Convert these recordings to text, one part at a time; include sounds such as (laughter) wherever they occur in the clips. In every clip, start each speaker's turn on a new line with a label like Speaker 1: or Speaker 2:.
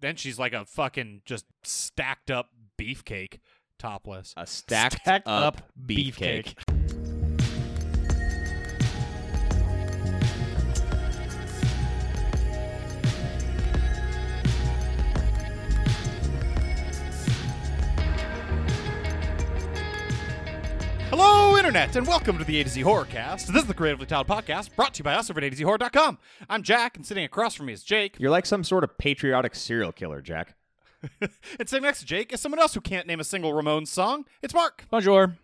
Speaker 1: then she's like a fucking just stacked up beefcake, topless.
Speaker 2: A stacked,
Speaker 1: Stacked
Speaker 2: up,
Speaker 1: up
Speaker 2: beefcake.
Speaker 1: beefcake. Hello, Internet, and welcome to the A to Z Horrorcast. This is the Creatively Tiled Podcast, brought to you by us over at A to Z Horror.com. I'm Jack, and sitting across from me is Jake.
Speaker 2: You're like some sort of patriotic serial killer, Jack.
Speaker 1: and sitting next to Jake is someone else who can't name a single Ramones song. It's Mark.
Speaker 3: Bonjour.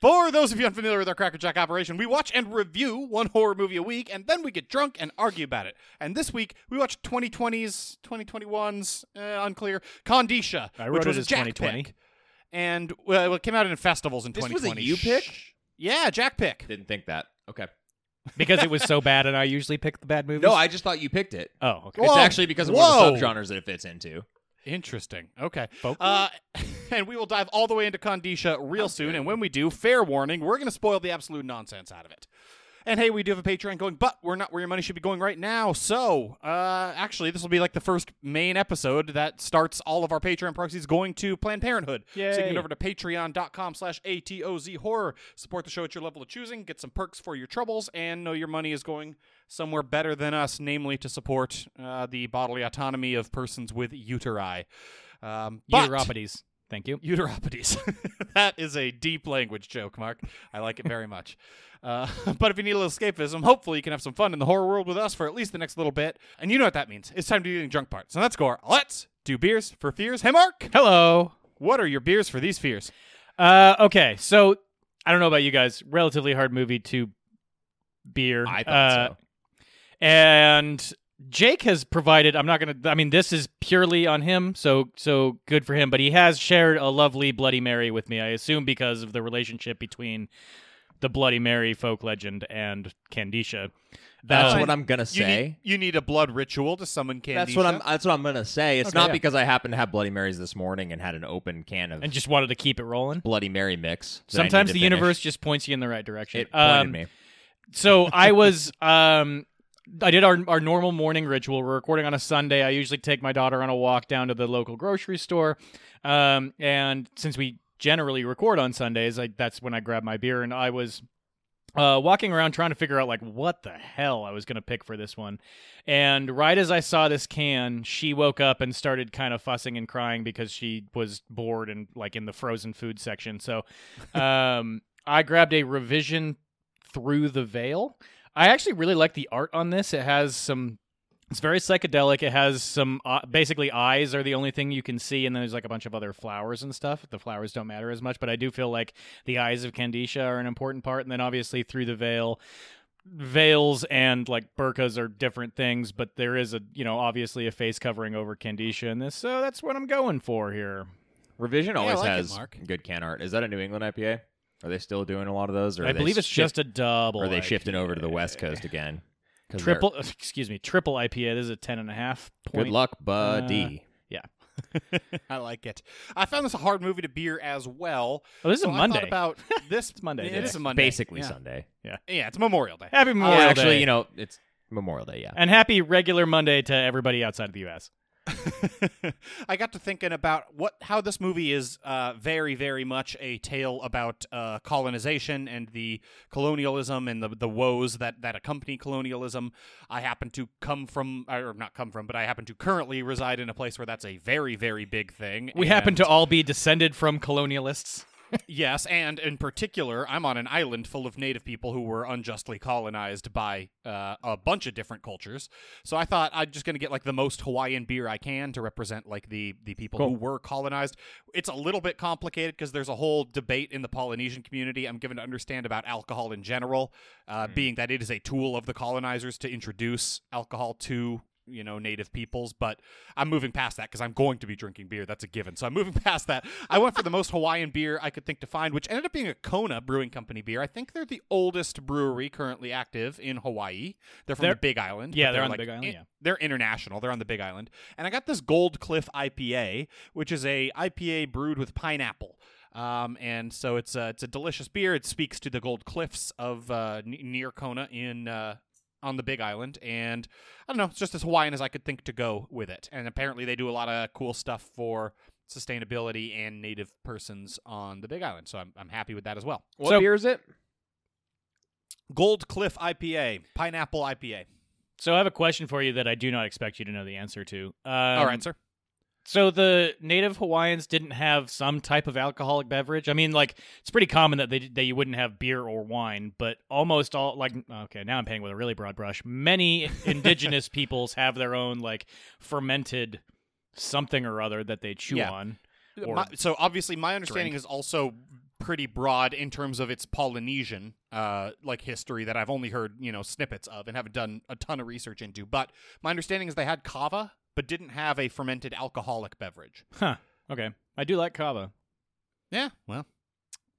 Speaker 1: For those of you unfamiliar with our Cracker Jack operation, we watch and review one horror movie a week, and then we get drunk and argue about it. And this week, we watched 2020s, 2021s, uh, unclear, Condisha,
Speaker 3: I wrote
Speaker 1: which
Speaker 3: it
Speaker 1: was a
Speaker 3: as
Speaker 1: Jack
Speaker 3: 2020.
Speaker 1: pick. And well, it came out in festivals in
Speaker 2: This was a
Speaker 1: 2020.
Speaker 2: you pick?
Speaker 1: Shh. Yeah, Jack pick.
Speaker 2: Didn't think that. Okay.
Speaker 3: Because it was so bad, and I usually pick the bad movies.
Speaker 2: No, I just thought you picked it.
Speaker 3: Oh, okay.
Speaker 1: Whoa.
Speaker 2: It's actually because of one
Speaker 1: Whoa.
Speaker 2: of the subgenres that it fits into.
Speaker 1: Interesting. Okay.
Speaker 3: Folk-
Speaker 1: Uh, (laughs) and we will dive all the way into Condisha real soon. And when we do, fair warning, we're going to spoil the absolute nonsense out of it. And hey, we do have a Patreon going, but we're not where your money should be going right now. So, uh, actually, this will be like the first main episode that starts all of our Patreon proxies going to Planned Parenthood. So you can
Speaker 3: Yay.
Speaker 1: get over to patreon.com slash A-T-O-Z horror. Support the show at your level of choosing, get some perks for your troubles, and know your money is going somewhere better than us, namely to support uh, the bodily autonomy of persons with uteri. Um, but-
Speaker 3: Uteropathies. Thank you.
Speaker 1: Uteropathies. (laughs) that is a deep language joke, Mark. I like it very much. Uh, (laughs) but if you need a little escapism, hopefully you can have some fun in the horror world with us for at least the next little bit. And you know what that means. It's time to do the drunk part. So let's go. Let's do beers for fears. Hey, Mark,
Speaker 3: Hello.
Speaker 1: what are your beers for these fears?
Speaker 3: Uh, okay, so I don't know about you guys. Relatively hard movie to beer.
Speaker 2: I thought
Speaker 3: Uh,
Speaker 2: so.
Speaker 3: And Jake has provided. I'm not gonna. I mean, this is purely on him. So so good for him. But he has shared a lovely Bloody Mary with me. I assume because of the relationship between the Bloody Mary folk legend and Candisha.
Speaker 2: That's
Speaker 3: Uh,
Speaker 2: what I'm gonna
Speaker 1: You need,
Speaker 2: say.
Speaker 1: you need a blood ritual to summon candy.
Speaker 2: That's what I'm. That's what I'm gonna say. It's
Speaker 3: Okay,
Speaker 2: not
Speaker 3: yeah.
Speaker 2: because I happened to have Bloody Marys this morning and had an open can of
Speaker 3: and just wanted to keep it rolling.
Speaker 2: Bloody Mary mix. that I need
Speaker 3: Sometimes
Speaker 2: to
Speaker 3: the
Speaker 2: finish.
Speaker 3: universe just points you in the right direction.
Speaker 2: It pointed
Speaker 3: Um,
Speaker 2: me.
Speaker 3: so I was um I did our our normal morning ritual. We're recording on a Sunday. I usually take my daughter on a walk down to the local grocery store. Um and since we generally record on Sundays, I that's when I grab my beer and I was uh, walking around trying to figure out like what the hell I was gonna pick for this one, and right as I saw this can, she woke up and started kind of fussing and crying because she was bored and like in the frozen food section. So, um, I grabbed a revision through the veil. I actually really like the art on this. It has some. It's very psychedelic. It has some uh, basically eyes are the only thing you can see, and then there's like a bunch of other flowers and stuff. The flowers don't matter as much, but I do feel like the eyes of Candisha are an important part, and then obviously through the veil. Veils and like burkas are different things, but there is a you know obviously a face covering over Candisha in this, so that's what I'm going for here.
Speaker 2: Revision
Speaker 1: I
Speaker 2: always
Speaker 1: like it,
Speaker 2: has
Speaker 1: Mark.
Speaker 2: good can art. Is that a New England IPA? Are they still doing a lot of those? Or
Speaker 3: I
Speaker 2: are they
Speaker 3: believe it's
Speaker 2: shift-
Speaker 3: just a double.
Speaker 2: Or are they
Speaker 3: IPA.
Speaker 2: shifting over to the West Coast again? 'Cause they're-
Speaker 3: triple? (laughs) Excuse me, triple IPA. This is a ten and a half point.
Speaker 2: Good luck, buddy.
Speaker 1: (laughs) I like it. I found this a hard movie to beer as well.
Speaker 3: Oh, this is
Speaker 1: So
Speaker 3: a
Speaker 1: I
Speaker 3: Monday.
Speaker 1: thought about this
Speaker 3: (laughs) It's Monday
Speaker 1: It
Speaker 3: day.
Speaker 1: is a Monday.
Speaker 2: Basically
Speaker 1: yeah.
Speaker 2: Sunday.
Speaker 1: Yeah, it's Memorial Day.
Speaker 3: Happy
Speaker 2: Well,
Speaker 3: Memorial
Speaker 2: actually,
Speaker 3: Day.
Speaker 2: you know, it's Memorial Day. Yeah.
Speaker 3: and happy regular Monday to everybody outside of the U.S.
Speaker 1: (laughs) I got to thinking about what how this movie is uh, very very much a tale about uh, colonization and the colonialism and the, the woes that that accompany colonialism. I happen to come from or not come from, but I happen to currently reside in a place where that's a very very big thing.
Speaker 3: We happen
Speaker 1: and-
Speaker 3: to all be descended from colonialists.
Speaker 1: yes, and in particular, I'm on an island full of native people who were unjustly colonized by uh, a bunch of different cultures. So I thought I'm just gonna get like the most Hawaiian beer I can to represent like the the people who were colonized. It's a little bit complicated because there's a whole debate in the Polynesian community. I'm given to understand about alcohol in general, uh, being that it is a tool of the colonizers to introduce alcohol to you know native peoples but i'm moving past that because i'm going to be drinking beer that's a given so i'm moving (laughs) past that i went for the most hawaiian beer i could think to find which ended up being a kona brewing company beer i think they're the oldest brewery currently active in hawaii they're from
Speaker 3: They're-
Speaker 1: the big island
Speaker 3: Yeah,
Speaker 1: but
Speaker 3: they're on the Big Island,
Speaker 1: in-
Speaker 3: yeah.
Speaker 1: they're international they're on the big island and i got this gold cliff ipa which is a ipa brewed with pineapple um, and so it's a, it's a delicious beer. It speaks to the gold cliffs of uh, n- near Kona in uh, on the Big Island, and I don't know, it's just as Hawaiian as I could think to go with it. And apparently, they do a lot of cool stuff for sustainability and native persons on the Big Island, so I'm, I'm happy with that as well.
Speaker 2: What
Speaker 3: So-
Speaker 2: beer is it?
Speaker 1: Gold Cliff IPA, pineapple IPA.
Speaker 3: So I have a question for you that I do not expect you to know the answer to. Um,
Speaker 1: All right, sir.
Speaker 3: So the native Hawaiians didn't have some type of alcoholic beverage. I mean, like it's pretty common that they that you wouldn't have beer or wine, but almost all like okay, now I'm painting with a really broad brush. Many
Speaker 1: (laughs)
Speaker 3: indigenous peoples have their own like fermented something or other that they chew
Speaker 1: Yeah.
Speaker 3: on. or
Speaker 1: My, so obviously, my understanding is also pretty broad in terms of its Polynesian uh, like history that I've only heard you know snippets of and haven't done a ton of research into. But my understanding is they had kava, but didn't have a fermented alcoholic beverage.
Speaker 3: Huh. Okay. I do like kava.
Speaker 1: Yeah, well,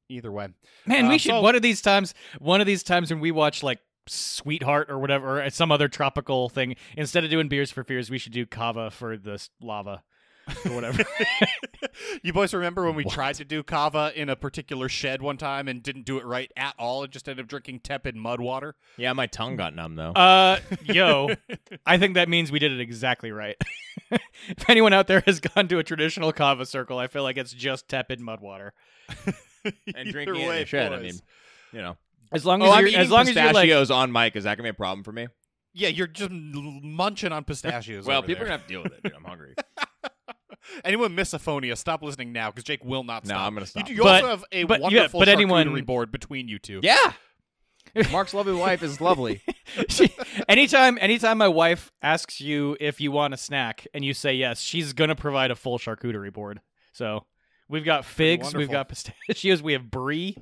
Speaker 1: either way,
Speaker 3: Man,
Speaker 2: Um,
Speaker 1: Uh,
Speaker 3: we should
Speaker 1: so-
Speaker 3: one of these times, one of these times when we watch like Sweetheart or whatever, or some other tropical thing, instead of doing beers for fears, we should do kava for this lava or whatever.
Speaker 1: (laughs) you boys remember when we
Speaker 3: What?
Speaker 1: tried to do kava in a particular shed one time and didn't do it right at all, and just ended up drinking tepid mud water.
Speaker 2: (laughs) Yeah, my tongue got numb (laughs) though.
Speaker 3: uh,
Speaker 2: (laughs)
Speaker 3: yo, I think that means we did it exactly right. (laughs) if anyone out there has gone to a traditional kava circle, I feel like it's just tepid mud water.
Speaker 2: and
Speaker 1: Either
Speaker 2: drinking it in
Speaker 1: way,
Speaker 2: the shed. I
Speaker 1: boys.
Speaker 2: mean, you know.
Speaker 3: As long as
Speaker 2: Oh, I'm
Speaker 3: you're,
Speaker 2: eating
Speaker 3: as long as you're
Speaker 2: pistachios
Speaker 3: like,
Speaker 2: (laughs) on mic. Is that gonna be a problem for me?
Speaker 1: Yeah, you're just munching on pistachios.
Speaker 2: Well,
Speaker 1: over
Speaker 2: people
Speaker 1: there.
Speaker 2: are gonna have to deal with it. Dude. I'm (laughs) hungry.
Speaker 1: Anyone misophonia, stop listening now because Jake will not
Speaker 2: No,
Speaker 1: stop.
Speaker 2: I'm gonna stop.
Speaker 1: You, you
Speaker 3: But-
Speaker 1: also have a
Speaker 3: but- yeah,
Speaker 1: wonderful
Speaker 3: but anyone-
Speaker 1: charcuterie board between you two.
Speaker 2: yeah. Mark's lovely wife is lovely.
Speaker 3: she, anytime anytime my wife asks you if you want a snack and you say yes, she's gonna provide a full charcuterie board. So we've got figs, we've
Speaker 1: wonderful.
Speaker 3: got pistachios, we have brie.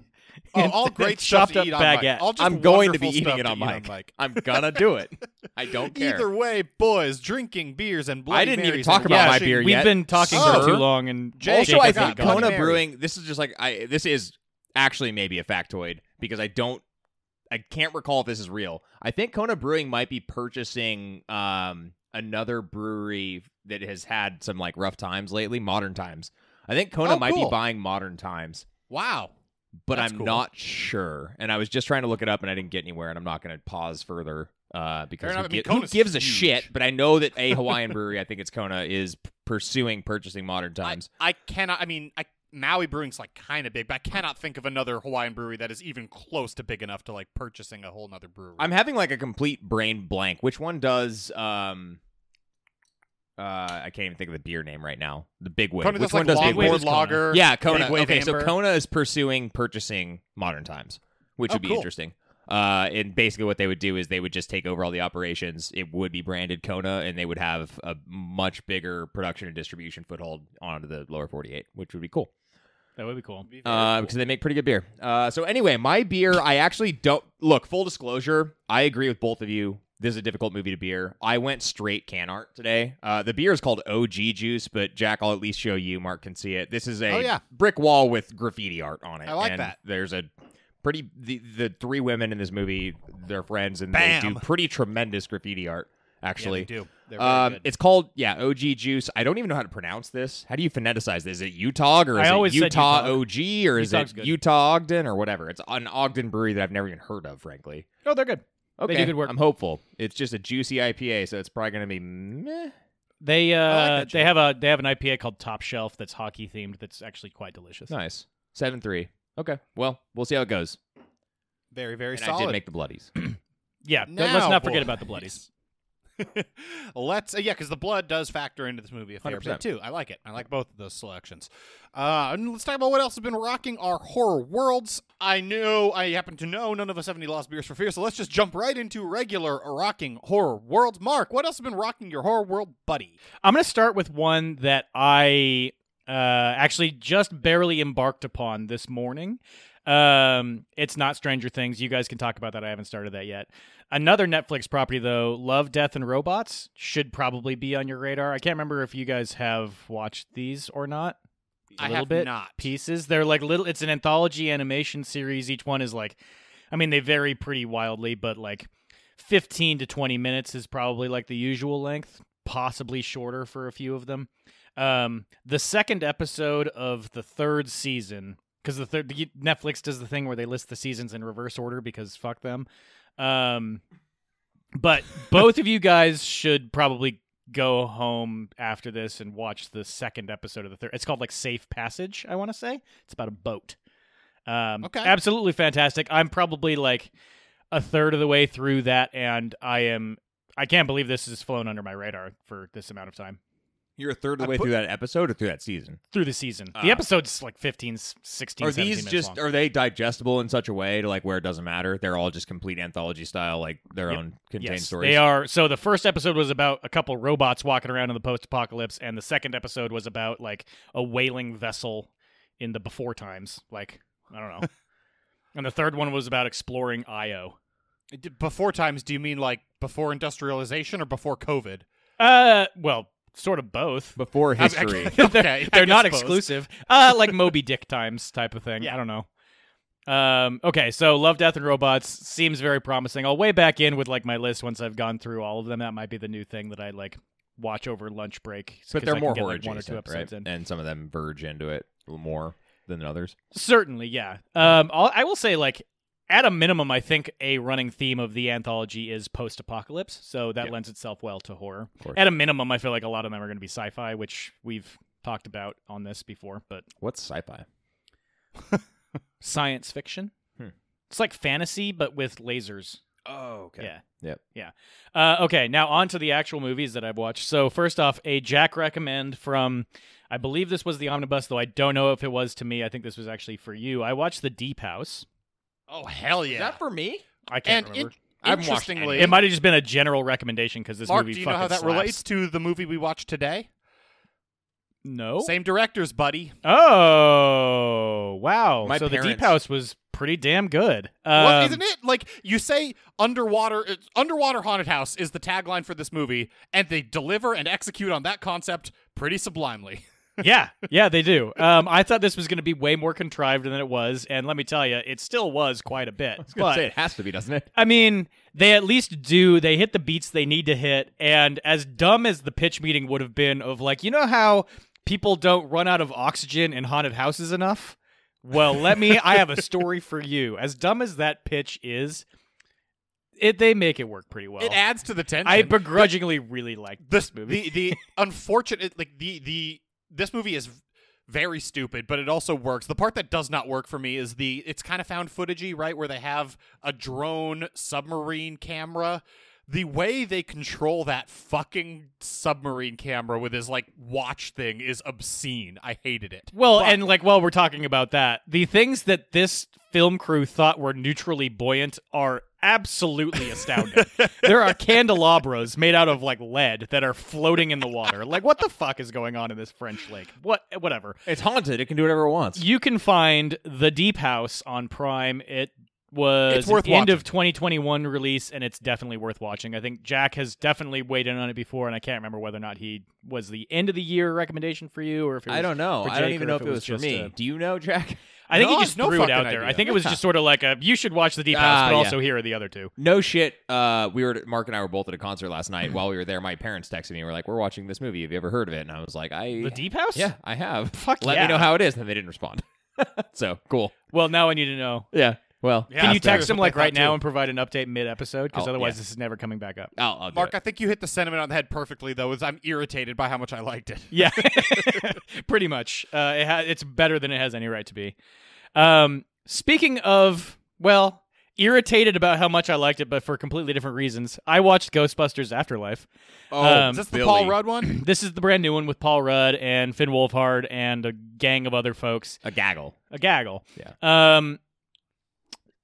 Speaker 1: Oh,
Speaker 3: and
Speaker 1: all
Speaker 3: then (laughs)
Speaker 1: great stuff
Speaker 3: chopped
Speaker 1: to
Speaker 3: up
Speaker 1: eat on
Speaker 3: baguette.
Speaker 1: Mike. All just
Speaker 2: I'm going to
Speaker 1: wonderful
Speaker 2: be eating
Speaker 1: stuff
Speaker 2: it
Speaker 1: to
Speaker 2: on
Speaker 1: eat
Speaker 2: mic. I'm gonna do it. I don't care.
Speaker 1: Either way, boys, drinking beers and Bloody
Speaker 2: I didn't even
Speaker 1: Marys
Speaker 2: talk
Speaker 1: and
Speaker 2: about my
Speaker 1: washing-
Speaker 2: beer
Speaker 3: we've
Speaker 2: yet.
Speaker 3: been talking
Speaker 1: Sir.
Speaker 3: for too long, and
Speaker 1: Oh. Jake,
Speaker 2: also, I
Speaker 1: Jacob
Speaker 2: think
Speaker 1: got Bloody
Speaker 2: Kona
Speaker 1: Mary.
Speaker 2: Brewing. This is just like I. This is actually maybe a factoid because I don't. I can't recall if this is real. I think Kona Brewing might be purchasing um, another brewery that has had some like rough times lately, Modern Times. I think Kona
Speaker 1: Oh,
Speaker 2: might
Speaker 1: cool.
Speaker 2: be buying Modern Times,
Speaker 1: Wow.
Speaker 2: but
Speaker 1: That's
Speaker 2: I'm
Speaker 1: cool.
Speaker 2: not sure. And I was just trying to look it up, and I didn't get anywhere. And I'm not going to pause further uh, because
Speaker 1: enough.
Speaker 2: who,
Speaker 1: I mean,
Speaker 2: gi- who
Speaker 1: Kona's
Speaker 2: gives a
Speaker 1: huge.
Speaker 2: shit? But I know that a Hawaiian brewery, I think it's Kona, is p- pursuing purchasing Modern
Speaker 1: I,
Speaker 2: Times.
Speaker 1: I cannot. I mean, I, Maui Brewing's like kind of big, but I cannot think of another Hawaiian brewery that is even close to big enough to like purchasing a whole nother brewery.
Speaker 2: I'm having like a complete brain blank. Which one does um uh I can't even think of the beer name right now. The big wave.
Speaker 1: Kona
Speaker 2: Which
Speaker 1: does,
Speaker 2: one
Speaker 1: like
Speaker 2: does
Speaker 1: long
Speaker 2: big wave?
Speaker 1: board
Speaker 3: Kona.
Speaker 1: lager.
Speaker 2: Yeah, Kona.
Speaker 1: Big Wave
Speaker 2: okay,
Speaker 1: Amber.
Speaker 2: so Kona is pursuing purchasing modern times, which
Speaker 1: Oh,
Speaker 2: would be
Speaker 1: cool.
Speaker 2: interesting. Uh, and basically, what they would do is they would just take over all the operations. It would be branded Kona, and they would have a much bigger production and distribution foothold onto the lower 48, which would be cool.
Speaker 3: that would be cool.
Speaker 1: Be very
Speaker 2: Uh,
Speaker 1: cool.
Speaker 2: because they make pretty good beer. Uh, so anyway, my beer, I actually don't look. Full disclosure, I agree with both of you. This is a difficult movie to beer. I went straight can art today. Uh, the beer is called OG Juice, but Jack, I'll at least show you. Mark can see it. This is a
Speaker 1: Oh, yeah.
Speaker 2: brick wall with graffiti art on it.
Speaker 1: I like
Speaker 2: and
Speaker 1: that.
Speaker 2: There's a pretty the the three women in this movie. They're friends, and they
Speaker 1: Bam.
Speaker 2: do pretty tremendous graffiti art.
Speaker 1: Yeah, they
Speaker 2: Actually,
Speaker 1: do. They're very
Speaker 2: um,
Speaker 1: good.
Speaker 2: it's called yeah OG juice. I don't even know how to pronounce this. How do you phoneticize this? Is it Utah or
Speaker 3: I
Speaker 2: is
Speaker 3: always
Speaker 2: it
Speaker 3: said
Speaker 2: Utah
Speaker 3: Utah.
Speaker 2: OG or is
Speaker 3: Utah's
Speaker 2: it
Speaker 3: good.
Speaker 2: Utah Ogden or whatever? It's an Ogden brewery that I've never even heard of, frankly.
Speaker 3: Oh, they're good.
Speaker 2: Okay,
Speaker 3: do good work.
Speaker 2: I'm hopeful. It's just a juicy IPA, so it's probably gonna be meh.
Speaker 3: They
Speaker 1: like
Speaker 3: uh
Speaker 1: that
Speaker 3: they have a they have an IPA called Top Shelf that's hockey themed that's actually quite delicious.
Speaker 2: nice seven three. Okay, well we'll see how it goes.
Speaker 1: very very
Speaker 2: And I
Speaker 1: solid.
Speaker 2: did make the bloodies.
Speaker 3: Yeah, th- let's
Speaker 1: Now,
Speaker 3: not forget
Speaker 1: boys.
Speaker 3: about the bloodies.
Speaker 1: (laughs) Let's uh, yeah, because the blood does factor into this movie a fair bit
Speaker 2: 100%.
Speaker 1: too. I like it. I like both of those selections. Uh, and let's talk about what else has been rocking our horror worlds. I knew I happen to know none of us have any lost beers for fear, so let's just jump right into regular rocking horror worlds. Mark, what else has been rocking your horror world, buddy?
Speaker 3: I'm going to start with one that I uh, actually just barely embarked upon this morning. Um, it's not Stranger Things. You guys can talk about that. I haven't started that yet. Another Netflix property, though, Love, Death, and Robots should probably be on your radar. I can't remember if you guys have watched these or not. A
Speaker 1: I
Speaker 3: little
Speaker 1: have
Speaker 3: bit
Speaker 1: not.
Speaker 3: pieces. They're like little. It's an anthology animation series. Each one is like, I mean, they vary pretty wildly, but like fifteen to twenty minutes is probably like the usual length. Possibly shorter for a few of them. Um, the second episode of the third season, because the third the, Netflix does the thing where they list the seasons in reverse order because fuck them. Um, But both of you guys should probably go home after this and watch the second episode of the third. It's called like Safe Passage, I want to say. It's about a boat. Um,
Speaker 1: Okay.
Speaker 3: Absolutely fantastic. I'm probably like a third of the way through that, and I am. I can't believe this has flown under my radar for this amount of time
Speaker 2: (clears throat) You're a third of the
Speaker 1: I
Speaker 2: way
Speaker 1: put-
Speaker 2: through that episode or through that season.
Speaker 3: through the season.
Speaker 2: Ah.
Speaker 3: the episode's like 15, 16,
Speaker 2: Are
Speaker 3: 17
Speaker 2: these
Speaker 3: minutes
Speaker 2: just
Speaker 3: long.
Speaker 2: are they digestible in such a way to like where it doesn't matter? They're all just complete anthology style, like their
Speaker 3: Yep.
Speaker 2: own contained
Speaker 3: yes,
Speaker 2: stories.
Speaker 3: They are. So the first episode was about a couple robots walking around in the post apocalypse, and the second episode was about like a whaling vessel in the before times. Like, I
Speaker 2: (laughs)
Speaker 3: don't know. and the third one was about exploring Io.
Speaker 1: Uh, D- Before times, do you mean like before industrialization or before COVID?
Speaker 3: Uh, well, sort of both.
Speaker 2: Before
Speaker 1: I- I-
Speaker 2: history.
Speaker 1: (laughs) okay, I
Speaker 3: (laughs) They're not
Speaker 1: guess both.
Speaker 3: exclusive. Uh, like Moby Dick times type of thing.
Speaker 1: Yeah.
Speaker 3: I don't know. Um, okay, so Love, Death, and Robots seems very promising. I'll weigh back in with like my list once I've gone through all of them. That might be the new thing that I like watch over lunch break.
Speaker 2: but
Speaker 3: 'cause
Speaker 2: they're
Speaker 3: I can
Speaker 2: more
Speaker 3: get,
Speaker 2: horror
Speaker 3: like, one or
Speaker 2: adjacent,
Speaker 3: two episodes
Speaker 2: right?
Speaker 3: in.
Speaker 2: And some of them verge into it more than others.
Speaker 3: Certainly, yeah. Um, I'll, I will say, like, at a minimum, I think a running theme of the anthology is post-apocalypse, so that
Speaker 2: Yeah.
Speaker 3: lends itself well to horror.
Speaker 2: Of course.
Speaker 3: At a minimum, I feel like a lot of them are going to be sci-fi, which we've talked about on this before, but
Speaker 2: What's sci-fi?
Speaker 3: science fiction.
Speaker 2: Hmm.
Speaker 3: It's like fantasy, but with lasers.
Speaker 2: Oh, okay.
Speaker 3: Yeah.
Speaker 2: Yep.
Speaker 3: Yeah. Uh, okay. Now on to the actual movies that I've watched. So first off, a Jack recommend from, I believe this was the omnibus, though I don't know if it was to me. I think this was actually for you. I watched The Deep House.
Speaker 1: Oh hell yeah!
Speaker 2: for me?
Speaker 3: I can't
Speaker 1: and
Speaker 3: remember.
Speaker 1: in-
Speaker 2: I haven't watched
Speaker 1: interestingly,
Speaker 2: any.
Speaker 3: It might have just been a general recommendation because this
Speaker 1: Mark,
Speaker 3: movie.
Speaker 1: do you know how
Speaker 3: fucking
Speaker 1: that
Speaker 3: slaps.
Speaker 1: relates to the movie we watched today?
Speaker 3: No.
Speaker 1: Same directors, buddy.
Speaker 3: Oh wow!
Speaker 2: My
Speaker 3: so the Deep
Speaker 2: parents-
Speaker 3: House was pretty damn good. Um,
Speaker 1: Well, isn't it like you say underwater it's- underwater haunted house is the tagline for this movie and they deliver and execute on that concept pretty sublimely.
Speaker 3: yeah, yeah, they do. Um, I thought this was going to be way more contrived than it was, and let me tell you, it still was quite a bit.
Speaker 2: I was gonna
Speaker 3: (laughs) But
Speaker 2: say it has to be, doesn't it?
Speaker 3: I mean, they at least do. They hit the beats they need to hit. And as dumb as the pitch meeting would have been, of like, you know how people don't run out of oxygen in haunted houses enough? Well, let me. I have a story for you. As dumb as that pitch is, it they make it work pretty well.
Speaker 1: it adds to the tension.
Speaker 3: I begrudgingly really liked
Speaker 1: this
Speaker 3: this movie.
Speaker 1: the
Speaker 3: (laughs)
Speaker 1: the unfortunate like the the this movie is very stupid, but it also works. The part that does not work for me is the it's kind of found footagey, right, where they have a drone submarine camera. The way they control that fucking submarine camera with his like watch thing is obscene. I hated it.
Speaker 3: Well,
Speaker 1: But-
Speaker 3: and like while we're talking about that, the things that this film crew thought were neutrally buoyant are
Speaker 2: (laughs)
Speaker 3: absolutely astounding. there are candelabras made out of like lead that are floating in the water. Like what the fuck is going on in this French lake? What whatever.
Speaker 2: It's haunted. It can do whatever it wants.
Speaker 3: You can find The Deep House on Prime. It was
Speaker 1: It's worth
Speaker 3: an end of 2021 release and it's definitely worth watching. I think Jack has definitely weighed in on it before and I can't remember whether or not he was the end of the year recommendation for you or if it was
Speaker 2: I don't know.
Speaker 3: for
Speaker 2: I don't
Speaker 3: Jake
Speaker 2: even
Speaker 3: or
Speaker 2: know
Speaker 3: if
Speaker 2: if it
Speaker 3: it was
Speaker 2: was for
Speaker 3: just
Speaker 2: me.
Speaker 3: a-
Speaker 2: Do you know, Jack? (laughs)
Speaker 3: I think
Speaker 1: No,
Speaker 3: he just
Speaker 1: no
Speaker 3: threw it
Speaker 1: fucking
Speaker 3: out there. I
Speaker 1: idea.
Speaker 3: think it was just sort of like a you should watch the Deep House,
Speaker 2: Ah,
Speaker 3: but
Speaker 2: yeah.
Speaker 3: also here are the other two.
Speaker 2: No shit. Uh, we were Mark and I were both at a concert last night. While we were there, my parents texted me. and were like, "We're watching this movie. Have you ever heard of it?" And I was like, "I
Speaker 3: The Deep House?
Speaker 2: yeah, I have.
Speaker 3: Fuck
Speaker 2: Let me
Speaker 3: yeah.
Speaker 2: know how it is." And they didn't respond. (laughs) so cool.
Speaker 3: Well, now I need to know.
Speaker 2: Yeah. Well,
Speaker 1: Yeah,
Speaker 3: Can you
Speaker 1: that's fair.
Speaker 3: text him
Speaker 1: That's what
Speaker 3: like
Speaker 1: they
Speaker 3: right
Speaker 1: thought,
Speaker 3: now
Speaker 1: too.
Speaker 3: and provide an update mid episode? Because
Speaker 2: Oh,
Speaker 3: otherwise,
Speaker 2: yeah.
Speaker 3: this is never coming back up.
Speaker 2: I'll, I'll do
Speaker 1: Mark,
Speaker 2: it.
Speaker 1: I think you hit the sentiment on the head perfectly though, is I'm irritated by how much I liked it.
Speaker 3: Yeah, (laughs) pretty much. Uh, it ha- it's better than it has any right to be. Um, speaking of, well, irritated about how much I liked it, but for completely different reasons. I watched Ghostbusters Afterlife.
Speaker 2: Oh,
Speaker 3: um,
Speaker 1: Is this the
Speaker 2: Billy.
Speaker 1: Paul Rudd
Speaker 3: (clears throat)
Speaker 1: one?
Speaker 3: This is the brand new one with Paul Rudd and Finn Wolfhard and a gang of other folks.
Speaker 2: a gaggle.
Speaker 3: a gaggle. Yeah. Um,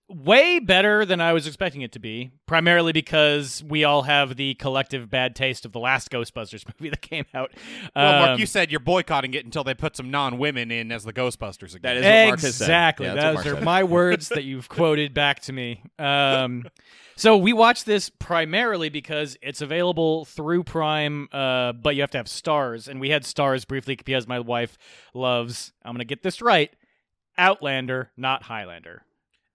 Speaker 3: way better than I was expecting it to be, primarily because we all have the collective bad taste of the last Ghostbusters (laughs) movie that came out.
Speaker 1: Well, Mark,
Speaker 3: Um,
Speaker 1: you said you're boycotting it until they put some non-women in as the Ghostbusters again.
Speaker 2: That is- what Mark has said.
Speaker 3: exactly.
Speaker 2: Yeah, that's what
Speaker 3: Those
Speaker 2: Mark
Speaker 3: are
Speaker 2: said. (laughs)
Speaker 3: my words that you've quoted back to me. Um, so we watched this primarily because it's available through Prime, uh, but you have to have stars, and we had stars briefly because my wife loves. I'm gonna get this right. Outlander, not Highlander.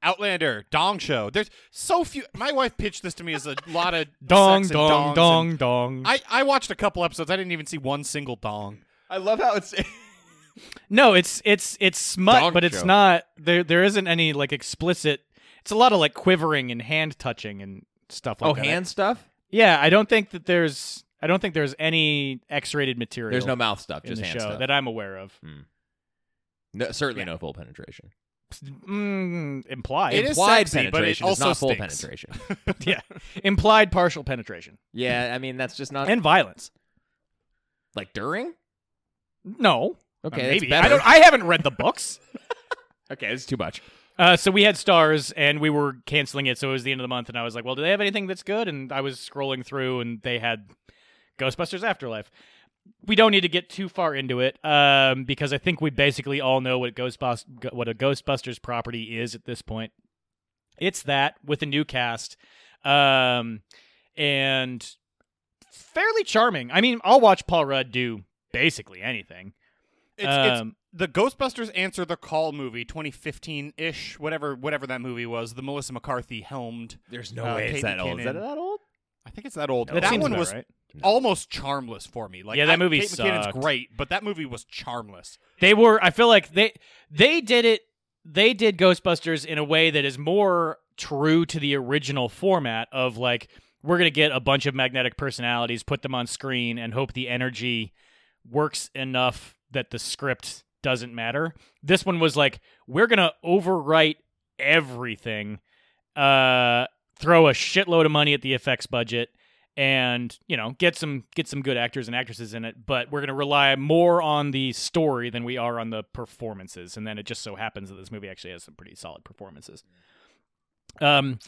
Speaker 1: Outlander, Dong Show. There's so few. My wife pitched this to me as a lot of
Speaker 3: (laughs) Dong,
Speaker 1: sex and
Speaker 3: dong,
Speaker 1: dongs
Speaker 3: dong,
Speaker 1: and-
Speaker 3: dong.
Speaker 1: I I watched a couple episodes. I didn't even see one single dong.
Speaker 2: I love how
Speaker 1: (laughs)
Speaker 2: it's.
Speaker 3: no, it's it's it's smut,
Speaker 2: Dong
Speaker 3: but it's
Speaker 2: joke.
Speaker 3: not. There there isn't any like explicit. It's a lot of like quivering and hand touching and stuff like
Speaker 2: oh,
Speaker 3: that.
Speaker 2: hand stuff.
Speaker 3: Yeah, I don't think that there's I don't think there's any X-rated material.
Speaker 2: There's no mouth stuff,
Speaker 3: in
Speaker 2: just
Speaker 3: the
Speaker 2: hand
Speaker 3: show
Speaker 2: stuff.
Speaker 3: that I'm aware of.
Speaker 2: No, certainly
Speaker 1: Yeah.
Speaker 2: no full penetration.
Speaker 3: Mm, implied,
Speaker 1: It is
Speaker 2: Implied
Speaker 1: sexy, but it
Speaker 2: penetration is
Speaker 1: also
Speaker 2: not full
Speaker 1: stinks.
Speaker 2: penetration.
Speaker 3: (laughs) yeah, implied partial penetration
Speaker 2: yeah, I mean that's just not
Speaker 3: and violence.
Speaker 2: like during.
Speaker 3: No,
Speaker 2: Okay,
Speaker 3: Uh,
Speaker 2: that's
Speaker 3: maybe
Speaker 2: better.
Speaker 3: I don't. I haven't read the books.
Speaker 2: Okay, it's too much.
Speaker 3: Uh, so we had stars, and we were canceling it. So it was the end of the month, and I was like, "Well, do they have anything that's good?" And I was scrolling through, and they had Ghostbusters Afterlife. We don't need to get too far into it, um, because I think we basically all know what Ghostbus- what a Ghostbusters property is at this point. It's that with a new cast, um, and fairly charming. I mean, I'll watch Paul Rudd do basically anything.
Speaker 1: It's, it's
Speaker 3: Um,
Speaker 1: the Ghostbusters Answer the Call movie, 2015 ish, whatever whatever that movie was. The Melissa McCarthy helmed.
Speaker 2: There's
Speaker 3: Uh,
Speaker 1: no way it's that old. Is that
Speaker 2: old?
Speaker 1: I think it's that old.
Speaker 2: No.
Speaker 1: That,
Speaker 3: that seems
Speaker 1: one
Speaker 3: about
Speaker 1: was
Speaker 3: right.
Speaker 1: almost charmless for me. Like
Speaker 3: Yeah, that
Speaker 1: I-
Speaker 3: movie
Speaker 1: Kate McKinnon's
Speaker 3: sucked.
Speaker 1: great, but that movie was charmless.
Speaker 3: They were. I feel like they they did it. They did Ghostbusters in a way that is more true to the original format of like we're gonna get a bunch of magnetic personalities, put them on screen, and hope the energy works enough that the script doesn't matter. This one was like we're gonna overwrite everything, uh, throw a shitload of money at the effects budget, and you know get some get some good actors and actresses in it but we're going to rely more on the story than we are on the performances and then it just so happens that this movie actually has some pretty solid performances um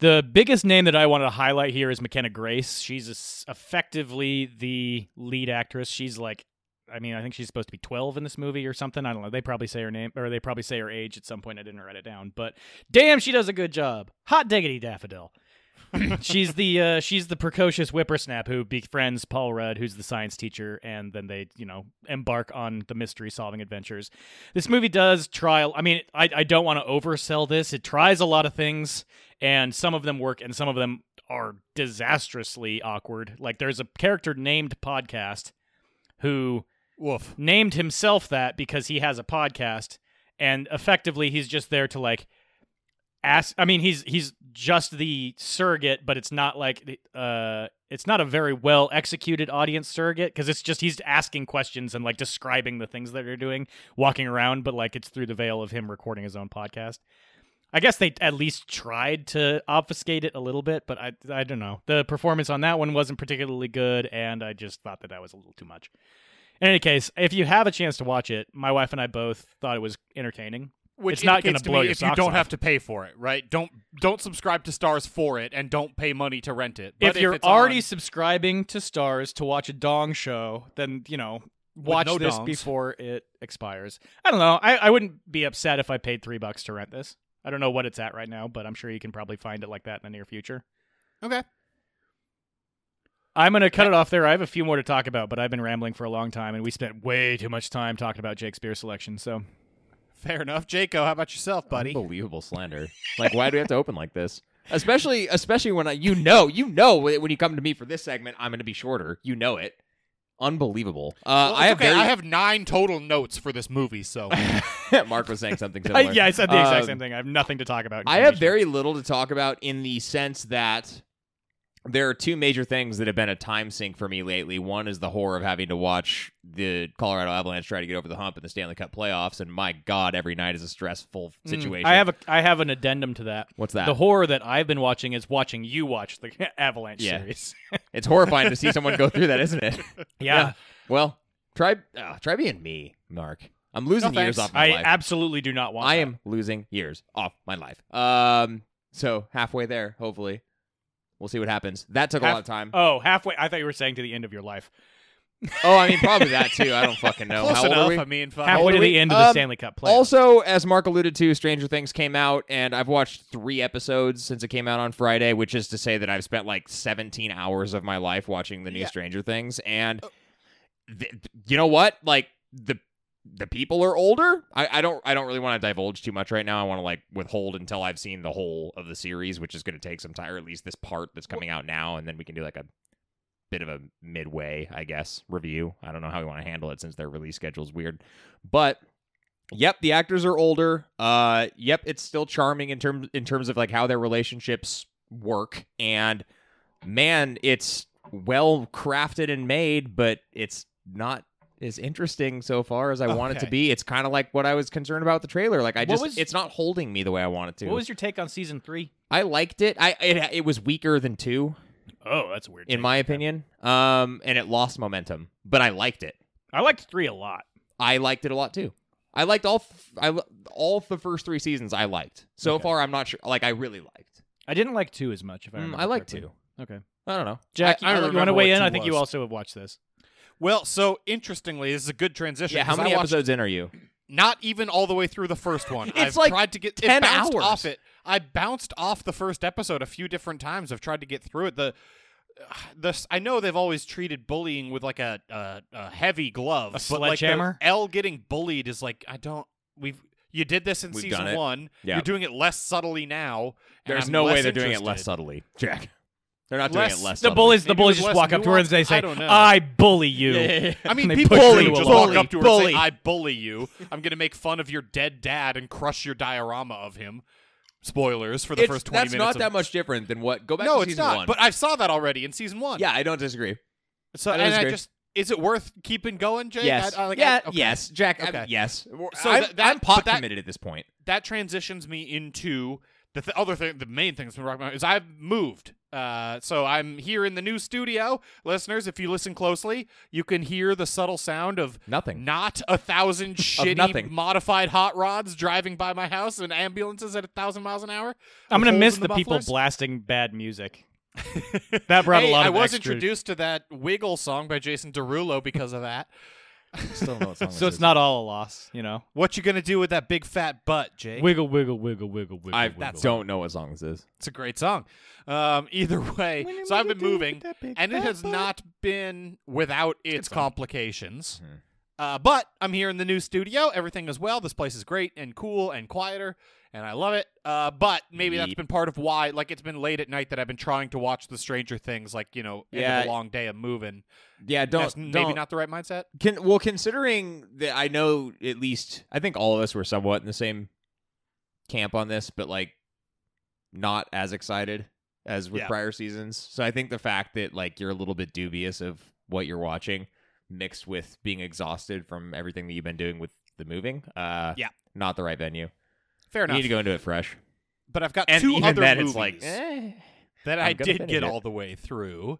Speaker 3: the biggest name that I wanted to highlight here is McKenna Grace. She's es- effectively the lead actress. She's like, I mean, I think she's supposed to be 12 in this movie or something. I don't know. They probably say her name or they probably say her age at some point. I didn't write it down, but damn, she does a good job. Hot diggity daffodil. she's the uh, she's the precocious whippersnap who befriends Paul Rudd, who's the science teacher, and then they you know embark on the mystery solving adventures. This movie does trial. I mean, I I don't want to oversell this. It tries a lot of things, and some of them work, and some of them are disastrously awkward. Like there's a character named Podcast who
Speaker 1: Woof.
Speaker 3: named himself that because he has a podcast and effectively he's just there to like ask i mean he's he's just the surrogate but it's not like uh it's not a very well executed audience surrogate because it's just he's asking questions and like describing the things that they're doing walking around but like it's through the veil of him recording his own podcast i guess they at least tried to obfuscate it a little bit but i i don't know the performance on that one wasn't particularly good and i just thought that that was a little too much in any case, if you have a chance to watch it, my wife and I both thought it was entertaining.
Speaker 1: Which
Speaker 3: It's not gonna
Speaker 1: indicates to
Speaker 3: blow
Speaker 1: me
Speaker 3: your
Speaker 1: if you
Speaker 3: socks
Speaker 1: don't
Speaker 3: off.
Speaker 1: have to pay for it, right? Don't don't subscribe to Stars for it, and don't pay money to rent it. But
Speaker 3: if you're
Speaker 1: it's
Speaker 3: already
Speaker 1: on-
Speaker 3: subscribing to Stars to watch a dong show, then you know watch
Speaker 1: no
Speaker 3: this
Speaker 1: dongs.
Speaker 3: before it expires. I don't know. I, I wouldn't be upset if I paid three bucks to rent this. I don't know what it's at right now, but I'm sure you can probably find it like that in the near future.
Speaker 1: okay,
Speaker 3: I'm gonna cut it off there. I have a few more to talk about, but I've been rambling for a long time, and we spent way too much time talking about Jake's beer selection. So
Speaker 1: fair enough. Jaco, how about yourself, buddy?
Speaker 2: Unbelievable slander. Like, why do we have to open like this? Especially, especially when I, you know, you know, when you come to me for this segment, I'm going to be shorter. You know it. Unbelievable. Uh,
Speaker 1: Well,
Speaker 2: I
Speaker 1: it's
Speaker 2: have
Speaker 1: okay.
Speaker 2: very.
Speaker 1: I have nine total notes for this movie, so
Speaker 2: (laughs) Mark was saying something
Speaker 3: (laughs) I,
Speaker 2: similar.
Speaker 3: yeah, I said the exact
Speaker 2: Um,
Speaker 3: same thing. I have nothing to talk about. in
Speaker 2: I have
Speaker 3: combination.
Speaker 2: very little to talk about in the sense that there are two major things that have been a time sink for me lately. One is the horror of having to watch the Colorado Avalanche try to get over the hump in the Stanley Cup playoffs, and my God, every night is a stressful
Speaker 3: Mm,
Speaker 2: situation.
Speaker 3: I have a I have an addendum to that.
Speaker 2: What's that?
Speaker 3: The horror that I've been watching is watching you watch the (laughs) Avalanche
Speaker 2: Yeah.
Speaker 3: series.
Speaker 2: it's horrifying to see someone go through that, isn't it?
Speaker 3: (laughs) yeah,
Speaker 2: Well, try uh, try being me, Mark. I'm losing
Speaker 1: No,
Speaker 2: years
Speaker 1: thanks.
Speaker 2: off my
Speaker 3: I
Speaker 2: life.
Speaker 3: absolutely do not want.
Speaker 2: I
Speaker 3: that.
Speaker 2: am losing years off my life. Um, so halfway there, hopefully. We'll see what happens. That took a
Speaker 3: Half-
Speaker 2: lot of time.
Speaker 3: Oh, halfway. I thought you were saying to the end of your life.
Speaker 2: oh, I mean, probably that too. I don't fucking know.
Speaker 1: close
Speaker 2: How old are
Speaker 1: enough.
Speaker 2: we?
Speaker 1: I mean, fuck.
Speaker 3: Halfway
Speaker 2: old
Speaker 3: to
Speaker 2: are
Speaker 3: the
Speaker 2: we?
Speaker 3: end of the
Speaker 2: Um,
Speaker 3: Stanley Cup playoff.
Speaker 2: Also, as Mark alluded to, Stranger Things came out, and I've watched three episodes since it came out on Friday, which is to say that I've spent like 17 hours of my life watching the new
Speaker 1: Yeah.
Speaker 2: Stranger Things. And th- th- you know what? Like the the people are older. I, I don't I don't really want to divulge too much right now. I want to like withhold until I've seen the whole of the series, which is going to take some time, or at least this part that's coming out now, and then we can do like a bit of a midway, I guess, review. I don't know how we want to handle it since their release schedule's weird. But yep, the actors are older. Uh yep, it's still charming in terms in terms of like how their relationships work and man, it's well crafted and made, but it's not as interesting so far as I want it to
Speaker 1: Okay.
Speaker 2: be. It's kind of like what I was concerned about with the trailer. Like I
Speaker 3: What
Speaker 2: just,
Speaker 3: was-
Speaker 2: it's not holding me the way I want it to.
Speaker 3: What was your take on season three?
Speaker 2: I liked it. I it, it was weaker than two
Speaker 3: Oh, that's a weird.
Speaker 2: in
Speaker 3: take.
Speaker 2: my opinion. Um, and it lost momentum, but I liked it.
Speaker 3: I liked three a lot.
Speaker 2: I liked it a lot too. I liked all f- I li- all the first three seasons. I liked so
Speaker 3: Okay.
Speaker 2: far. I'm not sure. Like I really liked.
Speaker 3: I didn't like two as much. If I
Speaker 2: Mm,
Speaker 3: remember
Speaker 2: I liked
Speaker 3: correctly.
Speaker 2: two.
Speaker 3: Okay,
Speaker 2: I don't know.
Speaker 3: Jack,
Speaker 1: I
Speaker 3: you- you want
Speaker 1: remember
Speaker 3: to weigh
Speaker 1: what
Speaker 3: in? I
Speaker 1: two
Speaker 3: think you
Speaker 1: was.
Speaker 3: also have watched this.
Speaker 1: Well, so interestingly, this is a good transition.
Speaker 2: Yeah, how
Speaker 1: 'cause
Speaker 2: many
Speaker 1: I watched
Speaker 2: episodes in are you?
Speaker 1: Not even all the way through the first one.
Speaker 2: It's
Speaker 1: I've
Speaker 2: like
Speaker 1: tried to get
Speaker 2: 10
Speaker 1: it bounced
Speaker 2: hours.
Speaker 1: off it. I bounced off the first episode a few different times. I've tried to get through it. The (sighs) this I know they've always treated bullying with like a a, a heavy glove,
Speaker 3: A
Speaker 1: but like the
Speaker 3: sledgehammer?
Speaker 1: L getting bullied is like I don't. We've you did this in
Speaker 2: We've done
Speaker 1: season
Speaker 2: it.
Speaker 1: one.
Speaker 2: Yeah.
Speaker 1: You're doing it less subtly now. and
Speaker 2: There's
Speaker 1: I'm
Speaker 2: no way
Speaker 1: less
Speaker 2: they're doing it less
Speaker 1: interested.
Speaker 2: subtly, Jack. They're not
Speaker 1: Less-
Speaker 2: doing it less.
Speaker 3: The
Speaker 2: subtly.
Speaker 3: bullies, the
Speaker 1: Maybe
Speaker 3: bullies
Speaker 1: it was
Speaker 3: just
Speaker 1: less
Speaker 3: walk up to her and they
Speaker 1: nuanced.
Speaker 3: say,
Speaker 1: I don't know.
Speaker 3: "I bully you."
Speaker 2: Yeah, yeah, yeah. (laughs)
Speaker 1: I mean,
Speaker 3: And they
Speaker 1: people
Speaker 3: push
Speaker 1: bully,
Speaker 3: her into
Speaker 1: just
Speaker 3: a
Speaker 1: walk
Speaker 3: wall.
Speaker 1: up to her
Speaker 2: Bully.
Speaker 1: and say, "I bully you. I'm going to make fun of your dead dad and crush your diorama of him." Spoilers for the
Speaker 2: It's-
Speaker 1: first twenty
Speaker 2: that's
Speaker 1: minutes.
Speaker 2: not
Speaker 1: of-
Speaker 2: that much different than what. Go back
Speaker 1: No,
Speaker 2: to
Speaker 1: it's
Speaker 2: season
Speaker 1: not.
Speaker 2: one.
Speaker 1: But I saw that already in season one.
Speaker 2: yeah, I don't disagree.
Speaker 1: So
Speaker 2: I
Speaker 1: and I
Speaker 2: disagree.
Speaker 1: just is it worth keeping going, Jake?
Speaker 2: Yes.
Speaker 1: I, I, like,
Speaker 2: yeah.
Speaker 1: I- okay.
Speaker 2: Yes, Jack. I-
Speaker 1: Okay.
Speaker 2: yes.
Speaker 1: So
Speaker 2: I'm,
Speaker 1: that- that-
Speaker 2: I'm pot
Speaker 1: but that-
Speaker 2: committed at this point.
Speaker 1: That transitions me into the th- other thing. The main thing that's been rocking my is I've moved. Uh, so I'm here in the new studio, listeners. If you listen closely, you can hear the subtle sound of
Speaker 2: Nothing.
Speaker 1: Not a
Speaker 2: (laughs)
Speaker 1: thousand shitty
Speaker 2: nothing.
Speaker 1: modified hot rods driving by my house and ambulances at a thousand miles an hour.
Speaker 3: I'm
Speaker 1: with
Speaker 3: gonna
Speaker 1: holes
Speaker 3: miss
Speaker 1: in
Speaker 3: the, people
Speaker 1: mufflers.
Speaker 3: blasting bad music. that brought
Speaker 1: hey,
Speaker 3: a lot
Speaker 1: I
Speaker 3: of
Speaker 1: was
Speaker 3: extra-
Speaker 1: introduced to that Wiggle song by Jason Derulo because of that.
Speaker 2: Still know what song
Speaker 3: So
Speaker 2: this
Speaker 3: it's
Speaker 2: is.
Speaker 3: not all a loss, you know.
Speaker 1: What you gonna do with that big fat butt,
Speaker 2: Eh.
Speaker 1: Jake?
Speaker 3: Wiggle, wiggle, wiggle, wiggle, wiggle.
Speaker 2: I
Speaker 3: wiggle.
Speaker 2: don't know what song this is.
Speaker 1: It's a great song. Um, (laughs) either way,
Speaker 3: What am
Speaker 1: so
Speaker 3: I
Speaker 1: I've been
Speaker 3: gonna do with
Speaker 1: moving,
Speaker 3: that big
Speaker 1: and it
Speaker 3: fat
Speaker 1: has
Speaker 3: butt?
Speaker 1: not been without its complications.
Speaker 2: Mhm.
Speaker 1: Uh, but I'm here in the new studio. Everything is well. This place is great and cool and quieter, and I love it. Uh, but maybe that's
Speaker 2: Yeep.
Speaker 1: been part of why, like, it's been late at night that I've been trying to watch the Stranger Things, like you know, end
Speaker 2: Yeah.
Speaker 1: of a long day of moving.
Speaker 2: Yeah,
Speaker 1: That's
Speaker 2: don't
Speaker 1: maybe
Speaker 2: don't-
Speaker 1: not the right mindset.
Speaker 2: Can, well, considering that I know at least I think all of us were somewhat in the same camp on this, but like not as excited as with
Speaker 1: Yeah.
Speaker 2: prior seasons. So I think the fact that like you're a little bit dubious of what you're watching, mixed with being exhausted from everything that you've been doing with the moving, uh,
Speaker 1: Yeah.
Speaker 2: not the right venue.
Speaker 1: Fair
Speaker 2: You
Speaker 1: enough.
Speaker 2: need to go into it fresh.
Speaker 1: But I've got
Speaker 2: And
Speaker 1: two
Speaker 2: even
Speaker 1: other
Speaker 2: then,
Speaker 1: movies
Speaker 2: it's like, eh.
Speaker 1: that
Speaker 2: I'm
Speaker 1: I
Speaker 2: gonna
Speaker 1: did
Speaker 2: finish
Speaker 1: get
Speaker 2: it.
Speaker 1: all the way through.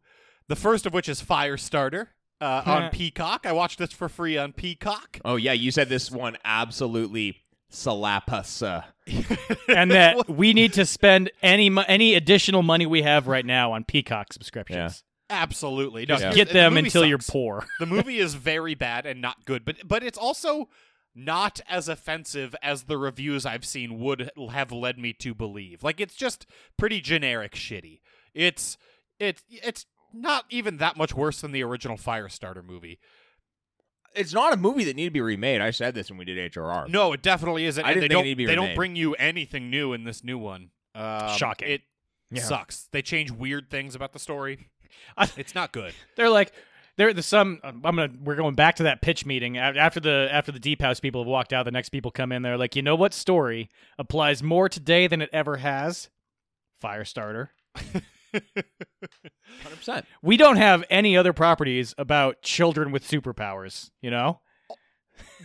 Speaker 1: The first of which is Firestarter uh, on Peacock. I watched this for free on Peacock.
Speaker 2: oh yeah, you said this one absolutely slap us. Uh, (laughs)
Speaker 3: and that we need to spend any mo- any additional money we have right now on Peacock subscriptions.
Speaker 1: Absolutely, No,
Speaker 3: Just
Speaker 1: here's-
Speaker 3: get
Speaker 1: the
Speaker 3: them
Speaker 1: movie
Speaker 3: until you're
Speaker 1: sucks.
Speaker 3: poor. (laughs)
Speaker 1: the movie is very bad and not good, but but it's also not as offensive as the reviews I've seen would have led me to believe. Like it's just pretty generic shitty. It's it's it's not even that much worse than the original Firestarter movie.
Speaker 2: it's not a movie that needed to be remade. I said this when we did HRR.
Speaker 1: No, it definitely isn't.
Speaker 2: I
Speaker 1: and
Speaker 2: didn't
Speaker 1: they
Speaker 2: think it
Speaker 1: don't
Speaker 2: needed to be
Speaker 1: they
Speaker 2: remade.
Speaker 1: don't bring you anything new in this new one. Um,
Speaker 3: Shocking.
Speaker 1: It
Speaker 2: Yeah.
Speaker 1: sucks. They change weird things about the story.
Speaker 3: (laughs) I-
Speaker 1: It's not good.
Speaker 3: They're like they're the some I'm gonna we're going back to that pitch meeting A- after the after the deep house people have walked out. The next people come in. They're like, you know what story applies more today than it ever has? Firestarter.
Speaker 2: hundred percent.
Speaker 3: We don't have any other properties about children with superpowers. You know,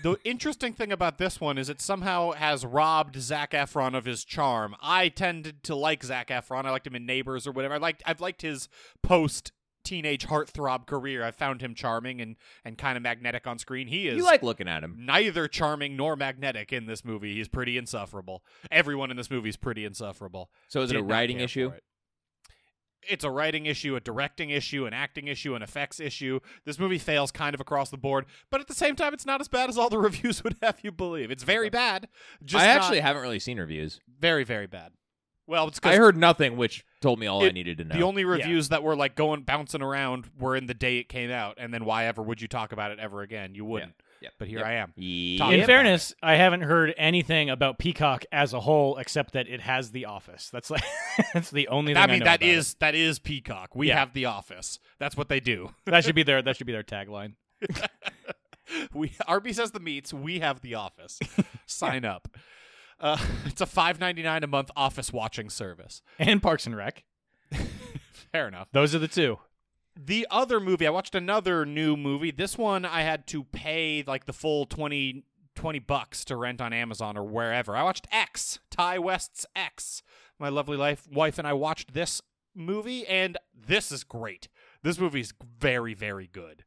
Speaker 1: The interesting thing about this one is it somehow has robbed Zach Efron of his charm. I tended to like Zach Efron. I liked him in Neighbors or whatever. I liked I've liked his post teenage heartthrob career. I found him charming and and kind of magnetic on screen. He is
Speaker 2: You like looking at him.
Speaker 1: neither charming nor magnetic in this movie. He's pretty insufferable. Everyone in this movie is pretty insufferable.
Speaker 2: So is it
Speaker 1: Did
Speaker 2: a
Speaker 1: not
Speaker 2: writing
Speaker 1: care
Speaker 2: issue?
Speaker 1: for it. It's a writing issue, a directing issue, an acting issue, an effects issue. This movie fails kind of across the board, but at the same time, it's not as bad as all the (laughs) reviews would have you believe. It's very bad. Just
Speaker 2: I
Speaker 1: not-
Speaker 2: actually haven't really seen reviews.
Speaker 1: very very bad. Well, it's 'cause
Speaker 2: I heard nothing, which told me all I
Speaker 1: It-
Speaker 2: needed to know.
Speaker 1: the only reviews that were like going bouncing around were in the day it came out, and then why ever would you talk about it ever again? You wouldn't.
Speaker 2: Yep.
Speaker 1: But here
Speaker 2: Yep.
Speaker 1: I am.
Speaker 2: yeah.
Speaker 1: Top-
Speaker 3: in
Speaker 1: Yeah.
Speaker 3: fairness, I haven't heard anything about Peacock as a whole except that it has The Office. That's like (laughs) that's the only.
Speaker 1: I
Speaker 3: thing
Speaker 1: mean
Speaker 3: know
Speaker 1: that
Speaker 3: about it.
Speaker 1: is (laughs) that is Peacock. We
Speaker 3: Yeah.
Speaker 1: have The Office. That's what they do.
Speaker 3: that should be their that should be their tagline.
Speaker 1: (laughs) We Arby's has the meats. We have the office. Sign up. (laughs) Uh, it's a five ninety nine a month office watching service.
Speaker 3: And Parks and Rec.
Speaker 1: Fair enough.
Speaker 3: Those are the two.
Speaker 1: The other movie, I watched another new movie. This one I had to pay like the full 20, 20 bucks to rent on Amazon or wherever. I watched X, Ty West's X. My lovely life, wife and I watched this movie, and this is great. This movie is very, very good.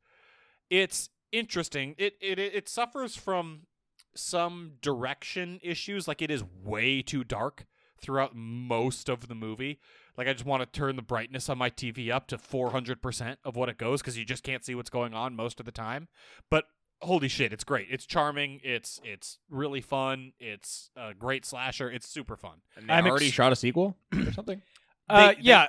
Speaker 1: It's interesting. It it it it suffers from some direction issues. Like it is way too dark throughout most of the movie. Like I just want to turn the brightness on my TV up to 400% of what it goes cuz you just can't see what's going on most of the time. But holy shit, it's great. It's charming. It's it's really fun. It's a great slasher. It's super fun.
Speaker 2: And they
Speaker 3: I'm
Speaker 2: already
Speaker 3: ex-
Speaker 2: shot a sequel
Speaker 1: (clears throat)
Speaker 2: or something.
Speaker 3: uh,
Speaker 1: they-
Speaker 3: yeah.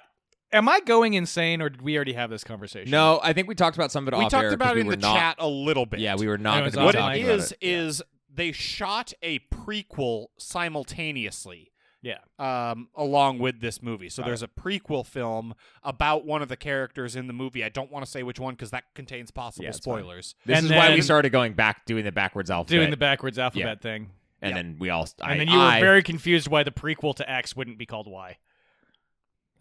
Speaker 3: Am I going insane, or did we already have this conversation?
Speaker 2: No, I think we talked about some of it
Speaker 1: we
Speaker 2: off
Speaker 1: talked
Speaker 2: air 'cause
Speaker 1: about it
Speaker 2: we
Speaker 1: in
Speaker 2: were
Speaker 1: the
Speaker 2: not,
Speaker 1: chat a little bit.
Speaker 2: Yeah, we were
Speaker 3: I
Speaker 2: not going
Speaker 3: was
Speaker 2: to be
Speaker 3: off
Speaker 1: what
Speaker 2: talking about
Speaker 1: it
Speaker 3: mic.
Speaker 1: is
Speaker 2: it. Yeah.
Speaker 1: is they shot a prequel simultaneously
Speaker 3: Yeah.
Speaker 1: um, along with this movie so
Speaker 2: Got
Speaker 1: there's a prequel film about one of the characters in the movie i don't want to say which one because that contains possible
Speaker 2: Yeah, it's fine.
Speaker 1: spoilers
Speaker 2: This
Speaker 3: And
Speaker 2: is why we
Speaker 3: then-
Speaker 2: started going back, doing the backwards alphabet,
Speaker 3: Doing the backwards alphabet thing.
Speaker 2: and
Speaker 1: Yep.
Speaker 2: then we all. I,
Speaker 3: and then you were
Speaker 2: I-
Speaker 3: very confused why the prequel to X wouldn't be called
Speaker 1: (laughs)
Speaker 3: Y.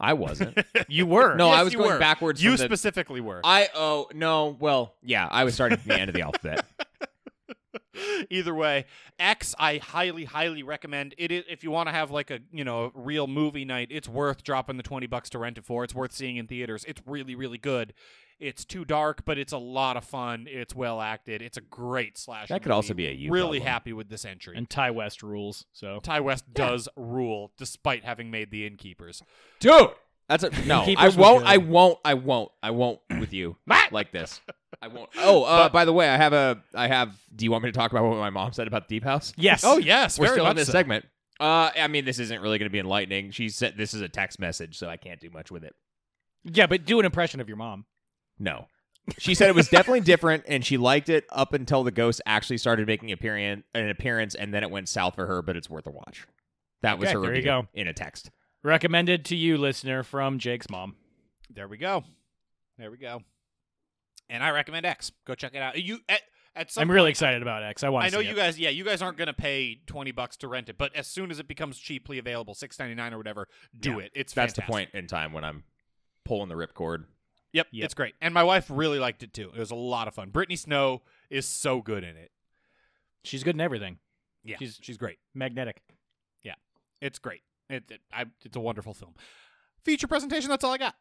Speaker 2: I wasn't.
Speaker 3: You were.
Speaker 2: No,
Speaker 1: Yes,
Speaker 2: I was
Speaker 1: you
Speaker 2: going
Speaker 1: were.
Speaker 2: backwards.
Speaker 1: you
Speaker 2: from the-
Speaker 1: specifically were
Speaker 2: I oh no. Well, yeah, I was starting from the end of the alphabet.
Speaker 1: Either way, X I highly highly recommend. It is if you want to have like a, you know, real movie night, it's worth dropping the 20 bucks to rent it for. It's worth seeing in theaters. It's really really good. It's too dark, but it's a lot of fun. It's well acted. It's a great slash.
Speaker 2: That could also be a you
Speaker 1: Really
Speaker 2: problem.
Speaker 1: happy with this entry.
Speaker 3: And Ty West rules. So
Speaker 1: Ty West does rule despite having made The Innkeepers.
Speaker 2: dude. That's a no. I
Speaker 3: Keepers was
Speaker 2: won't.
Speaker 3: good.
Speaker 2: I won't. I won't. I won't with you like this. I won't. Oh, uh, by the way, I have a. I have. Do you want me to talk about what my mom said about Deep House?
Speaker 3: yes.
Speaker 1: Oh yes,
Speaker 2: We're
Speaker 1: very
Speaker 2: still
Speaker 1: much
Speaker 2: in this
Speaker 1: so.
Speaker 2: segment. Uh, I mean, this isn't really going to be enlightening. She said this is a text message, so I can't do much with it.
Speaker 3: Yeah, but do an impression of your mom.
Speaker 2: No. She said it was definitely different, and she liked it up until the ghost actually started making appearance, an appearance, and then it went south for her. But it's worth a watch. That was
Speaker 3: Okay,
Speaker 2: her
Speaker 3: there you
Speaker 2: review
Speaker 3: go.
Speaker 2: in a text.
Speaker 3: Recommended to you, listener, from Jake's mom.
Speaker 1: There we go. There we go. And I recommend X. Go check it out. You at, at some
Speaker 3: I'm really excited about X. I
Speaker 1: I
Speaker 3: want to
Speaker 1: know you guys. Yeah, you guys aren't going to pay twenty bucks to rent it, but as soon as it becomes cheaply available, six ninety nine or whatever, do it. It's
Speaker 2: That's
Speaker 1: fantastic.
Speaker 2: the point in time when I'm pulling the ripcord.
Speaker 1: Yep,
Speaker 3: Yep.
Speaker 1: it's great, and my wife really liked it too. It was a lot of fun. Brittany Snow is so good in it.
Speaker 3: She's good in everything.
Speaker 1: Yeah, she's
Speaker 3: She's-
Speaker 1: she's great.
Speaker 3: Magnetic.
Speaker 1: It's great. It, it I, it's a wonderful film. Feature presentation. That's all I got.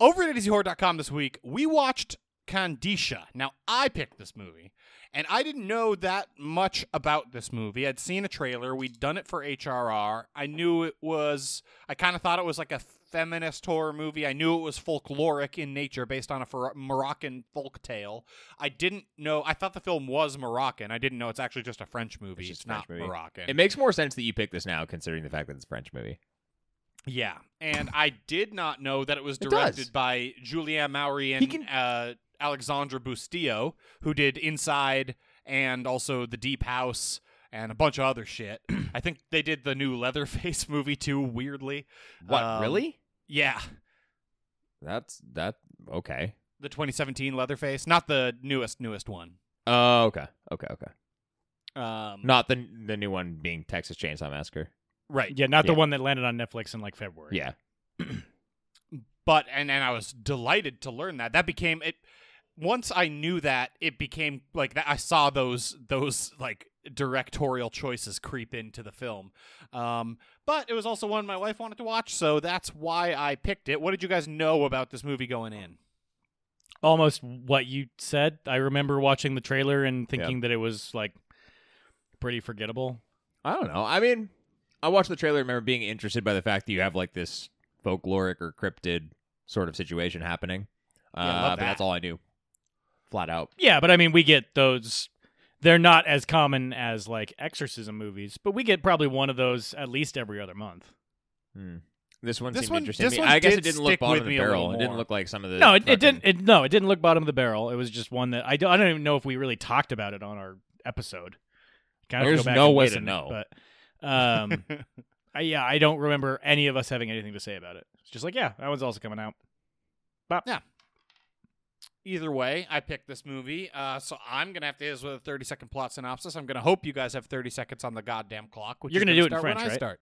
Speaker 1: Over at easyhorror.com this week, we watched Candisha. Now, I picked this movie, and I didn't know that much about this movie. I'd seen a trailer, we'd done it for HRR. I knew it was, I kind of thought it was like a feminist horror movie. I knew it was folkloric in nature based on a Fer- Moroccan folk tale. I didn't know, I thought the film was Moroccan. I didn't know it's actually just a French movie.
Speaker 2: It's
Speaker 1: It's,
Speaker 2: just a
Speaker 1: not
Speaker 2: French movie.
Speaker 1: Moroccan.
Speaker 2: It makes more sense that you pick this now, considering the fact that it's a French movie.
Speaker 1: Yeah, and I did not know that it was
Speaker 2: It does.
Speaker 1: directed by Julianne Mowry
Speaker 2: He
Speaker 1: and
Speaker 2: can-
Speaker 1: uh, Alexandra Bustillo, who did Inside and also The Deep House and a bunch of other shit. (clears throat) I think they did the new Leatherface (laughs) movie too. Weirdly,
Speaker 2: What
Speaker 1: Um,
Speaker 2: really?
Speaker 1: yeah,
Speaker 2: That's that okay.
Speaker 1: the 2017 Leatherface, not the newest newest one.
Speaker 2: Oh, okay, okay, okay.
Speaker 1: Um,
Speaker 2: Not the the new one being Texas Chainsaw Massacre.
Speaker 1: right,
Speaker 3: Yeah, not the
Speaker 2: Yeah.
Speaker 3: one that landed on Netflix in like February.
Speaker 2: Yeah,
Speaker 1: but and and I was delighted to learn that that became it. Once I knew that, it became like that. I saw those those like directorial choices creep into the film. Um, but it was also one my wife wanted to watch, so that's why I picked it. What did you guys know about this movie going in?
Speaker 3: Almost what you said. I remember watching the trailer and thinking that it was like pretty forgettable.
Speaker 2: I don't know. I mean, I watched the trailer. and Remember being interested by the fact that you have like this folkloric or cryptid sort of situation happening.
Speaker 1: I love
Speaker 2: uh, but
Speaker 1: that.
Speaker 2: that's all I knew, flat out.
Speaker 3: Yeah, but I mean, we get those. They're not as common as like exorcism movies, but we get probably one of those at least every other month.
Speaker 2: Hmm. This one
Speaker 1: This
Speaker 2: seemed
Speaker 1: one-
Speaker 2: interesting. to
Speaker 1: this
Speaker 2: me.
Speaker 1: one
Speaker 2: I guess
Speaker 1: did
Speaker 2: it didn't
Speaker 1: stick
Speaker 2: look bottom
Speaker 1: with
Speaker 2: of
Speaker 1: me
Speaker 2: the
Speaker 1: a
Speaker 2: barrel.
Speaker 1: little
Speaker 2: It didn't
Speaker 1: more.
Speaker 2: look like some of the.
Speaker 3: no, it,
Speaker 2: fucking-
Speaker 3: it didn't. It, no, it didn't look bottom of the barrel. It was just one that I don't. I don't even know if we really talked about it on our episode. Kind
Speaker 2: There's
Speaker 3: go back
Speaker 2: no
Speaker 3: and
Speaker 2: way to
Speaker 3: listen,
Speaker 2: know.
Speaker 3: but um,
Speaker 2: (laughs)
Speaker 3: I, yeah, I don't remember any of us having anything to say about it. It's just like, yeah, that one's also coming out.
Speaker 1: Either way, I picked this movie, uh, so I'm gonna have to hit us with a 30 second plot synopsis. I'm gonna hope you guys have 30 seconds on the goddamn clock. Which
Speaker 3: You're
Speaker 1: is
Speaker 3: gonna do it in
Speaker 1: start when
Speaker 3: French,
Speaker 1: I
Speaker 3: right?
Speaker 1: start.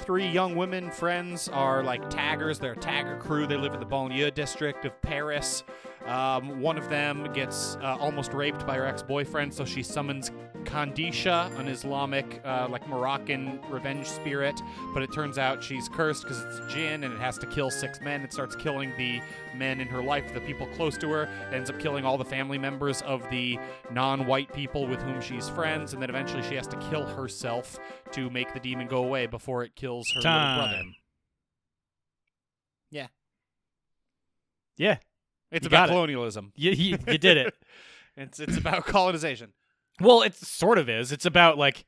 Speaker 1: Three young women friends are like taggers. They're a tagger crew. They live in the banlieue district of Paris. Um, one of them gets uh, almost raped by her ex boyfriend, so she summons Kandisha, an Islamic, uh, like Moroccan revenge spirit. But it turns out she's cursed because it's a jinn and it has to kill six men. It starts killing the men in her life, the people close to her. It ends up killing all the family members of the non white people with whom she's friends. And then eventually she has to kill herself to make the demon go away before it kills her little brother.
Speaker 3: Time.
Speaker 1: Yeah.
Speaker 3: Yeah.
Speaker 1: It's
Speaker 3: You
Speaker 1: about
Speaker 3: got it.
Speaker 1: colonialism.
Speaker 3: You, you, you
Speaker 2: (laughs)
Speaker 3: did it.
Speaker 1: (laughs) It's it's about colonization.
Speaker 3: Well, it sort of is. It's about like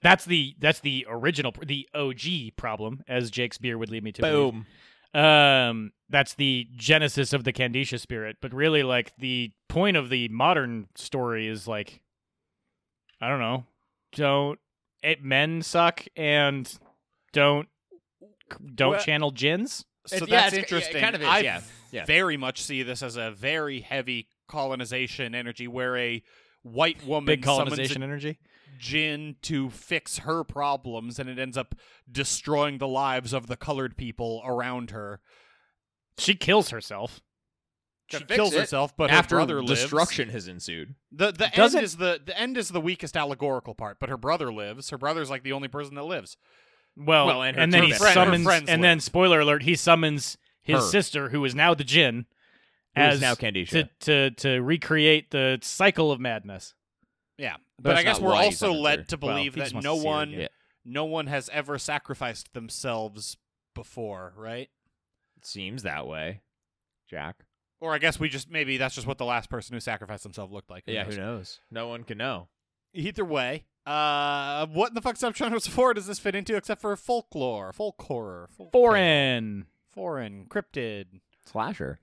Speaker 3: that's the that's the original the OG problem as Jake's beer would lead me to. believe.
Speaker 2: Boom.
Speaker 3: Um that's the genesis of the Candisha spirit, but really like the point of the modern story is like I don't know. Don't it, men suck and don't don't
Speaker 1: Well-
Speaker 3: channel gins?
Speaker 1: So
Speaker 2: It's- yeah,
Speaker 1: that's
Speaker 2: it's- yeah, it
Speaker 1: interesting.
Speaker 2: kind of is,
Speaker 1: I
Speaker 2: yeah. Yeah.
Speaker 1: very much see this as a very heavy colonization energy where a white woman
Speaker 3: Big
Speaker 1: summons
Speaker 3: colonization energy.
Speaker 1: a djinn to fix her problems and it ends up destroying the lives of the colored people around her.
Speaker 3: She kills herself.
Speaker 2: To
Speaker 1: she
Speaker 2: fix
Speaker 1: kills
Speaker 2: it,
Speaker 1: herself, but
Speaker 2: After
Speaker 1: her brother lives.
Speaker 2: destruction has ensued.
Speaker 1: The the end
Speaker 3: Doesn't-
Speaker 1: is the the end is the weakest allegorical part, but her brother lives. Her brother's like the only person that lives.
Speaker 3: Well,
Speaker 2: Well, and
Speaker 3: and,
Speaker 2: her
Speaker 3: then he
Speaker 1: friend- her
Speaker 3: summons,
Speaker 1: friends
Speaker 3: and
Speaker 1: live.
Speaker 3: then spoiler alert, he summons his
Speaker 2: Her.
Speaker 3: sister, who is now the Jinn,
Speaker 2: Who is
Speaker 3: as
Speaker 2: now Candisha.
Speaker 3: to, to to recreate the cycle of madness.
Speaker 1: Yeah, but I
Speaker 2: that's
Speaker 1: guess
Speaker 2: not
Speaker 1: we're
Speaker 2: why he's
Speaker 1: also
Speaker 2: under
Speaker 1: led
Speaker 2: there.
Speaker 1: to
Speaker 3: Well,
Speaker 1: believe
Speaker 3: he just
Speaker 1: that
Speaker 3: wants
Speaker 1: no
Speaker 3: to see her
Speaker 1: one
Speaker 3: again.
Speaker 1: no one has ever sacrificed themselves before, right?
Speaker 2: It seems that way. Jack.
Speaker 1: Or I guess we just maybe that's just what the last person who sacrificed themselves looked like. Who
Speaker 2: Yeah,
Speaker 1: knows?
Speaker 2: who knows? No one can know.
Speaker 1: Either way, uh, what in the fuck subgenres of horror does this fit into except for folklore, folk horror, folk
Speaker 3: Foreign.
Speaker 1: foreign, cryptid,
Speaker 2: Slasher.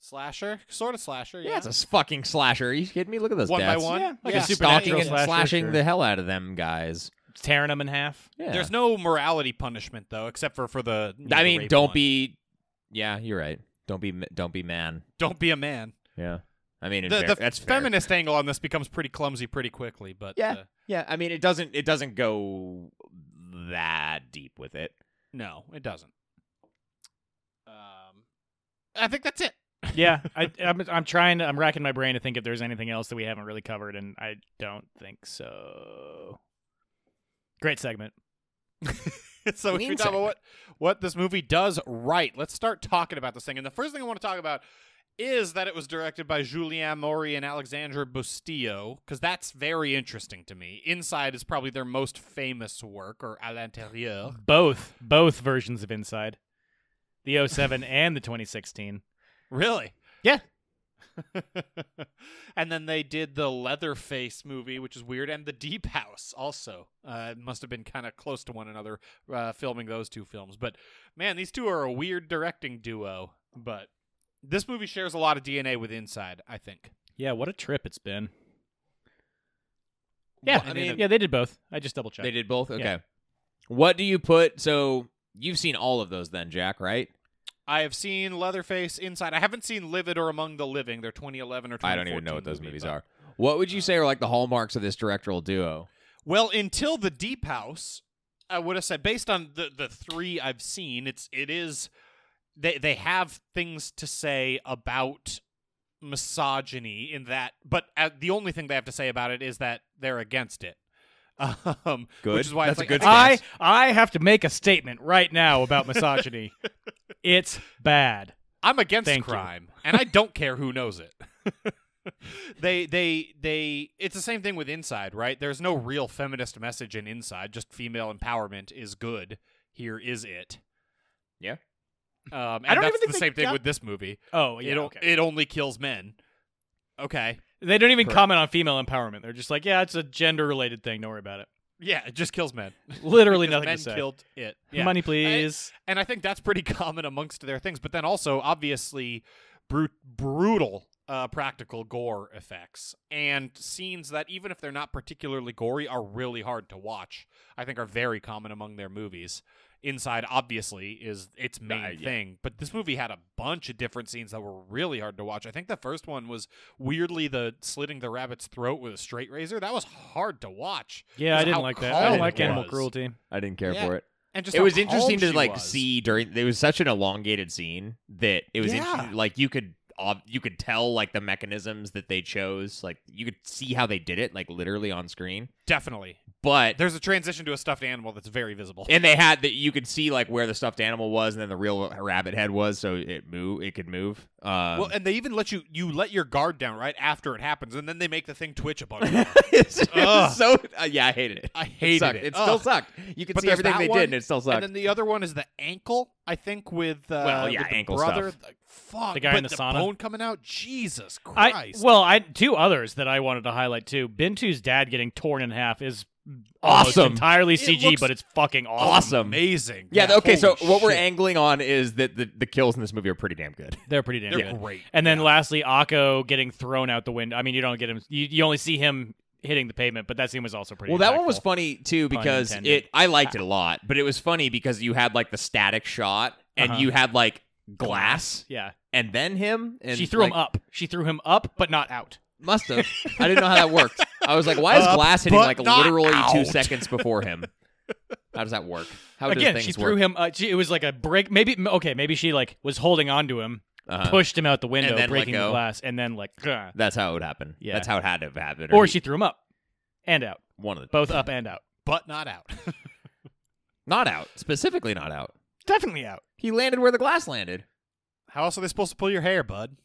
Speaker 1: slasher, sort of slasher.
Speaker 2: Yeah, it's a s- fucking slasher. Are you kidding me? Look at those
Speaker 1: one by
Speaker 2: deaths.
Speaker 1: one.
Speaker 3: Yeah, like a
Speaker 2: Just
Speaker 3: supernatural
Speaker 2: stalking and
Speaker 3: slasher,
Speaker 2: slashing
Speaker 3: sure.
Speaker 2: the hell out of them guys.
Speaker 3: Tearing them in half.
Speaker 2: Yeah.
Speaker 1: There's no morality punishment though, except for for the. you know,
Speaker 2: I
Speaker 1: the
Speaker 2: mean,
Speaker 1: rape
Speaker 2: don't
Speaker 1: one.
Speaker 2: be. Yeah, you're right. Don't be. ma- Don't be man.
Speaker 1: don't be a man.
Speaker 2: Yeah. I mean, in
Speaker 1: The,
Speaker 2: fair-
Speaker 1: the
Speaker 2: that's fair.
Speaker 1: feminist angle on this becomes pretty clumsy pretty quickly, but
Speaker 2: Yeah.
Speaker 1: uh,
Speaker 2: Yeah, I mean, it doesn't. It doesn't go that deep with it.
Speaker 1: no, it doesn't. Um, I think that's it. (laughs)
Speaker 3: Yeah, I, I'm, I'm trying. To, I'm racking my brain to think if there's anything else that we haven't really covered, and I don't think so. Great segment.
Speaker 1: so if
Speaker 2: Lean
Speaker 1: we talk about what what this movie does right, let's start talking about this thing. And the first thing I want to talk about is that it was directed by Julien Maury and Alexandre Bustillo, because that's very interesting to me. Inside is probably their most famous work, or à l'intérieur.
Speaker 3: Both both versions of Inside, the 07 and the 2016.
Speaker 1: Really?
Speaker 3: Yeah.
Speaker 1: (laughs) and then they did the Leatherface movie, which is weird, and the Deep House also. Uh, it must have been kind of close to one another, uh, filming those two films. But man, these two are a weird directing duo. But this movie shares a lot of DNA with Inside, I think.
Speaker 3: Yeah, what a trip it's been. Yeah,
Speaker 1: I mean,
Speaker 3: yeah, they did both. I just double checked.
Speaker 2: They did both. Okay.
Speaker 3: Yeah.
Speaker 2: What do you put? So you've seen all of those, then, Jack? Right?
Speaker 1: I have seen Leatherface, Inside. I haven't seen Livid or Among the Living. They're 2011 or 2014.
Speaker 2: I don't even know what those
Speaker 1: movie,
Speaker 2: movies
Speaker 1: but-
Speaker 2: are. What would you say are like the hallmarks of this directorial duo?
Speaker 1: Well, until the Deep House, I would have said based on the the three I've seen, it's it is they they have things to say about misogyny in that, but uh, the only thing they have to say about it is that they're against it. (laughs) Um,
Speaker 2: Good.
Speaker 1: Which is why
Speaker 2: That's a
Speaker 1: it's like,
Speaker 2: good
Speaker 3: I
Speaker 2: Yes.
Speaker 3: I have to make a statement right now about misogyny. it's bad.
Speaker 1: I'm against
Speaker 3: Thank you.
Speaker 1: crime, and I don't care who knows it. (laughs) they, they, they. It's the same thing with Inside, right? There's no real feminist message in Inside. Just female empowerment is good. Here is it.
Speaker 2: Yeah.
Speaker 1: Um, and
Speaker 3: I don't
Speaker 1: that's
Speaker 3: even
Speaker 1: the
Speaker 3: think they
Speaker 1: same thing
Speaker 3: got-
Speaker 1: with this movie.
Speaker 3: Oh, yeah.
Speaker 1: it, o-
Speaker 3: okay.
Speaker 1: it only kills men. Okay.
Speaker 3: they don't even
Speaker 2: Correct.
Speaker 3: comment on female empowerment. They're just like, yeah, it's a gender related thing. Don't worry about it. (laughs)
Speaker 1: Yeah, it just kills men.
Speaker 3: Literally
Speaker 1: Because
Speaker 3: nothing
Speaker 1: men
Speaker 3: to say.
Speaker 1: killed it. (laughs) Yeah.
Speaker 3: Money, please.
Speaker 1: (laughs) and I think that's pretty common amongst their things. But then also, obviously, bru- brutal uh, practical gore effects and scenes that, even if they're not particularly gory, are really hard to watch. I think are very common among their movies. Inside, obviously, is its main
Speaker 2: Uh, yeah.
Speaker 1: thing, but this movie had a bunch of different scenes that were really hard to watch. I think the first one was weirdly the slitting the rabbit's throat with a straight razor. That was hard to watch,
Speaker 3: Yeah,
Speaker 1: Just
Speaker 3: I didn't
Speaker 1: how
Speaker 3: like that.
Speaker 1: calm
Speaker 3: I don't
Speaker 1: it
Speaker 3: like animal
Speaker 1: was.
Speaker 3: cruelty.
Speaker 2: I didn't care
Speaker 1: Yeah.
Speaker 2: for it.
Speaker 1: and just
Speaker 2: it
Speaker 1: how
Speaker 2: was interesting
Speaker 1: calm
Speaker 2: to
Speaker 1: she
Speaker 2: like
Speaker 1: was.
Speaker 2: see during. It was such an elongated scene that it was
Speaker 1: Yeah.
Speaker 2: interesting. Like you could, ob- you could tell like the mechanisms that they chose. Like you could see how they did it, like literally on screen.
Speaker 1: Definitely,
Speaker 2: But
Speaker 1: there's a transition to a stuffed animal that's very visible.
Speaker 2: and they had that you could see like where the stuffed animal was and then the real rabbit head was, so it move. It could move. Um,
Speaker 1: well, (laughs) and they even let you you let your guard down right after it happens, and then they make the thing twitch a bunch.
Speaker 2: (laughs) it's, (laughs) it
Speaker 1: Ugh.
Speaker 2: was so uh, yeah, I hated it.
Speaker 1: I
Speaker 2: It
Speaker 1: hated
Speaker 2: sucked.
Speaker 1: it.
Speaker 2: It
Speaker 1: Ugh.
Speaker 2: still sucked. You could
Speaker 1: But
Speaker 2: see
Speaker 1: there's
Speaker 2: everything
Speaker 1: that
Speaker 2: they
Speaker 1: one,
Speaker 2: did, and it still sucked.
Speaker 1: And then the other one is the ankle, I think, with uh,
Speaker 2: Well, yeah,
Speaker 1: with the
Speaker 2: ankle
Speaker 1: brother.
Speaker 2: stuff.
Speaker 1: Like, Fuck,
Speaker 3: The guy
Speaker 1: but
Speaker 3: in the sauna.
Speaker 1: bone coming out. Jesus
Speaker 3: I
Speaker 1: Christ!
Speaker 3: well, I two others that I wanted to highlight too. Bintu's dad getting torn in half is almost
Speaker 2: Awesome.
Speaker 3: entirely
Speaker 1: It
Speaker 3: CG,
Speaker 1: looks
Speaker 3: but it's fucking awesome.
Speaker 2: awesome.
Speaker 1: amazing.
Speaker 2: Yeah. okay. So
Speaker 1: holy
Speaker 2: what we're
Speaker 1: shit.
Speaker 2: angling on is that the, the kills in this movie are pretty damn good.
Speaker 3: They're pretty damn
Speaker 1: They're
Speaker 3: good.
Speaker 1: great.
Speaker 3: And then lastly, Akko getting thrown out the window. I mean, you don't get him. You, you only see him hitting the pavement, but that scene was also pretty.
Speaker 2: Well, that one was
Speaker 3: impactful.
Speaker 2: funny too
Speaker 3: Pun
Speaker 2: because
Speaker 3: intended.
Speaker 2: it I liked it a lot, but it was funny because you had like the static shot and
Speaker 3: Uh-huh.
Speaker 2: you had like glass
Speaker 3: Yeah,
Speaker 2: and then him and
Speaker 3: she threw
Speaker 2: like,
Speaker 3: him up. She threw him up, but not out.
Speaker 2: Must have. I didn't know how that worked. I was like, why is
Speaker 1: Up,
Speaker 2: glass hitting
Speaker 1: but
Speaker 2: like
Speaker 1: not
Speaker 2: literally two
Speaker 1: out.
Speaker 2: seconds before him? How does that work? How
Speaker 3: Again,
Speaker 2: does things
Speaker 3: she
Speaker 2: work?
Speaker 3: threw him. Uh, she, it was like a break. Maybe m- okay. Maybe she like was holding on to him,
Speaker 2: Uh-huh.
Speaker 3: pushed him out the window,
Speaker 2: And then let
Speaker 3: breaking the
Speaker 2: go.
Speaker 3: glass, and then like, "Gah."
Speaker 2: That's how it would happen.
Speaker 3: Yeah.
Speaker 2: That's how it had to have happened.
Speaker 3: or
Speaker 2: he-
Speaker 3: she threw him up and out,
Speaker 2: one of the
Speaker 3: both up and out.
Speaker 1: but not out. (laughs)
Speaker 2: not out specifically not out.
Speaker 3: Definitely out.
Speaker 2: He landed where the glass landed.
Speaker 1: How else are they supposed to pull your hair, bud?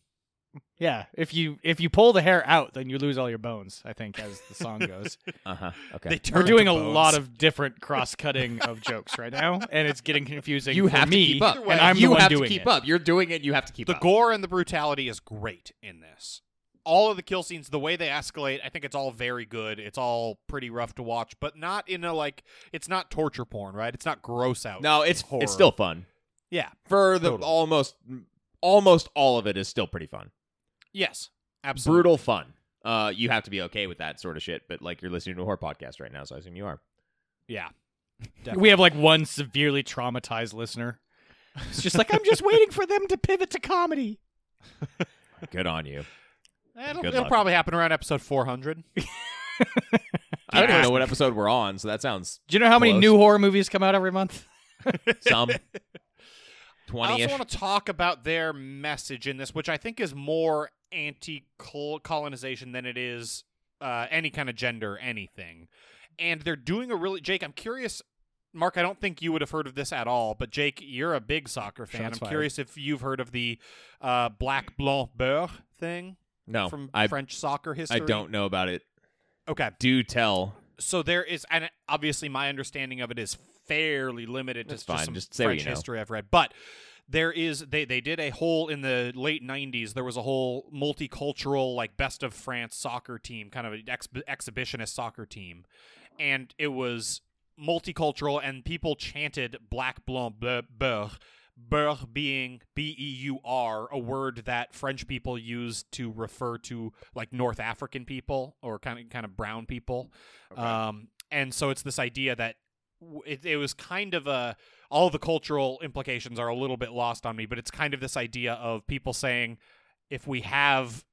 Speaker 3: Yeah, if you if you pull the hair out, then you lose all your bones. I think as
Speaker 2: (laughs)
Speaker 3: the song goes.
Speaker 2: Uh huh. Okay.
Speaker 1: They turn
Speaker 3: We're doing
Speaker 1: to
Speaker 3: a
Speaker 1: bones.
Speaker 3: lot of different cross cutting of jokes right now, and it's getting confusing.
Speaker 2: you
Speaker 3: for
Speaker 2: have
Speaker 3: me,
Speaker 2: to keep up,
Speaker 1: way,
Speaker 3: and I'm
Speaker 2: you
Speaker 3: the one
Speaker 2: have
Speaker 3: doing
Speaker 2: to keep
Speaker 3: it.
Speaker 2: up. You're doing it. You have to keep
Speaker 1: the
Speaker 2: up.
Speaker 1: gore and the brutality is great in this. All of the kill scenes, the way they escalate, I think it's all very good. It's all pretty rough to watch, but not in a like. It's not torture porn, right? It's not gross out.
Speaker 2: no, it's
Speaker 1: horror.
Speaker 2: it's still fun.
Speaker 1: Yeah.
Speaker 2: For the
Speaker 1: Totally.
Speaker 2: almost almost all of it is still pretty fun.
Speaker 1: Yes. Absolutely.
Speaker 2: Brutal fun. Uh, you have to be okay with that sort of shit. But like you're listening to a horror podcast right now, so I assume you are.
Speaker 1: Yeah.
Speaker 3: We have like one severely traumatized listener. It's just like I'm just waiting for them to pivot to comedy.
Speaker 2: Good on you.
Speaker 1: It'll,
Speaker 2: Good
Speaker 1: it'll
Speaker 2: luck.
Speaker 1: probably happen around episode 400.
Speaker 2: I don't even
Speaker 1: Yeah.
Speaker 2: know what episode we're on, so that sounds
Speaker 3: Do you know how many
Speaker 2: Close.
Speaker 3: new horror movies come out every month? (laughs)
Speaker 2: some
Speaker 1: I
Speaker 2: twenty
Speaker 1: also
Speaker 2: ish.
Speaker 1: want to talk about their message in this, which I think is more anti colonization than it is uh, any kind of gender anything. And they're doing a really. Jake, I'm curious. Mark, I don't think you would have heard of this at all, but Jake, you're a big soccer fan.
Speaker 3: Shots
Speaker 1: I'm
Speaker 3: fired.
Speaker 1: curious if you've heard of the uh, black blanc beurre thing
Speaker 2: No,
Speaker 1: from
Speaker 2: I
Speaker 1: French soccer
Speaker 2: I
Speaker 1: history.
Speaker 2: don't know about it.
Speaker 1: Okay.
Speaker 2: Do tell.
Speaker 1: so there is, and obviously my understanding of it is fairly limited
Speaker 2: That's
Speaker 1: to
Speaker 2: fine.
Speaker 1: just some
Speaker 2: Just say what
Speaker 1: French
Speaker 2: you know.
Speaker 1: history I've read, but there is they they did a whole in the late '90s. There was a whole multicultural like best of France soccer team, kind of an ex- exhibitionist soccer team, and it was multicultural, and people chanted "Black Blanc Bleu Beurre." Beurre being B E U R, a word that French people use to refer to like North African people or kind of kind of brown people. Um, and so it's this idea that w- it, it was kind of a all the cultural implications are a little bit lost on me, but it's kind of this idea of people saying if we have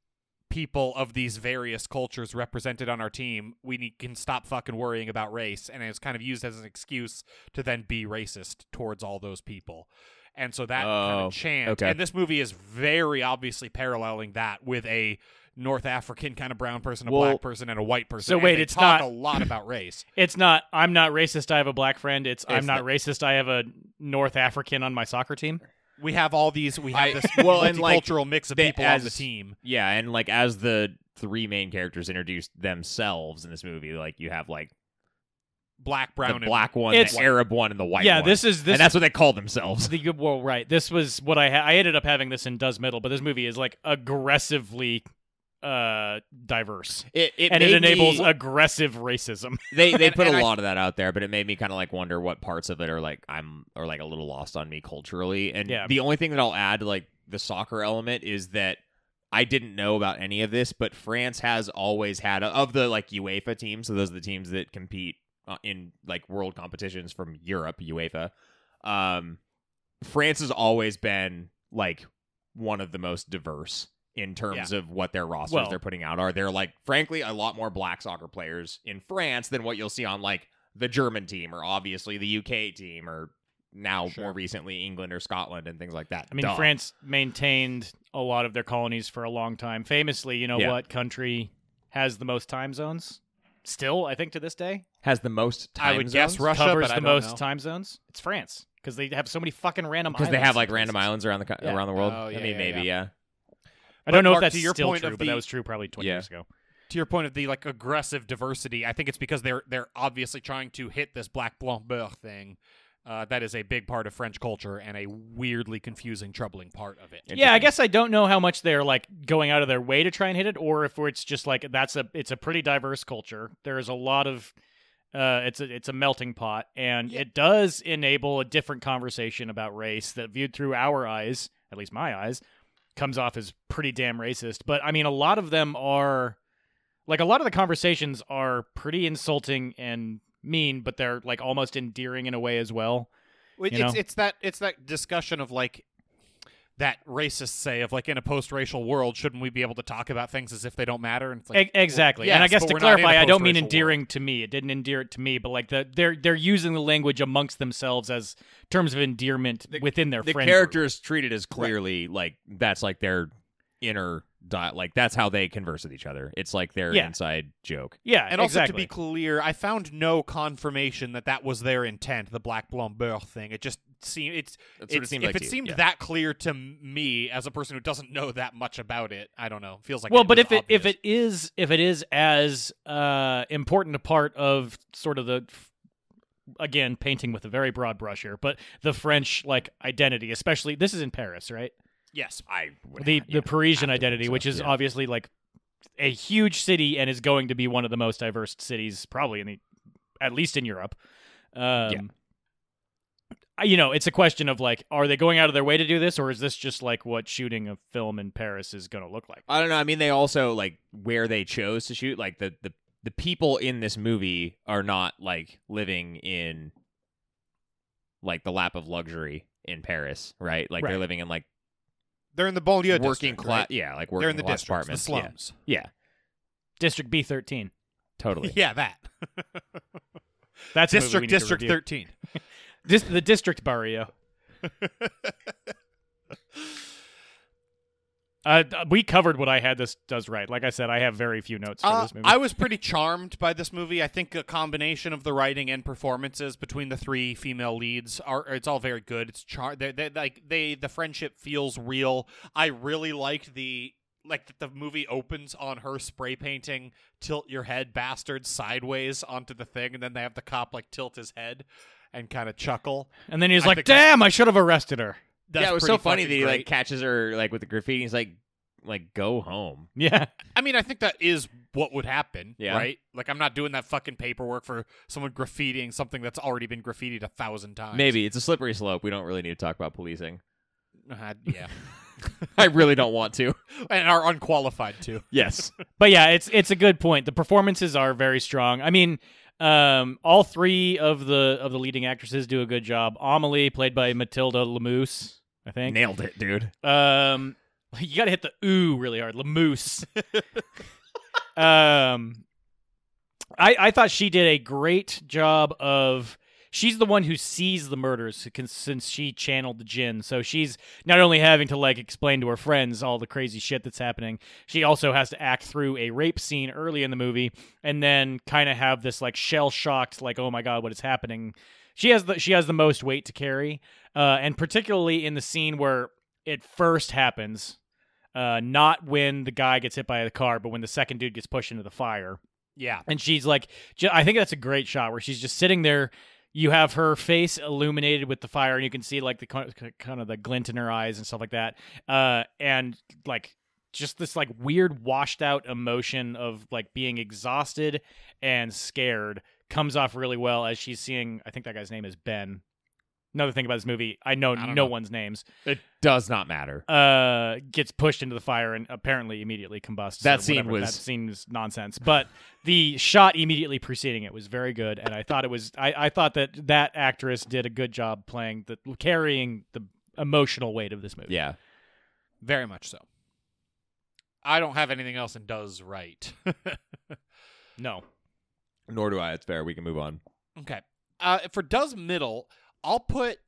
Speaker 1: people of these various cultures represented on our team, we need, can stop fucking worrying about race, and it's kind of used as an excuse to then be racist towards all those people. And so that kind
Speaker 2: Oh,
Speaker 1: of chant,
Speaker 2: okay.
Speaker 1: and this movie is very obviously paralleling that with a North African kind of brown person, a
Speaker 2: Well-
Speaker 1: black person, and a white person.
Speaker 3: So
Speaker 1: and
Speaker 3: wait,
Speaker 1: they
Speaker 3: it's
Speaker 1: talk
Speaker 3: not-
Speaker 1: a lot about race.
Speaker 3: It's not I'm not racist, I have a black friend. It's, I'm
Speaker 2: It's
Speaker 3: not racist, I have a North African on my soccer team.
Speaker 1: We have all these. We have
Speaker 2: I-
Speaker 1: this
Speaker 2: (laughs) well, and, like,
Speaker 1: multicultural mix of
Speaker 2: they-
Speaker 1: people on the
Speaker 2: as-
Speaker 1: team.
Speaker 2: Yeah, and like as the three main characters introduce themselves in this movie, like you have like
Speaker 1: Black, brown,
Speaker 2: the black one,
Speaker 3: It's-
Speaker 2: the Arab one, and the white
Speaker 3: yeah,
Speaker 2: one.
Speaker 3: this is this
Speaker 2: and that's what they call themselves.
Speaker 3: the well, right. This was what I ha- I ended up having this in Does Middle, but this movie is like aggressively uh diverse.
Speaker 2: It, it
Speaker 3: and it
Speaker 2: made me-
Speaker 3: enables aggressive racism.
Speaker 2: they they
Speaker 3: (laughs)
Speaker 1: and-
Speaker 2: put
Speaker 1: and
Speaker 2: a
Speaker 1: I-
Speaker 2: lot of that out there, but it made me kind of like wonder what parts of it are like I'm are like a little lost on me culturally. And
Speaker 3: Yeah.
Speaker 2: the only thing that I'll add to like the soccer element is that I didn't know about any of this, but France has always had of the like UEFA teams. So those are the teams that compete uh, in like world competitions from Europe, UEFA. Um, France has always been like one of the most diverse in terms of what their rosters
Speaker 3: Well-
Speaker 2: they're putting out are. They're like, frankly, a lot more black soccer players in France than what you'll see on like the German team or obviously the UK team or now
Speaker 1: Sure.
Speaker 2: more recently England or Scotland and things like that.
Speaker 3: I mean,
Speaker 2: Duh.
Speaker 3: France maintained a lot of their colonies for a long time. Famously, you know
Speaker 2: Yeah.
Speaker 3: what country has the most time zones? Still, I think to this day,
Speaker 2: has the most time
Speaker 1: I would guess
Speaker 2: zones?
Speaker 1: Russia,
Speaker 3: covers
Speaker 1: but I
Speaker 3: the
Speaker 1: don't
Speaker 3: most
Speaker 1: know.
Speaker 3: time zones. It's France because they have so many fucking random
Speaker 2: because they
Speaker 3: islands
Speaker 2: have like
Speaker 3: in
Speaker 2: random
Speaker 3: places.
Speaker 2: islands around the co-
Speaker 3: Yeah.
Speaker 2: around the world.
Speaker 1: Oh, yeah,
Speaker 2: I mean,
Speaker 1: yeah,
Speaker 2: maybe
Speaker 1: yeah.
Speaker 2: yeah.
Speaker 3: I don't know
Speaker 1: Mark,
Speaker 3: if that's
Speaker 1: to your
Speaker 3: still
Speaker 1: point
Speaker 3: true,
Speaker 1: of
Speaker 3: but
Speaker 1: the-
Speaker 3: that was true probably 20
Speaker 2: Yeah.
Speaker 3: years ago.
Speaker 1: to your point of the like aggressive diversity, I think it's because they're they're obviously trying to hit this black blanc beur thing. Uh, that is a big part of French culture and a weirdly confusing, troubling part of it.
Speaker 3: Yeah, I guess I don't know how much they're like going out of their way to try and hit it, or if it's just like that's a it's a pretty diverse culture. There is a lot of uh, it's a it's a melting pot, and it does enable a different conversation about race that, viewed through our eyes, at least my eyes, comes off as pretty damn racist. But I mean, a lot of them are like a lot of the conversations are pretty insulting and mean, but they're like almost endearing in a way as well.
Speaker 1: Well,
Speaker 3: you
Speaker 1: it's
Speaker 3: know?
Speaker 1: it's that it's that discussion of like that racist say of like in a post-racial world, shouldn't we be able to talk about things as if they don't matter? And it's like,
Speaker 3: E- exactly.
Speaker 1: well,
Speaker 3: and I
Speaker 1: yes,
Speaker 3: guess
Speaker 1: but
Speaker 3: to
Speaker 1: we're not in a
Speaker 3: clarify, I don't mean
Speaker 1: post-racial
Speaker 3: endearing to me. It didn't endear it to me, but like the they're they're using the language amongst themselves as terms of endearment
Speaker 2: The-
Speaker 3: within their
Speaker 2: the
Speaker 3: friend
Speaker 2: character is treated as clearly like that's like their inner dot. Like that's how they converse with each other. It's like their
Speaker 3: Yeah.
Speaker 2: inside joke.
Speaker 3: Group. Yeah,
Speaker 1: And also to
Speaker 3: exactly.
Speaker 1: be clear, I found no confirmation that that was their intent, the black blanc beur thing. It just seemed it's,
Speaker 2: That sort
Speaker 1: it's-
Speaker 2: of seemed
Speaker 1: if
Speaker 2: like
Speaker 1: it
Speaker 2: to you,
Speaker 1: seemed
Speaker 2: yeah.
Speaker 1: that clear to me as a person who doesn't know that much about it, I don't know. Feels like
Speaker 3: well,
Speaker 1: it
Speaker 3: but
Speaker 1: was
Speaker 3: if it if
Speaker 1: obvious.
Speaker 3: it is if it is as uh, important a part of sort of the again painting with a very broad brush here, but the French like identity, especially this is in Paris, right?
Speaker 1: yes,
Speaker 2: I would
Speaker 3: the
Speaker 2: yeah,
Speaker 3: the Parisian
Speaker 2: have to think
Speaker 3: identity,
Speaker 2: so,
Speaker 3: which is
Speaker 2: yeah.
Speaker 3: obviously like a huge city and is going to be one of the most diverse cities, probably in the at least in Europe. Um, I You know, it's a question of like, are they going out of their way to do this, or is this just like what shooting a film in Paris is going to look like?
Speaker 2: I don't know. I mean, they also like where they chose to shoot. Like the the the people in this movie are not like living in like the lap of luxury in Paris, right? Like
Speaker 3: Right.
Speaker 2: they're living in like
Speaker 1: they're in the banlieue
Speaker 2: working
Speaker 1: district,
Speaker 2: class.
Speaker 1: right?
Speaker 2: Yeah, like working
Speaker 1: They're in the
Speaker 2: class
Speaker 1: districts,
Speaker 2: apartments.
Speaker 1: the
Speaker 2: yeah.
Speaker 1: slums.
Speaker 2: Yeah,
Speaker 3: District B thirteen.
Speaker 2: totally.
Speaker 1: (laughs) Yeah, that
Speaker 3: That's a movie we
Speaker 1: district
Speaker 3: need to
Speaker 1: district
Speaker 3: review.
Speaker 1: thirteen.
Speaker 3: Dis- the
Speaker 2: (laughs)
Speaker 3: district barrio. Uh, th- we covered what I had. This does right. Like I said, I have very few notes for
Speaker 1: Uh,
Speaker 3: this movie.
Speaker 1: I was pretty charmed by this movie. I think a combination of the writing and performances between the three female leads are—it's all very good. It's char- they they like they the friendship feels real. I really liked the like that the movie opens on her spray painting "Tilt Your Head, Bastard" sideways onto the thing, and then they have the cop like tilt his head and kind of chuckle.
Speaker 3: and then he was
Speaker 1: I
Speaker 3: like,
Speaker 1: think that's-
Speaker 3: "Damn, I should have arrested her."
Speaker 1: That's
Speaker 2: yeah, it was
Speaker 1: pretty
Speaker 2: so funny that
Speaker 1: fucking
Speaker 2: he
Speaker 1: great.
Speaker 2: like catches her like with the graffiti. He's like, like go home.
Speaker 3: Yeah.
Speaker 1: I mean, I think that is what would happen,
Speaker 2: Yeah.
Speaker 1: right? Like, I'm not doing that fucking paperwork for someone graffitiing something that's already been graffitied a thousand times.
Speaker 2: Maybe it's a slippery slope. We don't really need to talk about policing.
Speaker 1: (laughs)
Speaker 2: (laughs)
Speaker 1: Uh, yeah.
Speaker 2: I really don't
Speaker 1: (laughs)
Speaker 2: want to.
Speaker 1: and are unqualified too.
Speaker 2: Yes,
Speaker 3: But yeah, it's it's a good point. The performances are very strong. I mean, um, all three of the of the leading actresses do a good job. Amelie, played by Matilda Lamoose, I think.
Speaker 2: (laughs) nailed it, dude.
Speaker 3: Um, (laughs) you got to hit the ooh really hard, Lamoose. um, I I thought she did a great job of. She's the one who sees the murders who can- since she channeled the Jin. So she's not only having to like explain to her friends all the crazy shit that's happening, she also has to act through a rape scene early in the movie and then kind of have this like shell shocked like oh my god what is happening. She has the she has the most weight to carry. Uh, and particularly in the scene where it first happens, uh, not when the guy gets hit by the car, but when the second dude gets pushed into the fire.
Speaker 1: Yeah.
Speaker 3: And she's like, ju- I think that's a great shot where she's just sitting there. You have her face illuminated with the fire, and you can see like the kin- kind of the glint in her eyes and stuff like that. Uh, and like just this like weird washed out emotion of like being exhausted and scared comes off really well as she's seeing. I think that guy's name is Ben. another thing about this movie, I know
Speaker 1: I
Speaker 3: no
Speaker 1: don't know.
Speaker 3: one's names.
Speaker 2: It does not matter.
Speaker 3: Uh, gets pushed into the fire and apparently immediately combusts.
Speaker 2: That
Speaker 3: or
Speaker 2: scene
Speaker 3: whatever.
Speaker 2: was-
Speaker 3: that scene was nonsense, but the shot immediately preceding it was very good, and I thought it was. I, I thought that that actress did a good job playing the carrying the emotional weight of this movie.
Speaker 2: Yeah.
Speaker 1: Very much so. I don't have anything else and does right. (laughs)
Speaker 3: No.
Speaker 2: Nor do I. It's fair. We can move on.
Speaker 1: Okay. Uh, for does middle, I'll put.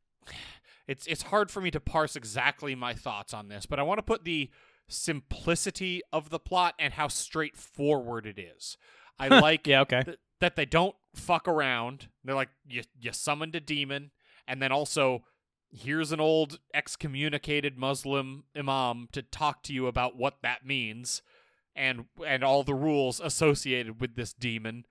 Speaker 1: It's it's hard for me to parse exactly my thoughts on this, but I want to put the simplicity of the plot and how straightforward it is.
Speaker 2: (laughs)
Speaker 1: I like
Speaker 3: Yeah. Okay.
Speaker 1: th- that they don't fuck around. They're like, you you summoned a demon, and then also here's an old excommunicated Muslim imam to talk to you about what that means, and and all the rules associated with this demon,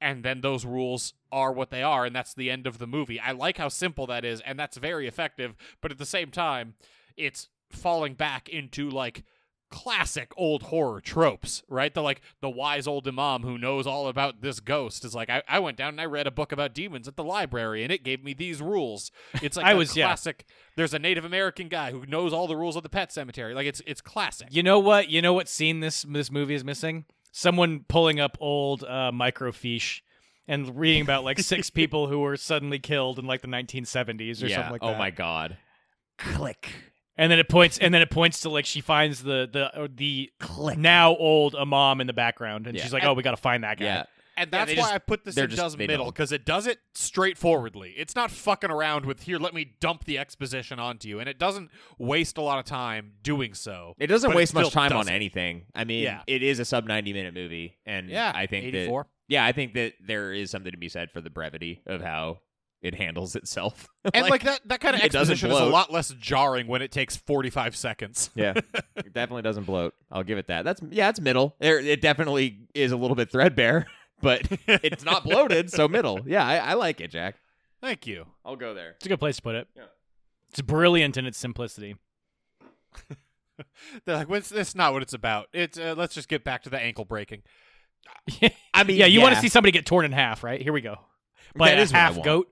Speaker 1: and then those rules are what they are, and that's the end of the movie. I like how simple that is, and that's very effective. But at the same time, it's falling back into like classic old horror tropes, right? The like the wise old imam who knows all about this ghost is like I, I went down and I read a book about demons at the library and it gave me these rules. It's like
Speaker 3: I
Speaker 1: a
Speaker 3: was- yeah.
Speaker 1: classic there's a Native American guy who knows all the rules of the pet cemetery. Like it's it's classic.
Speaker 3: You know what? You know what scene this this movie is missing? Someone pulling up old uh, microfiche and reading about
Speaker 2: (laughs)
Speaker 3: like six people who were suddenly killed in like the 1970s or something like
Speaker 2: oh
Speaker 3: that.
Speaker 2: my god.
Speaker 3: click. And then it points and then it points to like she finds the the or the now old imam in the background and
Speaker 2: Yeah.
Speaker 3: she's like, "Oh, we got to find that guy."
Speaker 2: Yeah.
Speaker 1: And
Speaker 2: Yeah,
Speaker 1: that's
Speaker 2: they
Speaker 1: why
Speaker 2: just-
Speaker 1: I put this
Speaker 2: they're
Speaker 1: in
Speaker 2: just-
Speaker 1: does
Speaker 2: they
Speaker 1: middle
Speaker 2: don't.
Speaker 1: because it does it straightforwardly. It's not fucking around with here. Let me dump the exposition onto you, and it doesn't waste a lot of time doing so.
Speaker 2: It doesn't
Speaker 1: But it
Speaker 2: waste much
Speaker 1: still
Speaker 2: time
Speaker 1: doesn't.
Speaker 2: on anything. I mean,
Speaker 1: Yeah.
Speaker 2: it is a sub 90 minute movie and
Speaker 1: yeah,
Speaker 2: I think that (laughs)
Speaker 1: 84.
Speaker 2: Yeah, I think that there is something to be said for the brevity of how it handles itself.
Speaker 1: and like, that that kind of
Speaker 2: it doesn't
Speaker 1: exposition is a
Speaker 2: bloat.
Speaker 1: lot less jarring when it takes forty five seconds. (laughs)
Speaker 2: yeah, (laughs) it definitely doesn't bloat. I'll give it that. That's yeah, it's middle. There, it definitely is a little bit threadbare, (laughs) but it's not bloated, so middle. Yeah, I, I like it, Jack.
Speaker 1: Thank you.
Speaker 2: I'll go there.
Speaker 3: It's a good place to put it.
Speaker 2: Yeah.
Speaker 3: It's brilliant in its simplicity.
Speaker 1: They're like, "What's that's not what it's about. It's uh, let's just get back to the ankle breaking.
Speaker 2: I mean,
Speaker 3: Yeah, you want to
Speaker 2: yeah.
Speaker 3: see somebody get torn in half, right? Here we go. By
Speaker 2: That
Speaker 3: a
Speaker 2: is what I
Speaker 3: half
Speaker 2: want.
Speaker 3: goat,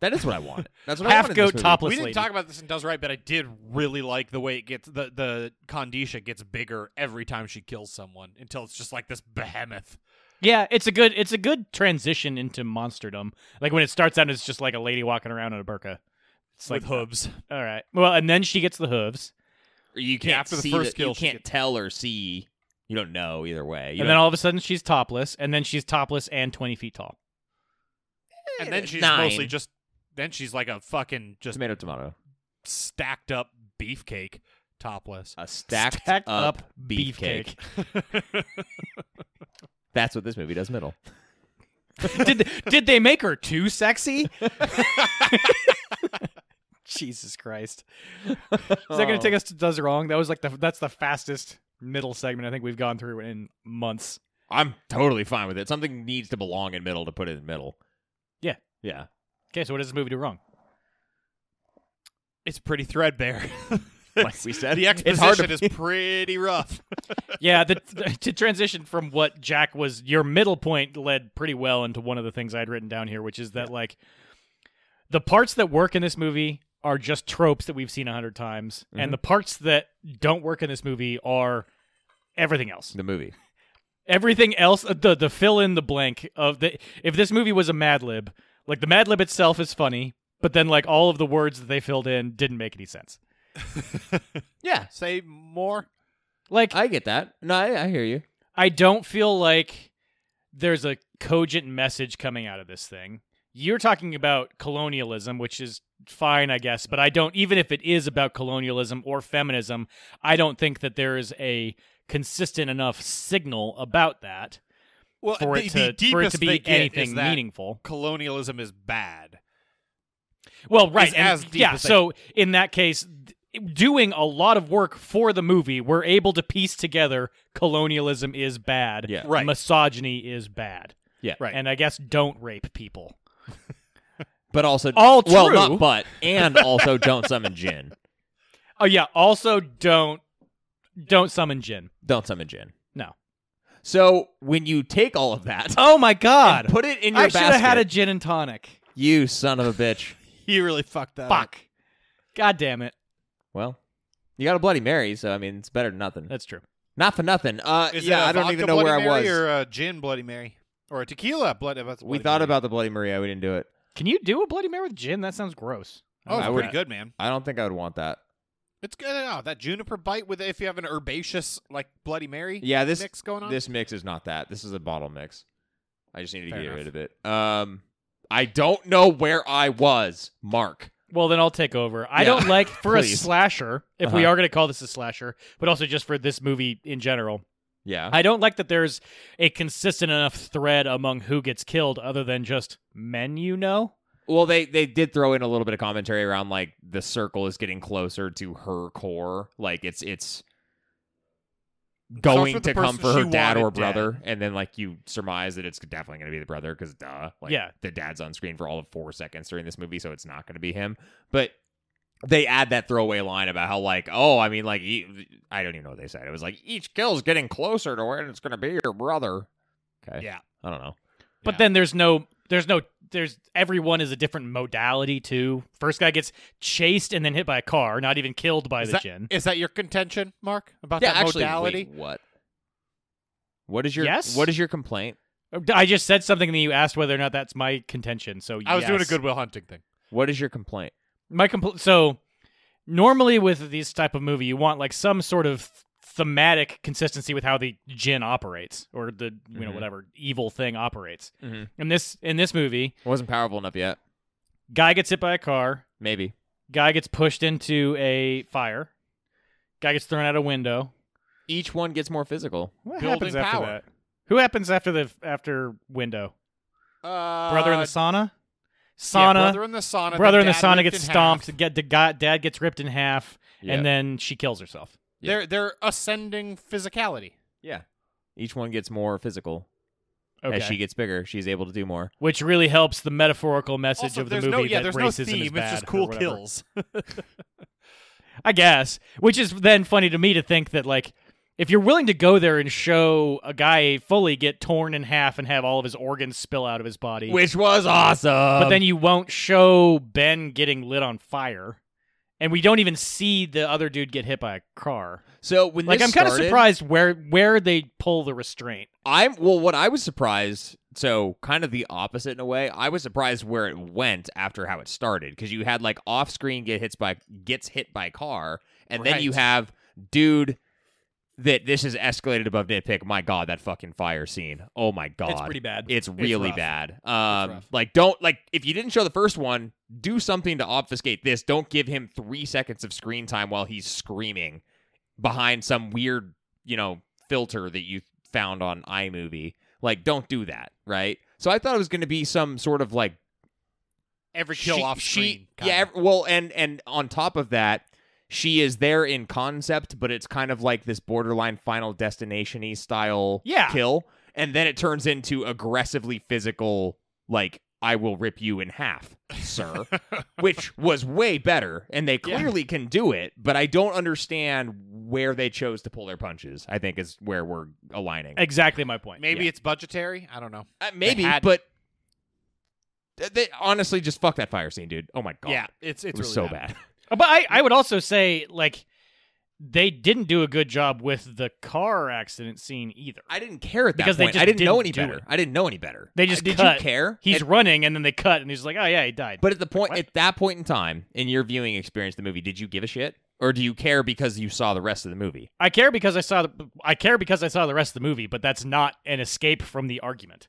Speaker 2: That is what I want. That's what I
Speaker 3: half
Speaker 2: want in this
Speaker 3: goat
Speaker 2: movie.
Speaker 3: topless
Speaker 1: we didn't
Speaker 3: lady.
Speaker 1: talk about this in Does Right, but I did really like the way it gets the the Condisha gets bigger every time she kills someone until it's just like this behemoth.
Speaker 3: Yeah, it's a good it's a good transition into monsterdom. Like when it starts out, it's just like a lady walking around in a burqa. It's like
Speaker 1: with hooves.
Speaker 3: all right. Well, and then she gets the hooves,
Speaker 2: You can't
Speaker 1: after the
Speaker 2: see
Speaker 1: first kill,
Speaker 2: You
Speaker 1: she
Speaker 2: can't
Speaker 1: gets-
Speaker 2: tell or see. You don't know either way. You
Speaker 3: and then all of a sudden she's topless, and then she's topless and twenty feet tall.
Speaker 1: and then she's
Speaker 2: Eh, Nine.
Speaker 1: mostly just then she's like a fucking just
Speaker 2: tomato tomato.
Speaker 1: stacked up beefcake topless
Speaker 2: A stacked,
Speaker 3: Stacked
Speaker 2: up,
Speaker 3: up
Speaker 2: beefcake. (laughs)
Speaker 3: beefcake.
Speaker 2: That's what this movie does. Middle.
Speaker 3: did did they make her too sexy? (laughs) Jesus Christ! Oh. Is that going to take us to does wrong? That was like the that's the fastest middle segment I think we've gone through in months.
Speaker 2: I'm totally fine with it. Something needs to belong in middle to put it in middle.
Speaker 3: Yeah.
Speaker 2: Yeah.
Speaker 3: Okay, so what does this movie do wrong?
Speaker 1: it's pretty (laughs) threadbare
Speaker 2: Like we said,
Speaker 1: the
Speaker 2: it's hard to-
Speaker 1: exposition is pretty rough
Speaker 3: yeah, the, to transition from what Jack was, your middle point led pretty well into one of the things I'd written down here, which is that like the parts that work in this movie are just tropes that we've seen a hundred times,
Speaker 2: Mhm.
Speaker 3: and the parts that don't work in this movie are everything else.
Speaker 2: the movie.
Speaker 3: Everything else, uh, the the fill in the blank of the if this movie was a Mad Lib, like the Mad Lib itself is funny, but then like all of the words that they filled in didn't make any sense.
Speaker 2: Yeah,
Speaker 1: say more
Speaker 3: Like
Speaker 2: I get that. No, I, I hear you.
Speaker 3: I don't feel like there's a cogent message coming out of this thing. You're talking about colonialism, which is fine, I guess, but I don't, even if it is about colonialism or feminism, I don't think that there is a consistent enough signal about that
Speaker 1: well
Speaker 3: for,
Speaker 1: the,
Speaker 3: it,
Speaker 1: the
Speaker 3: to, for it
Speaker 1: deepest
Speaker 3: to
Speaker 1: they
Speaker 3: be
Speaker 1: get is
Speaker 3: anything
Speaker 1: that
Speaker 3: meaningful.
Speaker 1: colonialism is bad
Speaker 3: Well, right,
Speaker 1: is
Speaker 3: and
Speaker 1: as deep
Speaker 3: yeah.
Speaker 1: as they-
Speaker 3: so in that case, th- doing a lot of work for the movie, we're able to piece together colonialism is bad,
Speaker 2: Yeah.
Speaker 1: Right.
Speaker 3: misogyny is bad,
Speaker 2: Yeah.
Speaker 1: Right.
Speaker 3: and I guess don't rape people.
Speaker 2: But also,
Speaker 3: All
Speaker 2: well,
Speaker 3: true.
Speaker 2: not but,
Speaker 3: (laughs)
Speaker 2: and also don't summon gin.
Speaker 3: Oh yeah, also don't don't summon Jin.
Speaker 2: Don't summon gin.
Speaker 3: No.
Speaker 2: So when you take all of that,
Speaker 3: Oh my
Speaker 2: and
Speaker 3: (laughs) God,
Speaker 2: put it in your
Speaker 3: I should
Speaker 2: basket.
Speaker 3: have had a gin and tonic.
Speaker 2: (laughs) You son of a bitch.
Speaker 1: you really fucked that. up.
Speaker 3: Fuck. God damn it.
Speaker 2: Well, you got a Bloody Mary, so I mean, it's better than nothing.
Speaker 3: That's true.
Speaker 2: Not for nothing. Uh,
Speaker 1: Is it
Speaker 2: yeah,
Speaker 1: a
Speaker 2: I don't
Speaker 1: vodka
Speaker 2: even know
Speaker 1: Bloody
Speaker 2: where
Speaker 1: Mary
Speaker 2: I was.
Speaker 1: Or a gin Bloody Mary or a tequila Bloody. that's
Speaker 2: we
Speaker 1: Bloody
Speaker 2: thought
Speaker 1: Mary.
Speaker 2: about the Bloody Mary. We didn't do it.
Speaker 3: Can you do a Bloody Mary with gin? That sounds gross.
Speaker 1: Oh, it's
Speaker 2: I
Speaker 1: pretty
Speaker 2: would-
Speaker 1: good, man.
Speaker 2: I don't think I would want that.
Speaker 1: It's good. Oh, that juniper bite with if you have an herbaceous like Bloody Mary.
Speaker 2: Yeah, this
Speaker 1: mix going on.
Speaker 2: this mix is not that. This is a bottle mix. I just needed to
Speaker 1: Fair
Speaker 2: get
Speaker 1: enough.
Speaker 2: rid of it. Um, I don't know where I was, Mark.
Speaker 3: Well, then I'll take over. I
Speaker 2: Yeah,
Speaker 1: (laughs)
Speaker 3: don't like for a
Speaker 2: please.
Speaker 3: slasher, if we
Speaker 2: Uh-huh.
Speaker 3: are going to call this a slasher, but also just for this movie in general.
Speaker 2: Yeah,
Speaker 1: Uh-huh.
Speaker 3: I don't like that there's a consistent enough thread among who gets killed other than just men you know.
Speaker 2: Well, they they did throw in a little bit of commentary around like the circle is getting closer to her core, like it's it's going
Speaker 1: for the
Speaker 2: to come
Speaker 1: person
Speaker 2: for her
Speaker 1: she
Speaker 2: dad or
Speaker 1: wanted dead.
Speaker 2: brother, and then like you surmise that it's definitely going to be the brother because duh, like
Speaker 3: Yeah.
Speaker 2: the dad's on screen for all of four seconds during this movie, so it's not going to be him. But they add that throwaway line about how like oh, I mean like e- I don't even know what they said. It was like each kill's getting closer to where it's going to be your brother. Okay,
Speaker 1: Yeah.
Speaker 2: I don't know.
Speaker 3: But
Speaker 1: Yeah.
Speaker 3: then there's no there's no there's everyone is a different modality too. First guy gets chased and then hit by a car, not even killed by
Speaker 1: Is
Speaker 3: the
Speaker 1: that-
Speaker 3: gin.
Speaker 1: Is that your contention, Mark? About
Speaker 2: yeah,
Speaker 1: that
Speaker 2: actually,
Speaker 1: modality?
Speaker 2: wait, what? What is your
Speaker 3: Yes?
Speaker 2: what is your complaint?
Speaker 3: I just said something and then you asked whether or not that's my contention. So
Speaker 1: I was doing a
Speaker 3: yes.
Speaker 1: Goodwill Hunting thing.
Speaker 2: What is your complaint?
Speaker 3: my compl- so normally with these type of movie you want like some sort of thematic consistency with how the jinn operates or the you
Speaker 1: Mm-hmm.
Speaker 3: know
Speaker 2: Mhm.
Speaker 3: whatever evil thing operates
Speaker 2: Mm-hmm.
Speaker 3: in this in this movie
Speaker 2: wasn't powerful enough yet.
Speaker 3: guy gets hit by a car
Speaker 2: Maybe.
Speaker 3: guy gets pushed into a fire guy gets thrown out a window
Speaker 2: Each one gets more physical.
Speaker 3: what
Speaker 1: Building
Speaker 3: happens after
Speaker 1: power.
Speaker 3: that who happens after the after window
Speaker 1: Uh,
Speaker 3: brother in the sauna
Speaker 1: yeah,
Speaker 3: sauna
Speaker 1: brother in the sauna. the
Speaker 3: brother in the
Speaker 1: dad
Speaker 3: sauna
Speaker 1: ripped
Speaker 3: gets
Speaker 1: in half.
Speaker 3: stomped get the guy, dad gets ripped in half and then she kills herself
Speaker 2: Yeah.
Speaker 1: They're they're ascending physicality.
Speaker 2: yeah, each one gets more physical
Speaker 3: okay
Speaker 2: as she gets bigger. She's able to do more.
Speaker 3: which really helps the metaphorical message
Speaker 1: Also,
Speaker 3: of the
Speaker 1: there's
Speaker 3: movie
Speaker 1: no yeah,
Speaker 3: that
Speaker 1: there's no
Speaker 3: racism
Speaker 1: theme.
Speaker 3: is bad.
Speaker 1: it's just
Speaker 3: or
Speaker 1: cool
Speaker 3: whatever.
Speaker 1: kills.
Speaker 3: I guess. Which is then funny to me to think that like if you're willing to go there and show a guy fully get torn in half and have all of his organs spill out of his body,
Speaker 2: Which was awesome.
Speaker 3: but
Speaker 1: um,
Speaker 3: then you won't show Ben getting lit on fire, and we don't even see the other dude get hit by a car.
Speaker 2: so when
Speaker 3: Like
Speaker 2: this
Speaker 3: I'm kind of
Speaker 2: started-
Speaker 3: surprised where where they pull the restraint.
Speaker 2: I'm well. What I was surprised, so kind of the opposite in a way. I was surprised where it went after how it started, because you had like off screen get hits by gets hit by car, and then you
Speaker 1: Right.
Speaker 2: have dude that this is escalated above nitpick. My God, that fucking fire scene. Oh my God,
Speaker 3: It's pretty bad.
Speaker 2: It's really
Speaker 1: rough.
Speaker 2: bad. Um,
Speaker 1: rough.
Speaker 2: like don't like if you didn't show the first one, do something to obfuscate this. Don't give him three seconds of screen time while he's screaming behind some weird, you know, filter that you found on iMovie. Like, don't do that, right? So I thought it was going to be some sort of like
Speaker 1: Every kill
Speaker 2: she-
Speaker 1: off screen.
Speaker 2: she- yeah, ev- well, and and on top of that, she is there in concept, but it's kind of like this borderline Final Destination y style
Speaker 3: Yeah.
Speaker 2: kill, and then it turns into aggressively physical, like I will rip you in half, sir,
Speaker 3: (laughs)
Speaker 2: which was way better, and they
Speaker 1: Yeah.
Speaker 2: clearly can do it, but I don't understand where they chose to pull their punches. I think is where we're aligning.
Speaker 3: Exactly my point.
Speaker 1: Maybe
Speaker 2: yeah.
Speaker 1: it's budgetary. I don't know.
Speaker 2: Uh, maybe,
Speaker 1: had-
Speaker 2: but. th- They, honestly, just fuck that fire scene, dude. Oh my god,
Speaker 1: Yeah, it's it's
Speaker 2: it was
Speaker 1: really
Speaker 2: so
Speaker 1: bad.
Speaker 2: bad.
Speaker 3: Uh, But I, I would also say like they didn't do a good job with the car accident scene either.
Speaker 2: I didn't care at that
Speaker 3: Because they
Speaker 2: point.
Speaker 3: just
Speaker 2: I didn't, know
Speaker 3: didn't
Speaker 2: any
Speaker 3: do
Speaker 2: better.
Speaker 3: it.
Speaker 2: I didn't know any better.
Speaker 3: They just
Speaker 2: I- did
Speaker 3: cut.
Speaker 2: you care?
Speaker 3: He's
Speaker 2: At-
Speaker 3: running and then they cut and he's like, oh yeah, he died.
Speaker 2: but at the point
Speaker 3: What?
Speaker 2: at that point in time in your viewing experience of the movie, did you give a shit or do you care because you saw the rest of the movie?
Speaker 3: I care because I saw the I care because I saw the rest of the movie, but that's not an escape from the argument.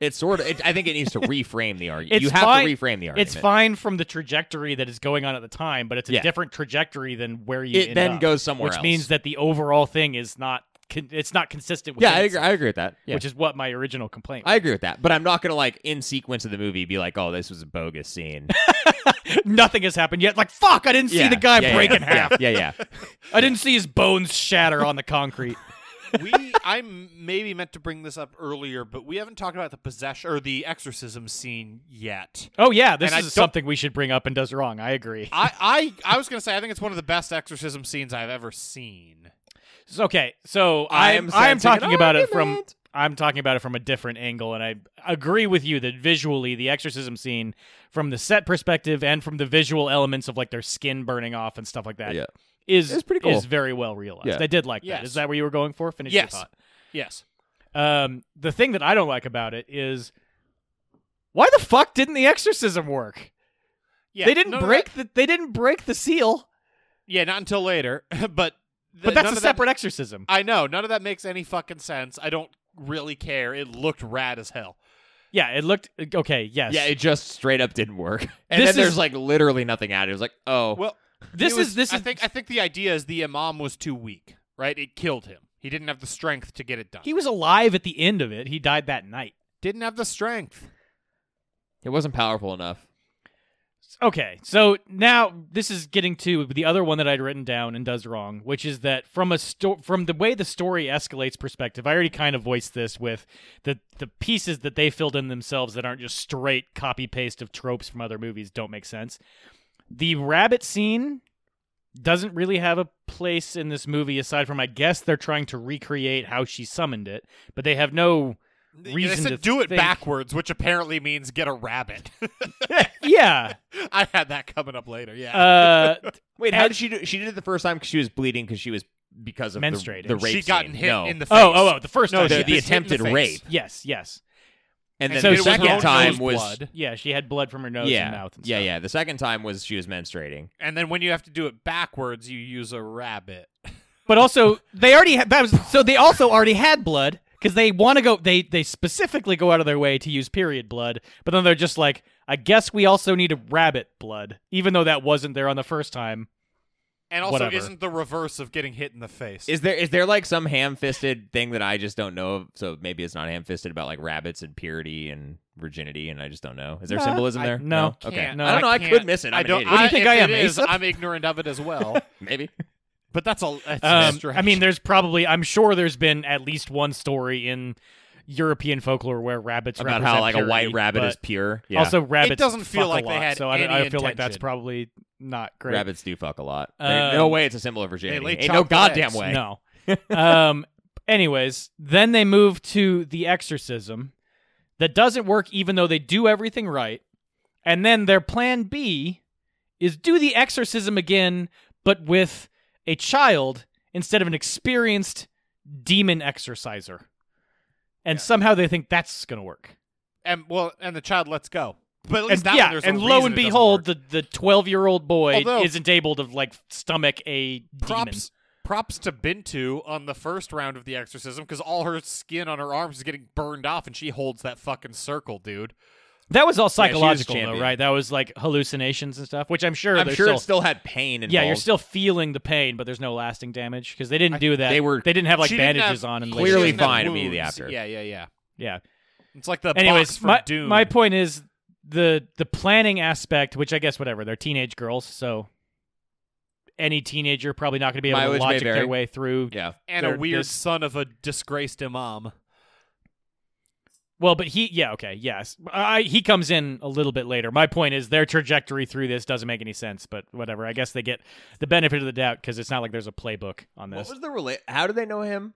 Speaker 2: It's sort of. It, I think it
Speaker 3: (laughs)
Speaker 2: needs to reframe the argument.
Speaker 3: It's
Speaker 2: You have
Speaker 3: fine-
Speaker 2: to reframe the argument.
Speaker 3: It's fine from the trajectory that is going on at the time, but it's a
Speaker 2: Yeah.
Speaker 3: different trajectory than where you
Speaker 2: It
Speaker 3: end
Speaker 2: then
Speaker 3: up,
Speaker 2: goes somewhere
Speaker 3: which
Speaker 2: else.
Speaker 3: means that the overall thing is not con- it's not consistent with
Speaker 2: yeah, I agree, I agree with that. Yeah.
Speaker 3: which is what my original complaint.
Speaker 2: I agree with that, but I'm not gonna like in sequence of the movie be like, "Oh, this was a bogus scene."
Speaker 3: Nothing has happened yet. Like fuck, I didn't (laughs) see
Speaker 2: Yeah,
Speaker 3: the guy
Speaker 2: yeah,
Speaker 3: break
Speaker 2: yeah,
Speaker 3: in half.
Speaker 2: Yeah, yeah, yeah.
Speaker 3: I didn't see his bones shatter on the concrete.
Speaker 1: we I m- maybe meant to bring this up earlier, but we haven't talked about the possession or the exorcism scene yet.
Speaker 3: Oh yeah, this
Speaker 1: And I
Speaker 3: is
Speaker 1: don't-
Speaker 3: something we should bring up and does wrong. I agree.
Speaker 1: I, I I was gonna say I think it's one of the best exorcism scenes I've ever seen.
Speaker 3: So- Okay, so
Speaker 2: I
Speaker 3: I'm
Speaker 2: am
Speaker 3: I am
Speaker 2: sensing an
Speaker 3: talking about it from
Speaker 2: argument.
Speaker 3: I'm talking about it from a different angle, and I agree with you that visually the exorcism scene, from the set perspective and from the visual elements of like their skin burning off and stuff like that, is
Speaker 2: Yeah.
Speaker 3: is
Speaker 2: It's pretty cool.
Speaker 3: Is very well realized.
Speaker 2: Yeah.
Speaker 3: I did like that.
Speaker 1: Yes.
Speaker 3: Is that what you were going for? Finish
Speaker 1: Yes.
Speaker 3: your thought.
Speaker 1: Yes.
Speaker 3: Um, the thing that I don't like about it is why the fuck didn't the exorcism work?
Speaker 1: Yeah.
Speaker 3: they didn't
Speaker 1: none of that-
Speaker 3: break the they didn't break the seal,
Speaker 1: yeah, not until later. (laughs) but th- none
Speaker 3: but that's a
Speaker 1: of that-
Speaker 3: separate exorcism.
Speaker 1: I know none of that makes any fucking sense. I don't really care. It looked rad as hell.
Speaker 3: Yeah, it looked okay. (laughs) Yes,
Speaker 2: Yeah, it just straight up didn't work. And
Speaker 3: This
Speaker 2: then there's
Speaker 3: is-
Speaker 2: like literally nothing at it. It was like, oh,
Speaker 1: Well,
Speaker 3: this
Speaker 1: it was-
Speaker 3: is this
Speaker 1: I
Speaker 3: is
Speaker 1: think I think the idea is the imam was too weak. Right? It killed him. He didn't have the strength to get it done.
Speaker 3: he was alive at the end of it. He died that night.
Speaker 1: didn't have the strength.
Speaker 2: it wasn't powerful enough.
Speaker 3: Okay, so now this is getting to the other one that I'd written down and does wrong, which is that from a sto- from the way the story escalates perspective, I already kind of voiced this with the the pieces that they filled in themselves that aren't just straight copy paste of tropes from other movies don't make sense. The rabbit scene doesn't really have a place in this movie aside from I guess they're trying to recreate how she summoned it, but they have no
Speaker 1: they
Speaker 3: Reason
Speaker 1: said
Speaker 3: to
Speaker 1: do it
Speaker 3: think-
Speaker 1: backwards, which apparently means get a rabbit. (laughs)
Speaker 3: yeah.
Speaker 1: I had that coming up later. Yeah.
Speaker 3: Uh,
Speaker 2: Wait,
Speaker 3: how
Speaker 2: how
Speaker 3: did
Speaker 2: did she do? She did it the first time because she was bleeding because she was because of
Speaker 3: the-
Speaker 2: the,
Speaker 3: Menstruating. the
Speaker 2: rape.
Speaker 1: she got hit in the face.
Speaker 3: oh, oh, oh, the first
Speaker 1: No,
Speaker 3: time.
Speaker 2: the,
Speaker 1: she
Speaker 3: yes.
Speaker 1: got hit in
Speaker 2: attempted
Speaker 1: the face.
Speaker 2: rape,
Speaker 3: yes, yes.
Speaker 2: and then
Speaker 3: So
Speaker 2: the
Speaker 3: it was her
Speaker 2: second
Speaker 3: own
Speaker 2: time
Speaker 1: nose
Speaker 2: was
Speaker 1: blood.
Speaker 3: Yeah, she had blood from her nose
Speaker 2: yeah,
Speaker 3: and mouth. And
Speaker 2: yeah,
Speaker 3: stuff.
Speaker 2: yeah. The second time was she was menstruating.
Speaker 1: And then when you have to do it backwards, you use a rabbit.
Speaker 3: But also, they already had that was so they also already had blood because they want to go. They they specifically go out of their way to use period blood, but then they're just like, I guess we also need rabbit blood, even though that wasn't there on the first time.
Speaker 1: And also,
Speaker 3: Whatever.
Speaker 1: isn't the reverse of getting hit in the face?
Speaker 2: Is there is there like some ham fisted thing that I just don't know of? So maybe it's not ham fisted about like rabbits and purity and virginity, and I just don't know. Is there
Speaker 3: Nah,
Speaker 2: symbolism
Speaker 1: I-
Speaker 2: there?
Speaker 3: no.
Speaker 2: Okay.
Speaker 1: Can't.
Speaker 3: No,
Speaker 2: I don't know. I, could
Speaker 1: can't.
Speaker 2: miss it. I'm
Speaker 1: I
Speaker 2: an
Speaker 1: don't.
Speaker 2: idiot.
Speaker 1: I,
Speaker 3: What do you think
Speaker 1: if
Speaker 3: I am,
Speaker 1: it is,
Speaker 3: Aesop?
Speaker 1: I'm ignorant of it as
Speaker 3: (laughs)
Speaker 1: well.
Speaker 2: maybe.
Speaker 1: but that's a. That's a
Speaker 3: Um,
Speaker 1: stretch.
Speaker 3: I mean, there's probably I'm sure there's been at least one story in European folklore where rabbits
Speaker 2: About
Speaker 3: represent
Speaker 2: how like a
Speaker 3: purity,
Speaker 2: white rabbit
Speaker 3: but
Speaker 2: is pure. Yeah.
Speaker 3: Also, rabbits
Speaker 1: doesn't feel like
Speaker 3: fuck a
Speaker 1: they
Speaker 3: lot,
Speaker 1: had
Speaker 3: So I, don't- I
Speaker 1: any
Speaker 3: feel like that's
Speaker 1: intention.
Speaker 3: probably not great.
Speaker 2: rabbits do fuck a lot. They-
Speaker 3: Um,
Speaker 2: no way, it's a symbol of virginity.
Speaker 1: lay
Speaker 2: Ain't no
Speaker 1: chocolate
Speaker 2: goddamn
Speaker 1: eggs.
Speaker 2: way.
Speaker 3: No. um. (laughs) Anyways, then they move to the exorcism that doesn't work, even though they do everything right. And then their plan B is do the exorcism again, but with a child instead of an experienced demon exorciser. And somehow they think that's gonna work.
Speaker 1: and well, and the child lets go. But at least
Speaker 3: And
Speaker 1: that one,
Speaker 3: yeah,
Speaker 1: there's a
Speaker 3: and lo
Speaker 1: reason
Speaker 3: and
Speaker 1: it doesn't
Speaker 3: behold,
Speaker 1: work.
Speaker 3: the the twelve year old boy
Speaker 1: Although-
Speaker 3: isn't able to like stomach a demon.
Speaker 1: props props to Bintu on the first round of the exorcism because all her skin on her arms is getting burned off, and she holds that fucking circle, dude.
Speaker 3: That was
Speaker 2: Yeah, she
Speaker 3: all
Speaker 2: was
Speaker 3: psychological, though,
Speaker 2: champion.
Speaker 3: right? That was like hallucinations and stuff, which I'm sure
Speaker 2: I'm
Speaker 3: they're
Speaker 2: sure
Speaker 3: still,
Speaker 2: it still had pain involved.
Speaker 3: yeah, you're still feeling the pain, but there's no lasting damage because they didn't do that.
Speaker 2: they were-
Speaker 3: they didn't have like
Speaker 1: She didn't
Speaker 3: bandages
Speaker 1: have-
Speaker 3: on and
Speaker 1: she
Speaker 2: Clearly
Speaker 1: didn't have
Speaker 2: fine immediately
Speaker 1: wounds.
Speaker 2: after.
Speaker 1: Yeah, yeah, yeah.
Speaker 3: yeah.
Speaker 1: It's like the box
Speaker 3: Anyways,
Speaker 1: for
Speaker 3: my
Speaker 1: Doom.
Speaker 3: my point is the the planning aspect, which I guess whatever they're teenage girls, so any teenager probably not going to be able
Speaker 2: Mileage
Speaker 3: to
Speaker 2: may
Speaker 3: logic
Speaker 2: vary.
Speaker 3: their way through.
Speaker 2: Yeah.
Speaker 1: and
Speaker 3: they're
Speaker 1: a weird
Speaker 3: this-
Speaker 1: son of a disgraced imam.
Speaker 3: Well, but he, yeah, okay, yes, I, he comes in a little bit later. My point is their trajectory through this doesn't make any sense, but whatever. I guess they get the benefit of the doubt because it's not like there's a playbook on this.
Speaker 2: What was the relate? How do they know him?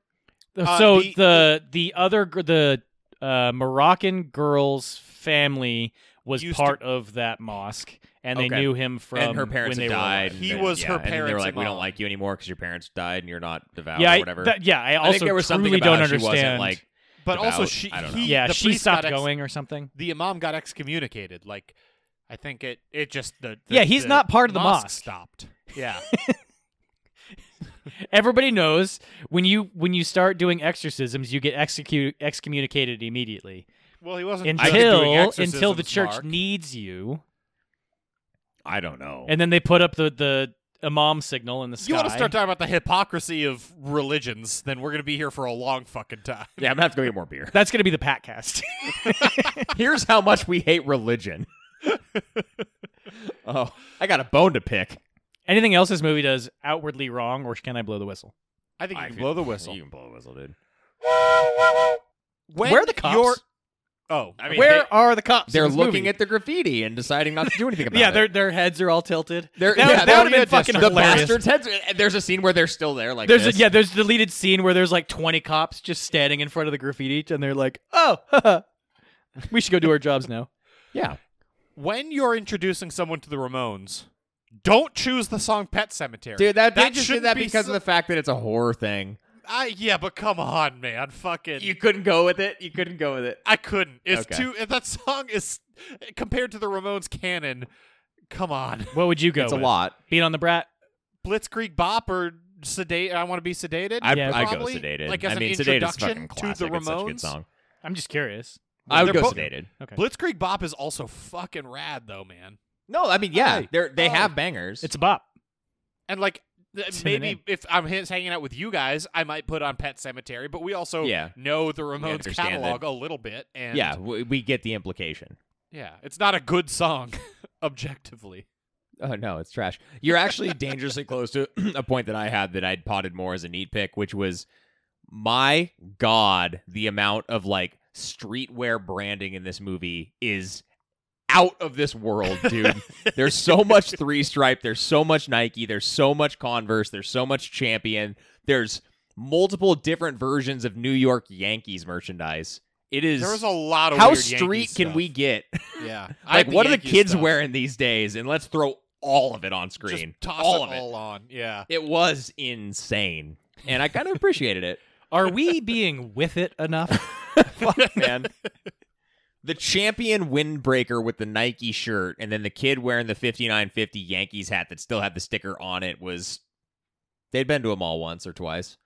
Speaker 1: Uh,
Speaker 3: so the
Speaker 1: the-
Speaker 3: the, other gr- the uh, Moroccan girl's family was
Speaker 1: Used to-
Speaker 3: part of that mosque, and they
Speaker 2: Okay.
Speaker 3: knew him from
Speaker 2: and her parents
Speaker 3: Um, when
Speaker 2: had
Speaker 3: they
Speaker 2: died.
Speaker 3: Were,
Speaker 1: He
Speaker 2: and-
Speaker 1: was
Speaker 2: yeah,
Speaker 1: her
Speaker 2: and then They were
Speaker 1: parents'
Speaker 2: like, we don't
Speaker 1: mom.
Speaker 2: like you anymore because your parents died and you're not devout
Speaker 3: yeah,
Speaker 2: or
Speaker 3: I,
Speaker 2: whatever.
Speaker 3: that- yeah. I also
Speaker 2: I think there was something
Speaker 3: truly
Speaker 2: about
Speaker 3: don't
Speaker 2: her she
Speaker 3: understand.
Speaker 2: wasn't like.
Speaker 1: But also,
Speaker 2: About-
Speaker 1: she
Speaker 2: I don't know.
Speaker 1: he,
Speaker 3: yeah,
Speaker 1: the
Speaker 3: she
Speaker 1: priest
Speaker 3: stopped
Speaker 1: got ex-
Speaker 3: going or something.
Speaker 1: The imam got excommunicated. Like, I think it it just the, the
Speaker 3: Yeah, he's
Speaker 1: the
Speaker 3: not part of the mosque. (laughs)
Speaker 1: Stopped. Yeah,
Speaker 3: Everybody knows when you when you start doing exorcisms, you get execute excommunicated immediately
Speaker 1: well, he wasn't just doing
Speaker 3: until until
Speaker 1: exorcisms,
Speaker 3: the church
Speaker 1: Mark.
Speaker 3: needs you,
Speaker 2: I don't
Speaker 3: (laughs)
Speaker 2: know.
Speaker 3: and then they put up the the imam signal in the sky.
Speaker 1: You want to start talking about the hypocrisy of religions? Then we're gonna be here for a long fucking time.
Speaker 2: yeah, I'm gonna have to go get more beer.
Speaker 3: That's going to be the pat cast. (laughs)
Speaker 2: Here's how much we hate religion. oh, I got a bone to pick.
Speaker 3: Anything else this movie does outwardly wrong, or can I blow the whistle?
Speaker 1: I think you
Speaker 2: I
Speaker 1: can
Speaker 2: could-
Speaker 1: blow the whistle.
Speaker 2: You can blow the whistle, dude.
Speaker 1: When
Speaker 3: Where are the cops?
Speaker 1: you're- Oh,
Speaker 2: I mean,
Speaker 3: Where
Speaker 2: they-
Speaker 3: are the cops? in
Speaker 2: They're
Speaker 3: this
Speaker 2: looking
Speaker 3: movie?
Speaker 2: at the graffiti and deciding not to do anything about
Speaker 3: yeah,
Speaker 2: it.
Speaker 3: their their heads are all tilted.
Speaker 2: They're,
Speaker 3: That-
Speaker 2: yeah,
Speaker 3: that would've
Speaker 2: would
Speaker 3: been
Speaker 2: be a
Speaker 3: fucking
Speaker 2: distraction.
Speaker 3: hilarious.
Speaker 2: The bastards' heads. uh, There's a scene where they're still there, like
Speaker 3: There's a,
Speaker 2: this.
Speaker 3: yeah, there's a deleted scene where there's like 20 cops just standing in front of the graffiti, and they're like, "Oh, (laughs) we should go do our jobs now."
Speaker 2: yeah.
Speaker 1: when you're introducing someone to the Ramones, don't choose the song Pet Cemetery.
Speaker 2: Dude, that, they
Speaker 1: that
Speaker 2: just did
Speaker 1: shouldn't
Speaker 2: that
Speaker 1: be
Speaker 2: because
Speaker 1: so-
Speaker 2: of the fact that it's a horror thing.
Speaker 1: I, yeah, but come on, man. Fucking.
Speaker 2: You couldn't go with it. You couldn't go with it.
Speaker 1: I couldn't. It's
Speaker 2: Okay.
Speaker 1: too. That (laughs) song is. Compared to the Ramones canon, come on.
Speaker 3: What would you go?
Speaker 2: It's a
Speaker 3: with?
Speaker 2: lot.
Speaker 3: Beat on the brat.
Speaker 1: Blitzkrieg Bop or sedate. I want to be sedated.
Speaker 2: I,
Speaker 3: Yeah,
Speaker 2: I go
Speaker 1: probably.
Speaker 2: sedated.
Speaker 1: Like as
Speaker 2: I mean,
Speaker 1: an
Speaker 2: sedated is
Speaker 1: introduction
Speaker 2: fucking
Speaker 1: to the
Speaker 2: classic.
Speaker 1: Ramones.
Speaker 2: It's such a good song.
Speaker 3: I'm just curious.
Speaker 2: I would
Speaker 1: They're
Speaker 2: go
Speaker 1: both-
Speaker 2: sedated.
Speaker 3: Okay.
Speaker 1: Blitzkrieg Bop is also fucking rad though, man.
Speaker 2: No, I mean, yeah,
Speaker 1: Hi.
Speaker 2: they're, they
Speaker 1: Oh.
Speaker 2: have bangers.
Speaker 3: It's a bop.
Speaker 1: And like th-
Speaker 3: It's in the
Speaker 1: maybe if I'm his, hanging out with you guys, I might put on Pet Cemetery, but we also
Speaker 2: Yeah.
Speaker 1: know the Ramones
Speaker 2: understand
Speaker 1: catalog a little bit, and
Speaker 2: yeah, we, we get the implication.
Speaker 1: yeah, it's not a good song, (laughs) objectively.
Speaker 2: Oh no, it's trash. You're actually dangerously close to (clears throat) a point that I had that I'd potted more as a neat pick, which was my god, the amount of like streetwear branding in this movie is out of this world,
Speaker 1: (laughs)
Speaker 2: dude. there's so much three stripe, there's so much Nike, there's so much Converse, there's so much Champion, there's multiple different versions of New York Yankees merchandise. It is
Speaker 1: There was a lot of
Speaker 2: how
Speaker 1: weird
Speaker 2: street
Speaker 1: Yankee
Speaker 2: can
Speaker 1: stuff.
Speaker 2: we get?
Speaker 1: (laughs)
Speaker 2: (laughs)
Speaker 1: Yeah, I
Speaker 2: like
Speaker 1: had
Speaker 2: what are the
Speaker 1: Yankee
Speaker 2: kids
Speaker 1: stuff.
Speaker 2: wearing these days and let's throw all of it on screen
Speaker 1: Just toss
Speaker 2: all
Speaker 1: it
Speaker 2: of it
Speaker 1: all on. Yeah,
Speaker 2: it was insane and i kind of appreciated it
Speaker 3: Are we being with it (laughs) enough?
Speaker 2: fuck (laughs) man the champion windbreaker with the nike shirt and then the kid wearing the 5950 yankees hat that still had the sticker on it was they'd been to a mall once or twice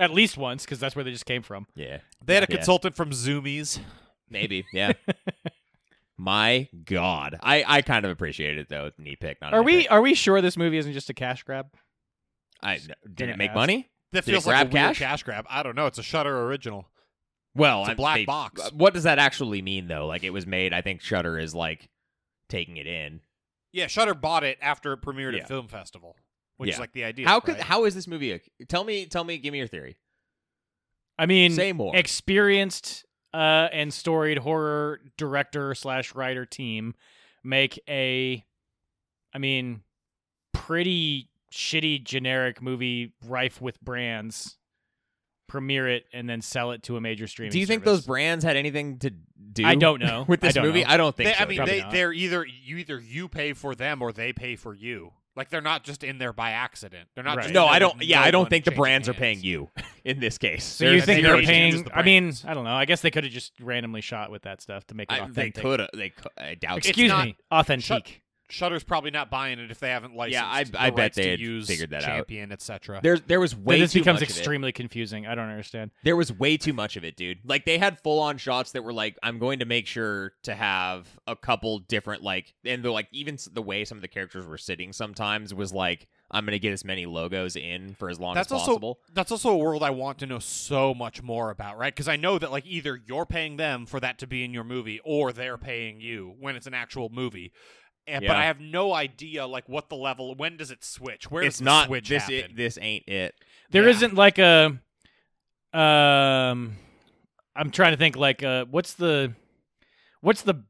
Speaker 3: At least once, because that's where they just came from.
Speaker 2: yeah
Speaker 1: they had a
Speaker 2: Yeah.
Speaker 1: consultant from Zoomies.
Speaker 2: (laughs) maybe yeah my god i i kind of appreciated it though knee pick not a
Speaker 3: Are
Speaker 2: knee
Speaker 3: we
Speaker 2: pick.
Speaker 3: are we sure this movie isn't just a cash grab?
Speaker 2: i did
Speaker 3: gonna
Speaker 2: it make
Speaker 3: ask?
Speaker 2: money
Speaker 1: That
Speaker 2: Did it
Speaker 1: feels like a
Speaker 2: grab
Speaker 1: weird
Speaker 2: cash?
Speaker 1: cash grab. I don't know. It's a Shutter original.
Speaker 2: Well,
Speaker 1: It's a
Speaker 2: I-
Speaker 1: black
Speaker 2: they-
Speaker 1: box.
Speaker 2: What does that actually mean, though? Like it was made. I think Shutter is like taking it in.
Speaker 1: Yeah, Shutter bought it after it premiered
Speaker 2: Yeah.
Speaker 1: at Film Festival, which
Speaker 2: Yeah.
Speaker 1: is like the idea.
Speaker 2: how could?
Speaker 1: right?
Speaker 2: How is this movie? A, tell me. Tell me. Give me your theory.
Speaker 3: I mean,
Speaker 2: Say more.
Speaker 3: experienced uh, and storied horror director slash writer team make a, I mean, pretty shitty generic movie rife with brands, premiere it and then sell it to a major streaming.
Speaker 2: do you think
Speaker 3: service.
Speaker 2: those brands had anything to do?
Speaker 3: I don't know
Speaker 2: (laughs) With
Speaker 3: I
Speaker 2: this
Speaker 3: don't
Speaker 2: movie,
Speaker 3: know.
Speaker 2: I don't think.
Speaker 1: They,
Speaker 2: so,
Speaker 1: I mean,
Speaker 2: dude.
Speaker 3: Probably
Speaker 1: they
Speaker 3: not.
Speaker 1: they're either you either you pay for them or they pay for you. Like they're not just in there by accident. They're not.
Speaker 3: Right.
Speaker 1: Just
Speaker 2: no,
Speaker 1: in there
Speaker 2: I don't.
Speaker 1: with
Speaker 2: Yeah,
Speaker 1: no
Speaker 2: I don't
Speaker 1: one
Speaker 2: think the
Speaker 1: changing
Speaker 2: brands are
Speaker 1: hands.
Speaker 2: paying you (laughs) in this case.
Speaker 3: So you
Speaker 1: There's
Speaker 3: think
Speaker 1: the
Speaker 3: they're
Speaker 1: agents,
Speaker 3: paying?
Speaker 1: the
Speaker 3: I mean,
Speaker 1: brands.
Speaker 3: I don't know. I guess they could have just randomly shot with that stuff to make it
Speaker 2: I, they
Speaker 3: authentic.
Speaker 2: could. They. cou- I doubt.
Speaker 1: It's
Speaker 3: Excuse
Speaker 1: not-
Speaker 3: me, authentic.
Speaker 1: Shutter's probably not buying it if they haven't licensed.
Speaker 2: Yeah, I-
Speaker 1: the
Speaker 2: I bet
Speaker 1: rights
Speaker 2: they
Speaker 1: to
Speaker 2: had
Speaker 1: use
Speaker 2: figured that out.
Speaker 1: Champion, etc.
Speaker 2: There, there was way
Speaker 3: Then this
Speaker 2: too
Speaker 3: becomes
Speaker 2: much of it.
Speaker 3: extremely confusing. I don't understand.
Speaker 2: There was way too much of it, dude. Like they had full on shots that were like, I'm going to make sure to have a couple different like, and the like even s- the way some of the characters were sitting sometimes was like, I'm going to get as many logos in for as long
Speaker 1: That's
Speaker 2: as
Speaker 1: also
Speaker 2: possible.
Speaker 1: that's also a world I want to know so much more about, right? Because I know that like either you're paying them for that to be in your movie, or they're paying you when it's an actual movie. And, But
Speaker 2: Yeah.
Speaker 1: I have no idea like what the level. When does it switch? Where
Speaker 2: it's
Speaker 1: does
Speaker 2: not
Speaker 1: the switch
Speaker 2: this.
Speaker 1: happen?
Speaker 2: It, this ain't it.
Speaker 3: There
Speaker 1: Yeah.
Speaker 3: not like a um I'm trying to think like uh what's the what's the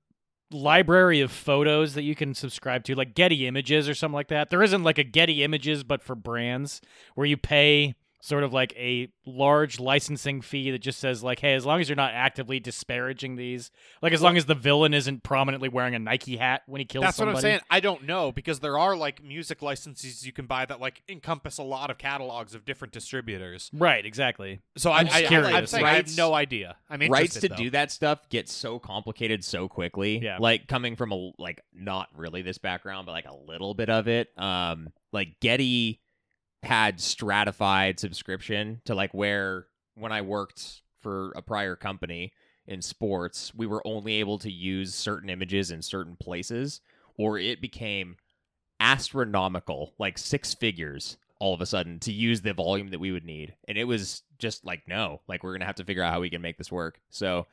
Speaker 3: library of photos that you can subscribe to like Getty Images or something like that. There isn't like a Getty Images but for brands where you pay sort of like a large licensing fee that just says like hey as long as you're not actively disparaging these like as long as the villain isn't prominently wearing a Nike hat when he kills
Speaker 1: That's
Speaker 3: somebody.
Speaker 1: what I'm saying. I don't know because there are like music licenses you can buy that like encompass a lot of catalogs of different distributors.
Speaker 3: Right, exactly.
Speaker 1: So
Speaker 3: I'm
Speaker 1: I,
Speaker 3: just
Speaker 1: I,
Speaker 3: curious.
Speaker 1: I, am saying I
Speaker 2: Rights-
Speaker 1: have no idea. I mean,
Speaker 2: Rights to do that stuff get so complicated so quickly.
Speaker 3: Yeah.
Speaker 2: Like coming from a like not really this background, but like a little bit of it. Um, like Getty had stratified subscription to like where when I worked for a prior company in sports, we were only able to use certain images in certain places, or it became astronomical, like six figures all of a sudden to use the volume that we would need. And it was just like, no, like we're going to have to figure out how we can make this work. So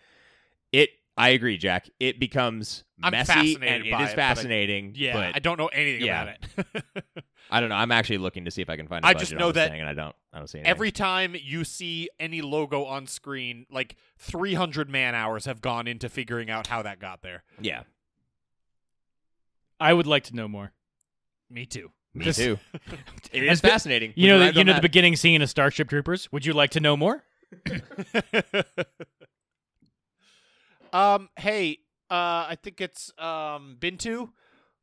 Speaker 2: it, I agree, Jack. It becomes
Speaker 1: I'm
Speaker 2: messy
Speaker 1: fascinated
Speaker 2: and it
Speaker 1: by
Speaker 2: is
Speaker 1: it, but I-
Speaker 2: fascinating.
Speaker 1: Yeah,
Speaker 2: but
Speaker 1: I don't know anything
Speaker 2: yeah.
Speaker 1: about it. (laughs)
Speaker 2: I don't know. I'm actually looking to see if I can find. I
Speaker 1: I just know that
Speaker 2: thing, and I don't. I don't see anything.
Speaker 1: Every time you see any logo on screen, like 300 man hours have gone into figuring out how that got there.
Speaker 2: yeah.
Speaker 3: I would like to know more.
Speaker 1: Me too.
Speaker 2: Me
Speaker 3: Just-
Speaker 2: too. it
Speaker 3: And
Speaker 2: is
Speaker 3: spe-
Speaker 2: fascinating.
Speaker 3: You know,
Speaker 2: We
Speaker 3: the,
Speaker 2: arrived
Speaker 3: you
Speaker 2: on
Speaker 3: know
Speaker 2: that.
Speaker 3: the beginning scene of Starship Troopers. Would you like to know more?
Speaker 1: (laughs) um, hey, uh, I think it's um Bintu.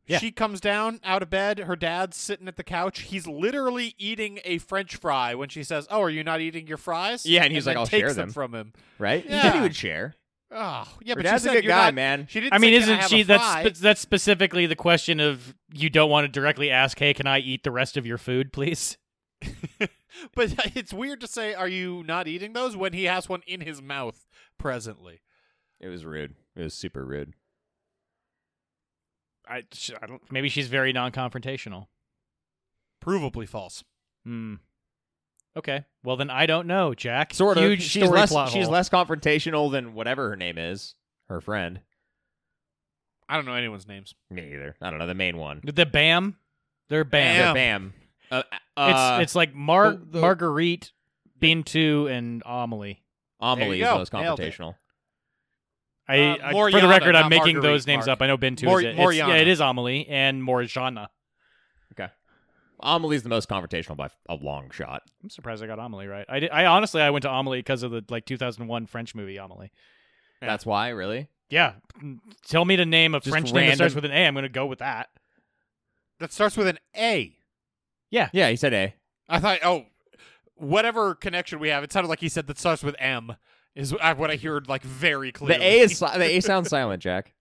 Speaker 3: Yeah.
Speaker 1: She comes down out of bed. Her dad's sitting at the couch. He's literally eating a French fry when she says, "Oh, are you not eating your fries?"
Speaker 2: Yeah, and he's like,
Speaker 1: then
Speaker 2: "I'll
Speaker 1: takes
Speaker 2: share
Speaker 1: them
Speaker 2: them."
Speaker 1: from him.
Speaker 2: right. He said
Speaker 1: Yeah.
Speaker 2: he would share.
Speaker 1: Oh, yeah,
Speaker 2: Her
Speaker 1: but
Speaker 2: dad's
Speaker 1: she
Speaker 2: a
Speaker 1: said
Speaker 2: good
Speaker 1: you're
Speaker 2: guy,
Speaker 1: not-
Speaker 2: man.
Speaker 1: She didn't.
Speaker 3: I
Speaker 1: say,
Speaker 3: mean,
Speaker 1: "Can
Speaker 3: isn't
Speaker 1: have
Speaker 3: she?
Speaker 1: a fry?"
Speaker 3: That's spe- that's specifically the question of you don't want to directly ask, "Hey, can I eat the rest of your food, please?"
Speaker 1: But (laughs) it's weird to say, "Are you not eating those?" when he has one in his mouth presently.
Speaker 2: It was rude. It was super rude.
Speaker 3: I, sh- I don't. Maybe she's very non-confrontational.
Speaker 1: Provably false.
Speaker 3: Hmm. Okay. Well, then I don't know, Jack.
Speaker 2: Sort
Speaker 3: Huge
Speaker 2: of. She's
Speaker 3: story
Speaker 2: less.
Speaker 3: plot
Speaker 2: She's
Speaker 3: hole.
Speaker 2: less confrontational than whatever her name is. Her friend.
Speaker 1: I don't know anyone's names.
Speaker 2: Me either. I don't know the main one.
Speaker 3: The Bam. They're
Speaker 1: Bam.
Speaker 2: The
Speaker 3: Bam.
Speaker 2: Bam. Uh,
Speaker 3: It's
Speaker 2: uh,
Speaker 3: it's like Mar-
Speaker 2: the- the-
Speaker 3: Marguerite, Bintu, and Amelie.
Speaker 1: There
Speaker 2: Amelie
Speaker 1: you
Speaker 2: is
Speaker 1: go.
Speaker 2: most
Speaker 1: Nailed it.
Speaker 2: confrontational.
Speaker 1: Uh,
Speaker 3: I, I- for the
Speaker 1: Moriana,
Speaker 3: record, I'm
Speaker 1: not
Speaker 3: making
Speaker 1: Marguerite,
Speaker 3: those names
Speaker 1: Mark.
Speaker 3: up. I know Bintu
Speaker 1: Mor-
Speaker 3: is it. It's- yeah,
Speaker 1: Moriana.
Speaker 3: it is Amelie and Morjana.
Speaker 2: Amelie's the most confrontational by a long shot.
Speaker 3: I'm surprised I got Amelie right. I, did, I honestly I went to Amelie because of the like 2001 French movie Amelie.
Speaker 1: Yeah.
Speaker 2: That's why, really.
Speaker 3: Yeah, Mm, tell me to name a
Speaker 2: Just
Speaker 3: French name that
Speaker 2: random-
Speaker 3: starts with an A. I'm gonna go with that.
Speaker 1: That starts with an A.
Speaker 2: Yeah, he said A.
Speaker 1: I thought, oh, whatever connection we have, it sounded like he said that starts with M. Is uh, what I heard like very clearly.
Speaker 2: The A is si- the A sounds silent, Jack.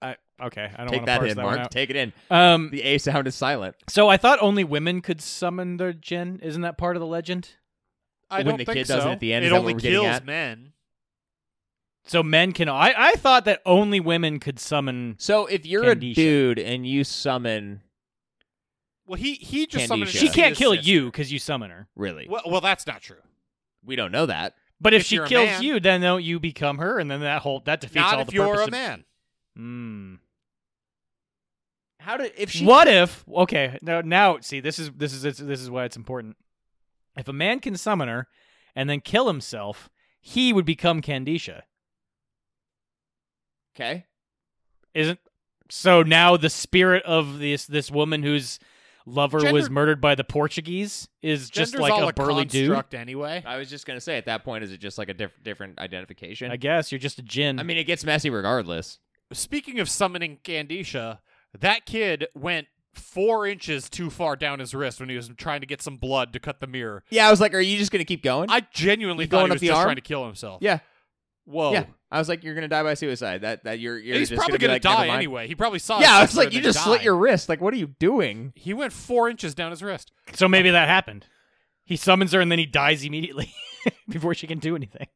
Speaker 3: I, okay, (laughs) I don't
Speaker 2: Take
Speaker 3: want to
Speaker 2: that
Speaker 3: parse
Speaker 2: in,
Speaker 3: that
Speaker 2: Mark.
Speaker 3: one out.
Speaker 2: Take it in.
Speaker 3: Um,
Speaker 2: The A sound is silent.
Speaker 3: so I thought only women could summon their jinn. Isn't that part of the legend?
Speaker 1: (laughs) I
Speaker 2: when
Speaker 1: don't
Speaker 2: the
Speaker 1: think
Speaker 2: kid
Speaker 1: so.
Speaker 2: does it at the end,
Speaker 1: It
Speaker 2: is that what
Speaker 1: only
Speaker 2: we're getting
Speaker 1: kills
Speaker 2: at?
Speaker 1: men.
Speaker 3: So men can. I I thought that only women could summon.
Speaker 2: So if you're
Speaker 3: Candisha.
Speaker 2: a dude and you summon,
Speaker 1: Well, he he just
Speaker 2: Candice.
Speaker 1: summoned.
Speaker 2: Yeah.
Speaker 3: She
Speaker 2: She's
Speaker 3: can't
Speaker 1: his
Speaker 3: kill
Speaker 1: sister.
Speaker 3: you because you summon her.
Speaker 2: really,
Speaker 1: Well, well, that's not true.
Speaker 2: we don't know that.
Speaker 3: But if,
Speaker 1: If
Speaker 3: she
Speaker 1: you're a
Speaker 3: kills
Speaker 1: man-
Speaker 3: you, then don't you become her, and then that whole that defeats
Speaker 1: not
Speaker 3: all
Speaker 1: if
Speaker 3: the
Speaker 1: you're
Speaker 3: purpose
Speaker 1: a
Speaker 3: of-
Speaker 1: man.
Speaker 3: Hmm.
Speaker 2: How did if
Speaker 3: what if? Okay, now now see this is this is this is why it's important. If a man can summon her and then kill himself, he would become Candisha.
Speaker 2: Okay,
Speaker 3: Isn't so? Now the spirit of this this woman whose lover was
Speaker 1: Gender-
Speaker 3: murdered by the Portuguese is just
Speaker 1: Gender's
Speaker 3: like
Speaker 1: all
Speaker 3: a burly dude.
Speaker 1: construct anyway.
Speaker 2: I was just gonna say at that point, is it just like a diff- different identification?
Speaker 3: I
Speaker 2: I,
Speaker 3: guess you're just a gin.
Speaker 2: mean, it gets messy regardless.
Speaker 1: Speaking of summoning Candisha, that kid went four inches too far down his wrist when he was trying to get some blood to cut the mirror.
Speaker 2: Yeah, I was like, are you just gonna keep going?
Speaker 1: I genuinely
Speaker 2: You
Speaker 1: thought
Speaker 2: going
Speaker 1: he
Speaker 2: up
Speaker 1: was
Speaker 2: the
Speaker 1: just
Speaker 2: arm?
Speaker 1: trying to kill himself.
Speaker 2: yeah,
Speaker 1: Whoa.
Speaker 2: yeah. I was like, you're gonna die by suicide. That that you're, you're
Speaker 1: He's
Speaker 2: just
Speaker 1: probably
Speaker 2: gonna,
Speaker 1: gonna
Speaker 2: be like,
Speaker 1: die
Speaker 2: "Never mind."
Speaker 1: anyway. He probably saw. his
Speaker 2: Yeah, I was
Speaker 1: sister
Speaker 2: like,
Speaker 1: and
Speaker 2: you
Speaker 1: then
Speaker 2: just slit
Speaker 1: died.
Speaker 2: your wrist. Like, what are you doing?
Speaker 1: He went four inches down his
Speaker 2: (laughs)
Speaker 1: wrist.
Speaker 3: So maybe that happened. He summons her and then he dies immediately (laughs) before she can do anything.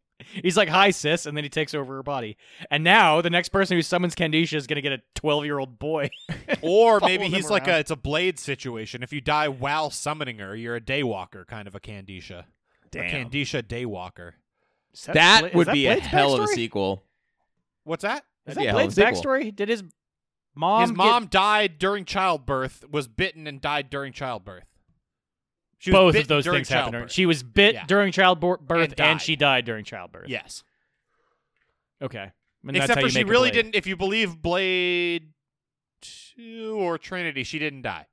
Speaker 3: He's like, "Hi, sis," and then he takes over her body. And now the next person who summons Candisha is going to get a twelve-year-old boy. (laughs)
Speaker 1: Or
Speaker 3: Follow
Speaker 1: maybe
Speaker 3: them
Speaker 1: he's like
Speaker 3: around.
Speaker 1: a it's a blade situation. If you die while summoning her, you're a daywalker, kind of a Candisha. A Candisha daywalker.
Speaker 3: Is
Speaker 2: That
Speaker 3: Bla- is
Speaker 2: would
Speaker 3: that
Speaker 2: be a
Speaker 3: Blade's
Speaker 2: hell of a
Speaker 3: backstory?
Speaker 2: sequel.
Speaker 1: What's that?
Speaker 3: Is
Speaker 2: That'd be a hell
Speaker 3: that
Speaker 2: of
Speaker 3: Blade's
Speaker 2: a sequel.
Speaker 3: backstory? Did his mom?
Speaker 1: His
Speaker 3: get-
Speaker 1: mom died during childbirth, was bitten and died during childbirth. She was
Speaker 3: both of
Speaker 1: bitten
Speaker 3: those
Speaker 1: during
Speaker 3: things happened. to her.
Speaker 1: childbirth.
Speaker 3: She was bit
Speaker 1: Yeah.
Speaker 3: during childbirth, and,
Speaker 1: And died.
Speaker 3: she died during childbirth.
Speaker 1: yes.
Speaker 3: Okay. And that's
Speaker 1: Except
Speaker 3: how
Speaker 1: for
Speaker 3: you
Speaker 1: she
Speaker 3: make a
Speaker 1: really
Speaker 3: Blade.
Speaker 1: didn't if you believe Blade 2 or Trinity, she didn't die.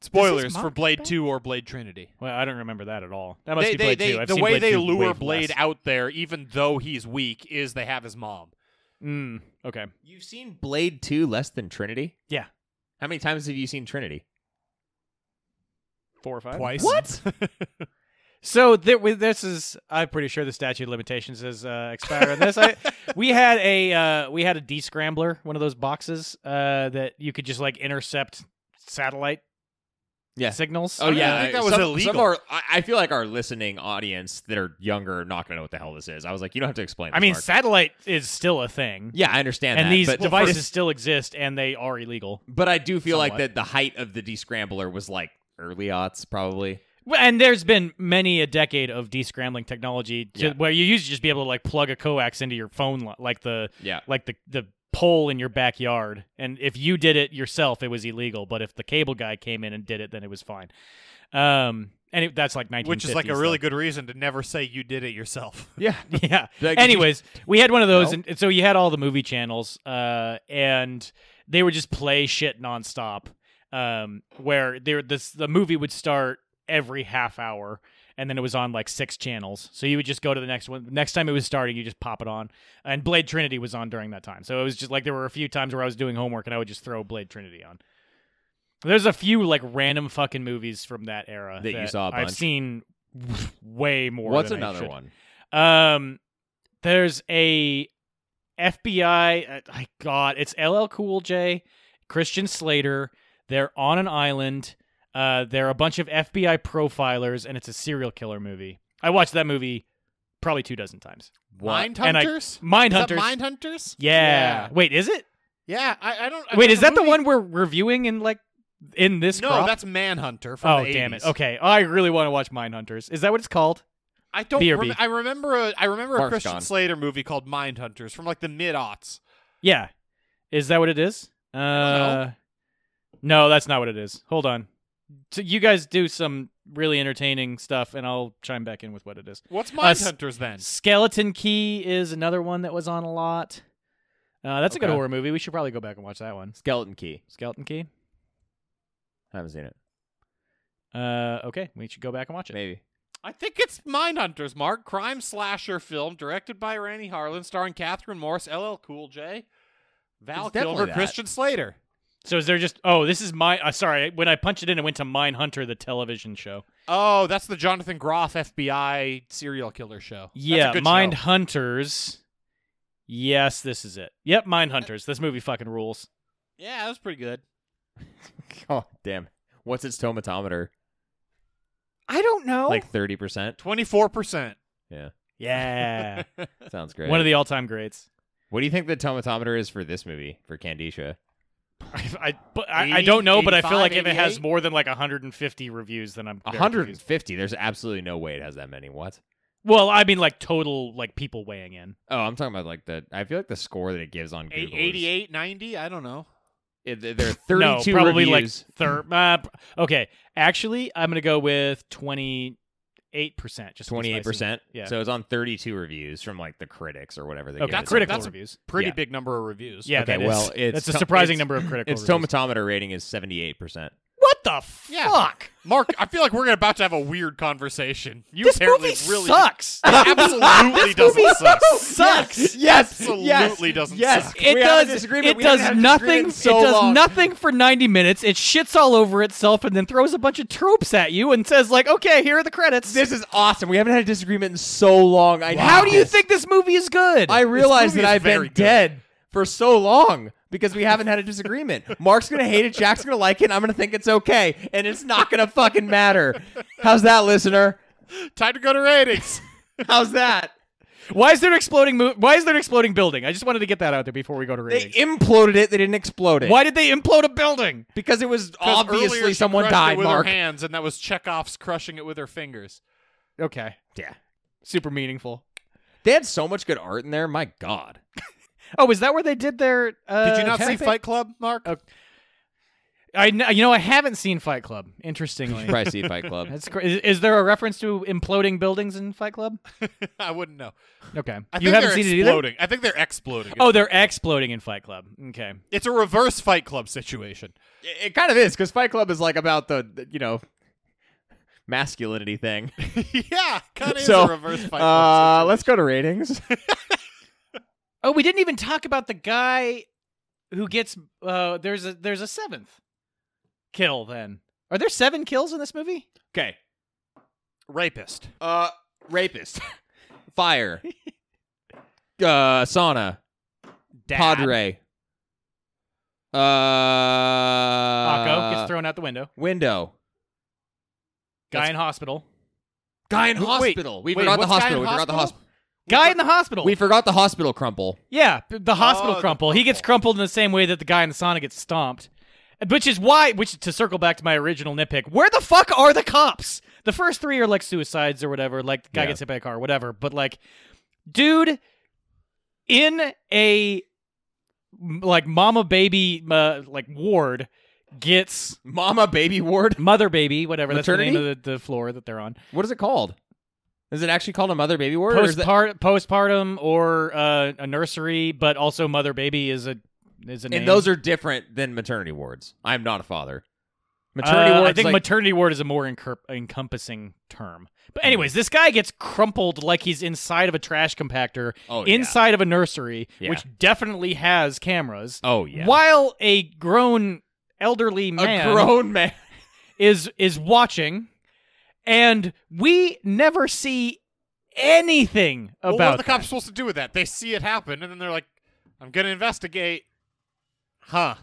Speaker 1: Spoilers for
Speaker 3: mom
Speaker 1: Blade
Speaker 3: back?
Speaker 1: 2 or Blade Trinity.
Speaker 3: Well, I don't remember that at all. That must
Speaker 1: they,
Speaker 3: be
Speaker 1: they,
Speaker 3: Blade
Speaker 1: they-
Speaker 3: two. I've
Speaker 1: the
Speaker 3: seen
Speaker 1: way
Speaker 3: Blade
Speaker 1: they
Speaker 3: two
Speaker 1: lure
Speaker 3: way
Speaker 1: Blade
Speaker 3: less.
Speaker 1: out there, even though he's weak, is they have his mom.
Speaker 3: Mm, okay.
Speaker 2: You've seen Blade Two less than Trinity.
Speaker 3: Yeah.
Speaker 2: How many times have you seen Trinity?
Speaker 3: Four or five.
Speaker 1: Twice.
Speaker 3: (laughs)
Speaker 2: What?
Speaker 3: So there, we- this is I'm pretty sure the statute of limitations has uh, expired on this.
Speaker 2: (laughs)
Speaker 3: I, we had a uh, we had a descrambler, one of those boxes uh, that you could just like intercept satellite
Speaker 2: Yeah.
Speaker 3: signals.
Speaker 1: Oh, I yeah. think that was
Speaker 2: some,
Speaker 1: illegal.
Speaker 2: Some are, I I feel like our listening audience that are younger are not going to know what the hell this is. I was like, you don't have to explain.
Speaker 3: I
Speaker 2: this,
Speaker 3: mean
Speaker 2: Mark.
Speaker 3: satellite is still a thing,
Speaker 2: yeah, I understand.
Speaker 3: and
Speaker 2: that,
Speaker 3: these
Speaker 2: but,
Speaker 3: devices
Speaker 2: but-
Speaker 3: still exist, and they are illegal.
Speaker 2: but I do feel like
Speaker 3: Somewhat.
Speaker 2: that the height of the descrambler was like early aughts, probably.
Speaker 3: Well, And there's been many a decade of descrambling technology to,
Speaker 2: Yeah.
Speaker 3: where you used to just be able to like plug a coax into your phone, li- like the
Speaker 2: Yeah.
Speaker 3: like the the pole in your backyard. And if you did it yourself, it was illegal. But if the cable guy came in and did it, then it was fine. Um, and it, that's like 1950s.
Speaker 1: Which is like a really good reason to never say you did it yourself.
Speaker 2: Yeah.
Speaker 3: good. (laughs) Yeah.
Speaker 2: Like,
Speaker 3: Anyways, we had one of those,
Speaker 2: No.
Speaker 3: and so you had all the movie channels, uh, and they would just play shit nonstop. Um, where there this the movie would start every half hour, and then it was on like six channels. So you would just go to the next one. Next time it was starting, you just pop it on. And Blade Trinity was on during that time, so it was just like there were a few times where I was doing homework and I would just throw Blade Trinity on. There's a few like random fucking movies from that era
Speaker 2: That you saw a
Speaker 3: I've
Speaker 2: bunch.
Speaker 3: seen way more.
Speaker 2: What's
Speaker 3: than I
Speaker 2: another
Speaker 3: should.
Speaker 2: one?
Speaker 3: Um, there's a FBI. uh, I God, it's LL Cool J, Christian Slater. They're on an island. Uh, they're a bunch of FBI profilers, and it's a serial killer movie. I watched that movie probably two dozen times.
Speaker 1: Mind
Speaker 3: And I-
Speaker 1: hunters.
Speaker 3: Mind
Speaker 1: Is that
Speaker 3: Hunters.
Speaker 1: Mind hunters.
Speaker 3: yeah. Wait, is it?
Speaker 1: Yeah. I, I don't. I-
Speaker 3: Wait, is that the
Speaker 1: movie-
Speaker 3: one we're reviewing in like in this?
Speaker 1: No,
Speaker 3: crop?
Speaker 1: that's Manhunter from
Speaker 3: Oh
Speaker 1: the 80s.
Speaker 3: damn it! Okay, I really want to watch Mind Hunters. Is that what it's called?
Speaker 1: I don't.
Speaker 3: BRB.
Speaker 1: Rem- I remember. A, I remember a
Speaker 2: Mark's
Speaker 1: Christian
Speaker 2: gone.
Speaker 1: Slater movie called Mind Hunters from like the mid aughts.
Speaker 3: Yeah. Is that what it is? Uh, no, that's not what it is. Hold on. So you guys do some really entertaining stuff, and I'll chime back in with what it is.
Speaker 1: What's
Speaker 3: Uh,
Speaker 1: Mind
Speaker 3: s-
Speaker 1: Hunters then?
Speaker 3: Skeleton Key is another one that was on a lot. Uh, that's a good
Speaker 2: Okay.
Speaker 3: horror movie. We should probably go back and watch that one.
Speaker 2: Skeleton Key.
Speaker 3: Skeleton Key.
Speaker 2: I haven't seen it.
Speaker 3: Uh, okay, we should go back and watch it.
Speaker 2: Maybe. (laughs)
Speaker 1: I think it's Mind Hunters. Mark, crime slasher film directed by Randy Harlan, starring Catherine Morse, LL Cool J, Val
Speaker 2: It's definitely
Speaker 1: Kilmer,
Speaker 2: that.
Speaker 1: Christian Slater.
Speaker 3: So is there just? Oh, this is my. Uh, sorry, when I punched it in, it went to Mine Hunter, the television show.
Speaker 1: Oh, that's the Jonathan Groff FBI serial killer show. That's a
Speaker 3: Yeah,
Speaker 1: good
Speaker 3: Mind
Speaker 1: show.
Speaker 3: Hunters. Yes, this is it. Yep, Mind Hunters. This movie fucking rules.
Speaker 1: Yeah, that was pretty good.
Speaker 2: Oh, damn. What's its tomatometer?
Speaker 3: I don't know.
Speaker 2: Like 30%?
Speaker 1: Twenty four percent.
Speaker 3: (laughs) yeah,
Speaker 2: Sounds great.
Speaker 3: one of the all-time greats.
Speaker 2: what do you think the tomatometer is for this movie, for Candisha?
Speaker 3: (laughs) I, I, but I, I don't know, but I feel
Speaker 1: 85,
Speaker 3: like if it has
Speaker 1: 88?
Speaker 3: more than like 150 reviews, then I'm very confused.
Speaker 2: 150. There's absolutely no way it has that many. What?
Speaker 3: Well, I mean, like total, like people weighing in.
Speaker 2: Oh, I'm talking about like the. I feel like the score that it gives on Google. is-
Speaker 1: 88, 90, I don't know.
Speaker 2: It- there are 32
Speaker 3: (laughs) No, probably like
Speaker 2: reviews.
Speaker 3: (laughs) Third, uh, p- okay. Actually, I'm gonna go with 28 percent. Just because I
Speaker 2: Twenty-eight percent.
Speaker 3: Yeah.
Speaker 2: So it's on thirty-two reviews from like the critics or whatever they.
Speaker 3: see-
Speaker 2: give
Speaker 3: Okay,
Speaker 2: it.
Speaker 1: That's-
Speaker 3: critical
Speaker 1: that's a-
Speaker 3: reviews.
Speaker 1: Pretty
Speaker 2: Yeah.
Speaker 1: big number of reviews.
Speaker 3: Yeah,
Speaker 2: Okay,
Speaker 3: that is-
Speaker 2: well, it's
Speaker 3: that's a
Speaker 2: to-
Speaker 3: surprising
Speaker 2: it's-
Speaker 3: number of critical.
Speaker 2: Its
Speaker 3: reviews.
Speaker 2: tomatometer rating is seventy-eight percent.
Speaker 3: What the
Speaker 1: Yeah.
Speaker 3: fuck?
Speaker 1: Mark, I feel like we're about to have a weird conversation. You
Speaker 3: This
Speaker 1: apparently
Speaker 3: movie
Speaker 1: really
Speaker 3: (laughs) sucks.
Speaker 1: (laughs) absolutely doesn't suck.
Speaker 3: Sucks.
Speaker 2: Yes.
Speaker 1: Absolutely doesn't
Speaker 2: Yes.
Speaker 1: suck.
Speaker 3: It
Speaker 2: We have a
Speaker 3: does.
Speaker 2: disagreement.
Speaker 3: It
Speaker 2: We haven't
Speaker 3: does
Speaker 2: had a disagreement
Speaker 3: nothing.
Speaker 2: in so
Speaker 3: it does
Speaker 2: long.
Speaker 3: nothing for ninety minutes. It shits all over itself and then throws a bunch of tropes at you and says like, "Okay, here are the credits."
Speaker 2: This is awesome. We haven't had a disagreement in so long. I
Speaker 3: How do you
Speaker 2: this.
Speaker 3: think this movie is good?
Speaker 2: I realize
Speaker 1: movie
Speaker 2: that
Speaker 1: is
Speaker 2: I've been
Speaker 1: very good.
Speaker 2: dead for so long because we haven't had a disagreement. Mark's gonna hate it. Jack's gonna like it. I'm gonna think it's okay, and it's not gonna fucking matter. How's that, listener?
Speaker 1: Time to go to ratings.
Speaker 2: How's that?
Speaker 3: why is there an exploding? Mo- why is there an exploding building? I just wanted to get that out there before we go to
Speaker 2: They
Speaker 3: ratings.
Speaker 2: imploded it. They didn't explode it.
Speaker 3: why did they implode a building?
Speaker 2: Because it was
Speaker 1: 'Cause earlier
Speaker 2: obviously
Speaker 1: she
Speaker 2: someone
Speaker 1: crushed
Speaker 2: died,
Speaker 1: it with
Speaker 2: Mark.
Speaker 1: her hands, and that was Chekhov's crushing it with her fingers.
Speaker 3: Okay,
Speaker 2: Yeah.
Speaker 3: super meaningful.
Speaker 2: They had so much good art in there. My God.
Speaker 3: Oh, is that where they did their? Uh,
Speaker 1: Did you not see
Speaker 3: campaign?
Speaker 1: Fight Club, Mark?
Speaker 3: Oh. I kn- you know I haven't seen Fight Club.
Speaker 2: (laughs)
Speaker 3: Interestingly,
Speaker 2: Probably see Fight Club.
Speaker 1: (laughs)
Speaker 3: That's cra- is, is there a reference to imploding buildings in Fight Club?
Speaker 1: (laughs) I wouldn't know.
Speaker 3: Okay,
Speaker 1: I
Speaker 3: you
Speaker 1: think
Speaker 3: haven't
Speaker 1: they're
Speaker 3: seen it either.
Speaker 1: exploding. I think they're exploding.
Speaker 3: Oh, they're exploding in Fight Club. Okay.
Speaker 1: It's a reverse Fight Club
Speaker 2: (laughs)
Speaker 1: situation. (laughs)
Speaker 2: It, it kind of is because Fight Club is like about the, the you know masculinity thing.
Speaker 1: yeah, kind of
Speaker 2: So,
Speaker 1: is a reverse Fight Club.
Speaker 2: Uh, let's go to ratings.
Speaker 3: Oh, we didn't even talk about the guy who gets. Uh, there's a there's a seventh kill. Then are there seven kills in this movie?
Speaker 2: Okay.
Speaker 1: situation. rapist.
Speaker 2: Uh, rapist, fire, uh, sauna,
Speaker 1: Dad.
Speaker 2: padre, uh,
Speaker 3: Paco gets thrown out the window.
Speaker 2: window,
Speaker 3: Guy
Speaker 2: that's-
Speaker 3: in hospital.
Speaker 2: guy in
Speaker 1: Wait,
Speaker 2: hospital. we
Speaker 1: wait,
Speaker 2: forgot the
Speaker 1: what's guy in
Speaker 2: hospital. We forgot the
Speaker 1: hospital?
Speaker 2: hospital.
Speaker 3: Guy in the hospital.
Speaker 2: We forgot the hospital. Crumple.
Speaker 3: Yeah, p- the hospital
Speaker 1: Oh, the
Speaker 3: crumple. He gets crumpled in the same way that the guy in the sauna gets stomped. Which is why, which to circle back to my original nitpick, where the fuck are the cops? the first three are like suicides or whatever. Like the guy
Speaker 2: Yeah.
Speaker 3: gets hit by a car, whatever. But like, dude, in a m- like mama baby uh, like ward gets
Speaker 2: Mama Baby Ward. (laughs)
Speaker 3: mother baby whatever that's the
Speaker 2: Maternity?
Speaker 3: name of the, the floor that they're on
Speaker 2: What is it called? Is it actually called a Mother Baby Ward? or is that-
Speaker 3: Postpart- postpartum or uh, a nursery but also mother baby is a is a name.
Speaker 2: and those are different than maternity wards. I'm not a father. Maternity
Speaker 3: Uh,
Speaker 2: wards.
Speaker 3: I think
Speaker 2: like,
Speaker 3: maternity ward is a more encur- encompassing term. But anyways, this guy gets crumpled like he's inside of a trash compactor,
Speaker 2: oh, yeah.
Speaker 3: inside of a nursery,
Speaker 2: Yeah.
Speaker 3: which definitely has cameras.
Speaker 2: Oh yeah.
Speaker 3: While a grown elderly man
Speaker 2: A grown man.
Speaker 3: is is watching, and we never see anything
Speaker 1: Well,
Speaker 3: about
Speaker 1: what are the
Speaker 3: that.
Speaker 1: cops supposed to do with that? They see it happen and then they're like, "I'm gonna investigate." Huh.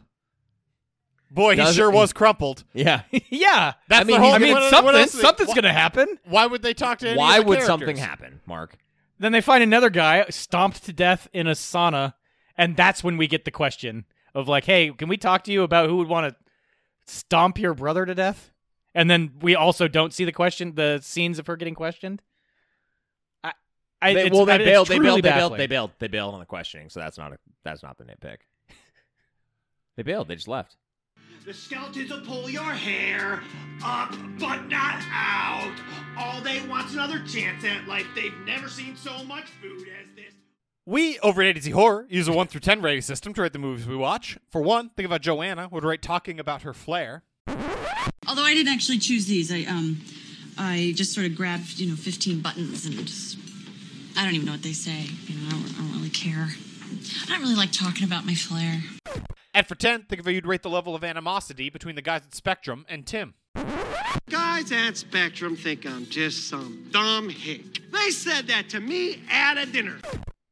Speaker 1: Boy, he
Speaker 2: Doesn't-
Speaker 1: sure was crumpled.
Speaker 2: Yeah.
Speaker 3: (laughs) yeah,
Speaker 1: That's
Speaker 2: I mean,
Speaker 1: the whole.
Speaker 2: he-
Speaker 3: I mean
Speaker 1: what- what
Speaker 3: something
Speaker 1: else-
Speaker 3: something's
Speaker 1: why-
Speaker 3: gonna happen.
Speaker 1: Why would they talk to? Any
Speaker 2: Why
Speaker 1: of the
Speaker 2: would
Speaker 1: characters?
Speaker 2: something happen, Mark?
Speaker 3: Then they find another guy stomped to death in a sauna, and that's when we get the question of like, "Hey, can we talk to you about who would want to stomp your brother to death?" And then we also don't see the question, the scenes of her getting questioned. I, I
Speaker 2: they,
Speaker 3: it's,
Speaker 2: well, they
Speaker 3: I- it's
Speaker 2: bailed. They
Speaker 3: truly
Speaker 2: bailed. They bailed.
Speaker 3: baffling.
Speaker 2: They bailed. They bailed on the questioning, so that's not a that's not the nitpick. (laughs) they bailed. They just left.
Speaker 4: The skeletons will pull your hair up, but not out. All they want's another chance at life. They've never seen so much food as this.
Speaker 1: We over at ADC Horror use a one through ten rating system to rate the movies we watch. For one, think about Joanna would rate talking about her flair.
Speaker 5: Although I didn't actually choose these, I um, I just sort of grabbed you know 15 buttons and just I don't even know what they say. You know, I don't, I don't really care. I don't really like talking about my flair.
Speaker 1: And for ten, think of how you'd rate the level of animosity between the guys at Spectrum and Tim.
Speaker 4: Guys at Spectrum think I'm just some dumb hick. They said that to me at a dinner.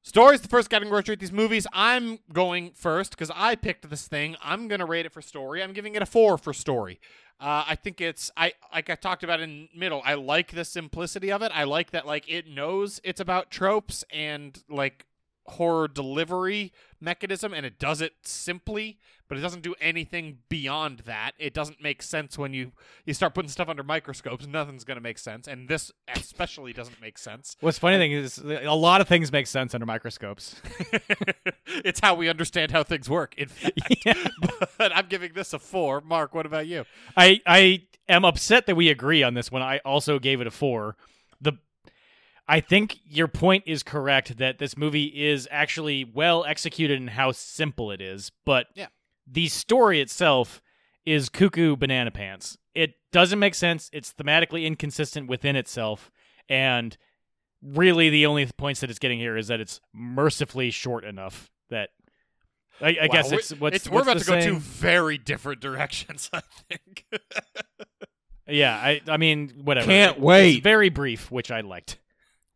Speaker 1: Stories, the first category to rate these movies. I'm going first because I picked this thing. I'm gonna rate it for story. I'm giving it a four for story. Uh, I think it's I like I talked about in middle. I like the simplicity of it. I like that like it knows it's about tropes and like horror delivery mechanism, and it does it simply, but it doesn't do anything beyond that. It doesn't make sense when you you start putting stuff under microscopes. Nothing's gonna make sense, and this especially doesn't make sense.
Speaker 3: What's funny thing is a lot of things make sense under microscopes.
Speaker 1: (laughs) it's how we understand how things work. In
Speaker 3: (laughs)
Speaker 1: fact, (laughs) but I'm giving this a four. Mark, what about you?
Speaker 3: I I am upset that we agree on this one. I also gave it a four. The I think your point is correct that this movie is actually well executed in how simple it is, but
Speaker 1: Yeah.
Speaker 3: the story itself is cuckoo banana pants. It doesn't make sense. It's thematically inconsistent within itself, and really the only points that it's getting here is that it's mercifully short enough that I, I
Speaker 1: Wow,
Speaker 3: guess
Speaker 1: we're-
Speaker 3: it's what's
Speaker 1: it's- we're
Speaker 3: what's
Speaker 1: about
Speaker 3: the
Speaker 1: to go
Speaker 3: saying?
Speaker 1: two very different directions. (laughs) I think.
Speaker 3: Yeah, I I mean whatever.
Speaker 2: Can't
Speaker 3: It- it's
Speaker 2: wait.
Speaker 3: very brief, which I liked.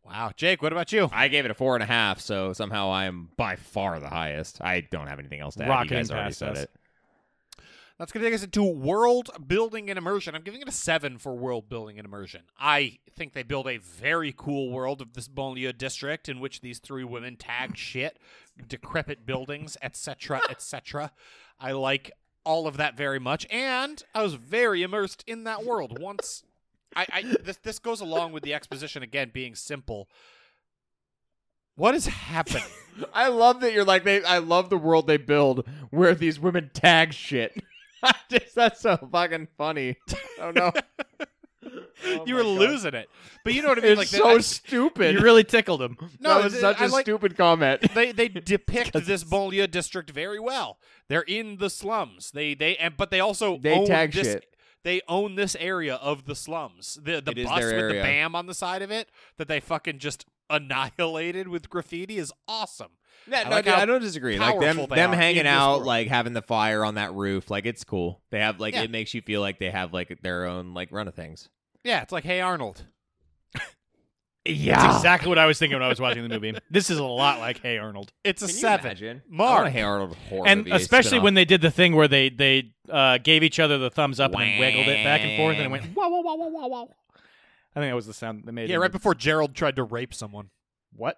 Speaker 1: wow, Jake, what about you?
Speaker 2: I gave it a four and a half, so somehow I am by far the highest. I don't have anything else to add.
Speaker 3: Rocketing
Speaker 2: you guys already
Speaker 3: past
Speaker 2: said
Speaker 3: us.
Speaker 2: it.
Speaker 1: That's going to take us into world building and immersion. I'm giving it a seven for world building and immersion. I think they build a very cool world of this banlieue district in which these three women
Speaker 2: (laughs)
Speaker 1: tag shit, decrepit buildings, etc., etc. I like all of that very much, and I was very immersed in that world. Once, I, I this this goes along with the exposition again being simple. What is
Speaker 2: (laughs)
Speaker 1: happening?
Speaker 2: I love that you're like they. I love the world they build where these women tag shit. (laughs) Just, that's so fucking funny. Oh
Speaker 3: (laughs)
Speaker 2: no,
Speaker 1: you were losing it, but you know what I mean.
Speaker 2: Oh
Speaker 1: like
Speaker 2: it's
Speaker 1: that-
Speaker 2: so
Speaker 1: I-
Speaker 2: stupid.
Speaker 3: You really tickled him.
Speaker 1: no,
Speaker 2: that was
Speaker 1: it-
Speaker 2: such a
Speaker 1: I like,
Speaker 2: stupid comment.
Speaker 1: they they depict this Bolia district very well. They're in the slums. They they and but they also
Speaker 2: They
Speaker 1: own
Speaker 2: tag
Speaker 1: this,
Speaker 2: shit.
Speaker 1: They own this area of the slums. The the
Speaker 2: It is
Speaker 1: bus with
Speaker 2: their
Speaker 1: the
Speaker 2: area.
Speaker 1: bam on the side of it that they fucking just annihilated with graffiti is awesome.
Speaker 2: Yeah,
Speaker 1: I
Speaker 2: no,
Speaker 1: like
Speaker 2: dude,
Speaker 1: how
Speaker 2: I don't disagree. Like them,
Speaker 1: powerful they
Speaker 2: them
Speaker 1: are in
Speaker 2: hanging
Speaker 1: this
Speaker 2: out,
Speaker 1: world.
Speaker 2: like having the fire on that roof, like it's cool. They have like
Speaker 1: Yeah.
Speaker 2: it makes you feel like they have like their own like run of things.
Speaker 1: Yeah, it's like hey Arnold.
Speaker 2: (laughs) Yeah,
Speaker 3: That's exactly what I was thinking when I was watching the movie. This is a lot like Hey Arnold.
Speaker 1: It's a
Speaker 2: Can you
Speaker 1: seven.
Speaker 2: imagine? I
Speaker 1: Mark.
Speaker 2: want a Hey Arnold horror
Speaker 3: And
Speaker 2: movie
Speaker 3: especially
Speaker 2: spin-off.
Speaker 3: when they did the thing where they they uh, gave each other the thumbs up and then wiggled it back and forth and it went wow wow wow wow wow wow. I think that was the sound that made it.
Speaker 1: Yeah,
Speaker 3: in
Speaker 1: right
Speaker 3: the-
Speaker 1: before Gerald tried to rape someone.
Speaker 3: what?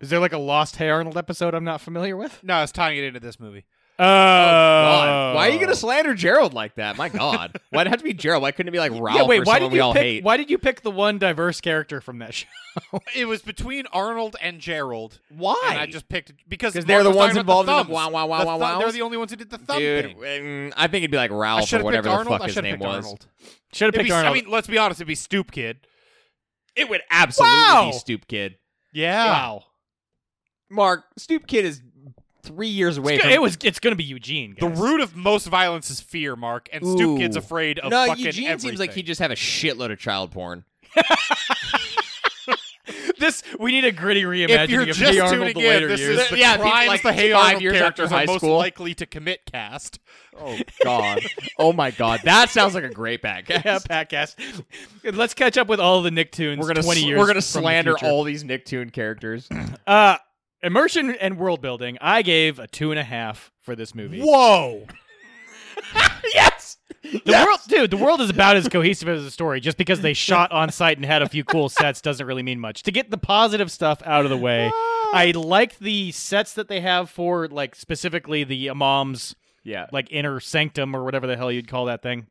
Speaker 3: Is there like a lost Hey Arnold episode I'm not familiar with?
Speaker 1: No, I was tying it into this movie.
Speaker 2: God. Why are you
Speaker 3: Oh.
Speaker 2: gonna slander Gerald like that? My (laughs) God, why'd it have to be Gerald? Why couldn't it be like Ralph
Speaker 3: yeah, wait.
Speaker 2: or
Speaker 3: Why
Speaker 2: someone
Speaker 3: did
Speaker 2: we
Speaker 3: you
Speaker 2: all
Speaker 3: pick?
Speaker 2: hate?
Speaker 3: Why did you pick the one diverse character from that show? (laughs)
Speaker 1: It was between Arnold and Gerald.
Speaker 2: Why?
Speaker 1: And I just picked because
Speaker 2: 'Cause
Speaker 1: Mark
Speaker 2: they're the
Speaker 1: was
Speaker 2: ones
Speaker 1: talking about
Speaker 2: involved in the
Speaker 1: thumbs.
Speaker 2: wow, wow, wow,
Speaker 1: The
Speaker 2: wow,
Speaker 1: thu- They're
Speaker 2: wows?
Speaker 1: the only ones who did the thumb
Speaker 2: Dude,
Speaker 1: thing.
Speaker 2: mm, I think it'd be like
Speaker 1: I
Speaker 2: Ralph
Speaker 1: should
Speaker 2: or
Speaker 1: have
Speaker 2: whatever
Speaker 1: picked
Speaker 2: the
Speaker 1: Arnold.
Speaker 2: fuck
Speaker 1: I
Speaker 2: his
Speaker 1: should have
Speaker 2: name
Speaker 1: picked
Speaker 2: was.
Speaker 1: Arnold.
Speaker 3: Should have
Speaker 1: It'd
Speaker 3: picked
Speaker 1: be,
Speaker 3: Arnold.
Speaker 1: I mean, let's be honest. It'd be Stoop Kid.
Speaker 2: It would absolutely
Speaker 3: Wow.
Speaker 2: be Stoop Kid.
Speaker 1: Yeah.
Speaker 3: wow.
Speaker 2: Mark, Stoop Kid is three years away from
Speaker 3: It was. It's gonna be Eugene.
Speaker 1: The
Speaker 3: guys.
Speaker 1: root of most violence is fear, Mark, and Stoop Kid's
Speaker 2: Ooh.
Speaker 1: afraid of
Speaker 2: no,
Speaker 1: fucking
Speaker 2: Eugene
Speaker 1: everything.
Speaker 2: seems like he'd just have a shitload of child porn.
Speaker 3: (laughs) This we need a gritty reimagining
Speaker 1: if you're
Speaker 3: of
Speaker 1: just
Speaker 3: the Arnold
Speaker 1: tuning
Speaker 3: the later
Speaker 1: in, this
Speaker 3: years.
Speaker 1: is the
Speaker 2: Yeah, people
Speaker 1: crimes
Speaker 2: like
Speaker 1: the Hey
Speaker 2: five
Speaker 1: Arnold
Speaker 2: years after
Speaker 1: characters
Speaker 2: high
Speaker 1: are most
Speaker 2: school.
Speaker 1: likely to commit cast.
Speaker 2: (laughs) Oh God. oh my God. That sounds like a great (laughs) back.
Speaker 3: (laughs) yeah, podcast. Let's catch up with all the Nicktoons.
Speaker 2: We're gonna
Speaker 3: 20
Speaker 2: sl-
Speaker 3: years.
Speaker 2: we're gonna
Speaker 3: from the
Speaker 2: slander
Speaker 3: future.
Speaker 2: all these Nicktoon (clears throat) characters.
Speaker 3: Uh, immersion and world building. I gave a two and a half for this movie.
Speaker 1: Whoa!
Speaker 2: yes.
Speaker 3: The world, dude, the world is about as cohesive as a story. Just because they shot on site and had a few cool sets doesn't really mean much. To get the positive stuff out of the way,
Speaker 2: Ah.
Speaker 3: I liked the sets that they have for like specifically the imam's
Speaker 2: Yeah.
Speaker 3: like inner sanctum or whatever the hell you'd call that thing.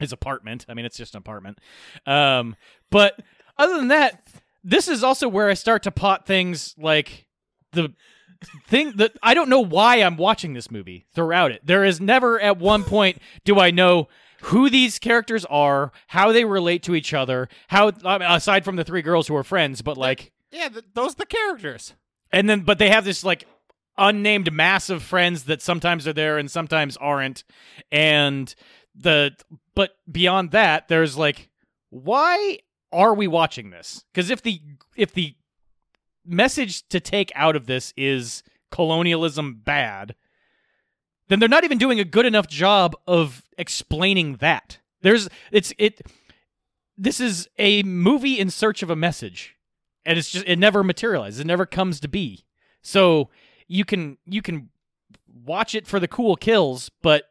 Speaker 3: His apartment. I mean, it's just an apartment. Um, but other than that, this is also where I start to pot things like the thing that I don't know why I'm watching this movie throughout it. There is never at one point do I know who these characters are, how they relate to each other, how I mean, aside from the three girls who are friends, but like
Speaker 1: Yeah, th- those are the characters.
Speaker 3: and then but they have this like unnamed mass of friends that sometimes are there and sometimes aren't and the but beyond that there's like why are we watching this because if the if the message to take out of this is colonialism bad then they're not even doing a good enough job of explaining that there's it's it this is a movie in search of a message and it's just it never materializes it never comes to be so you can you can watch it for the cool kills but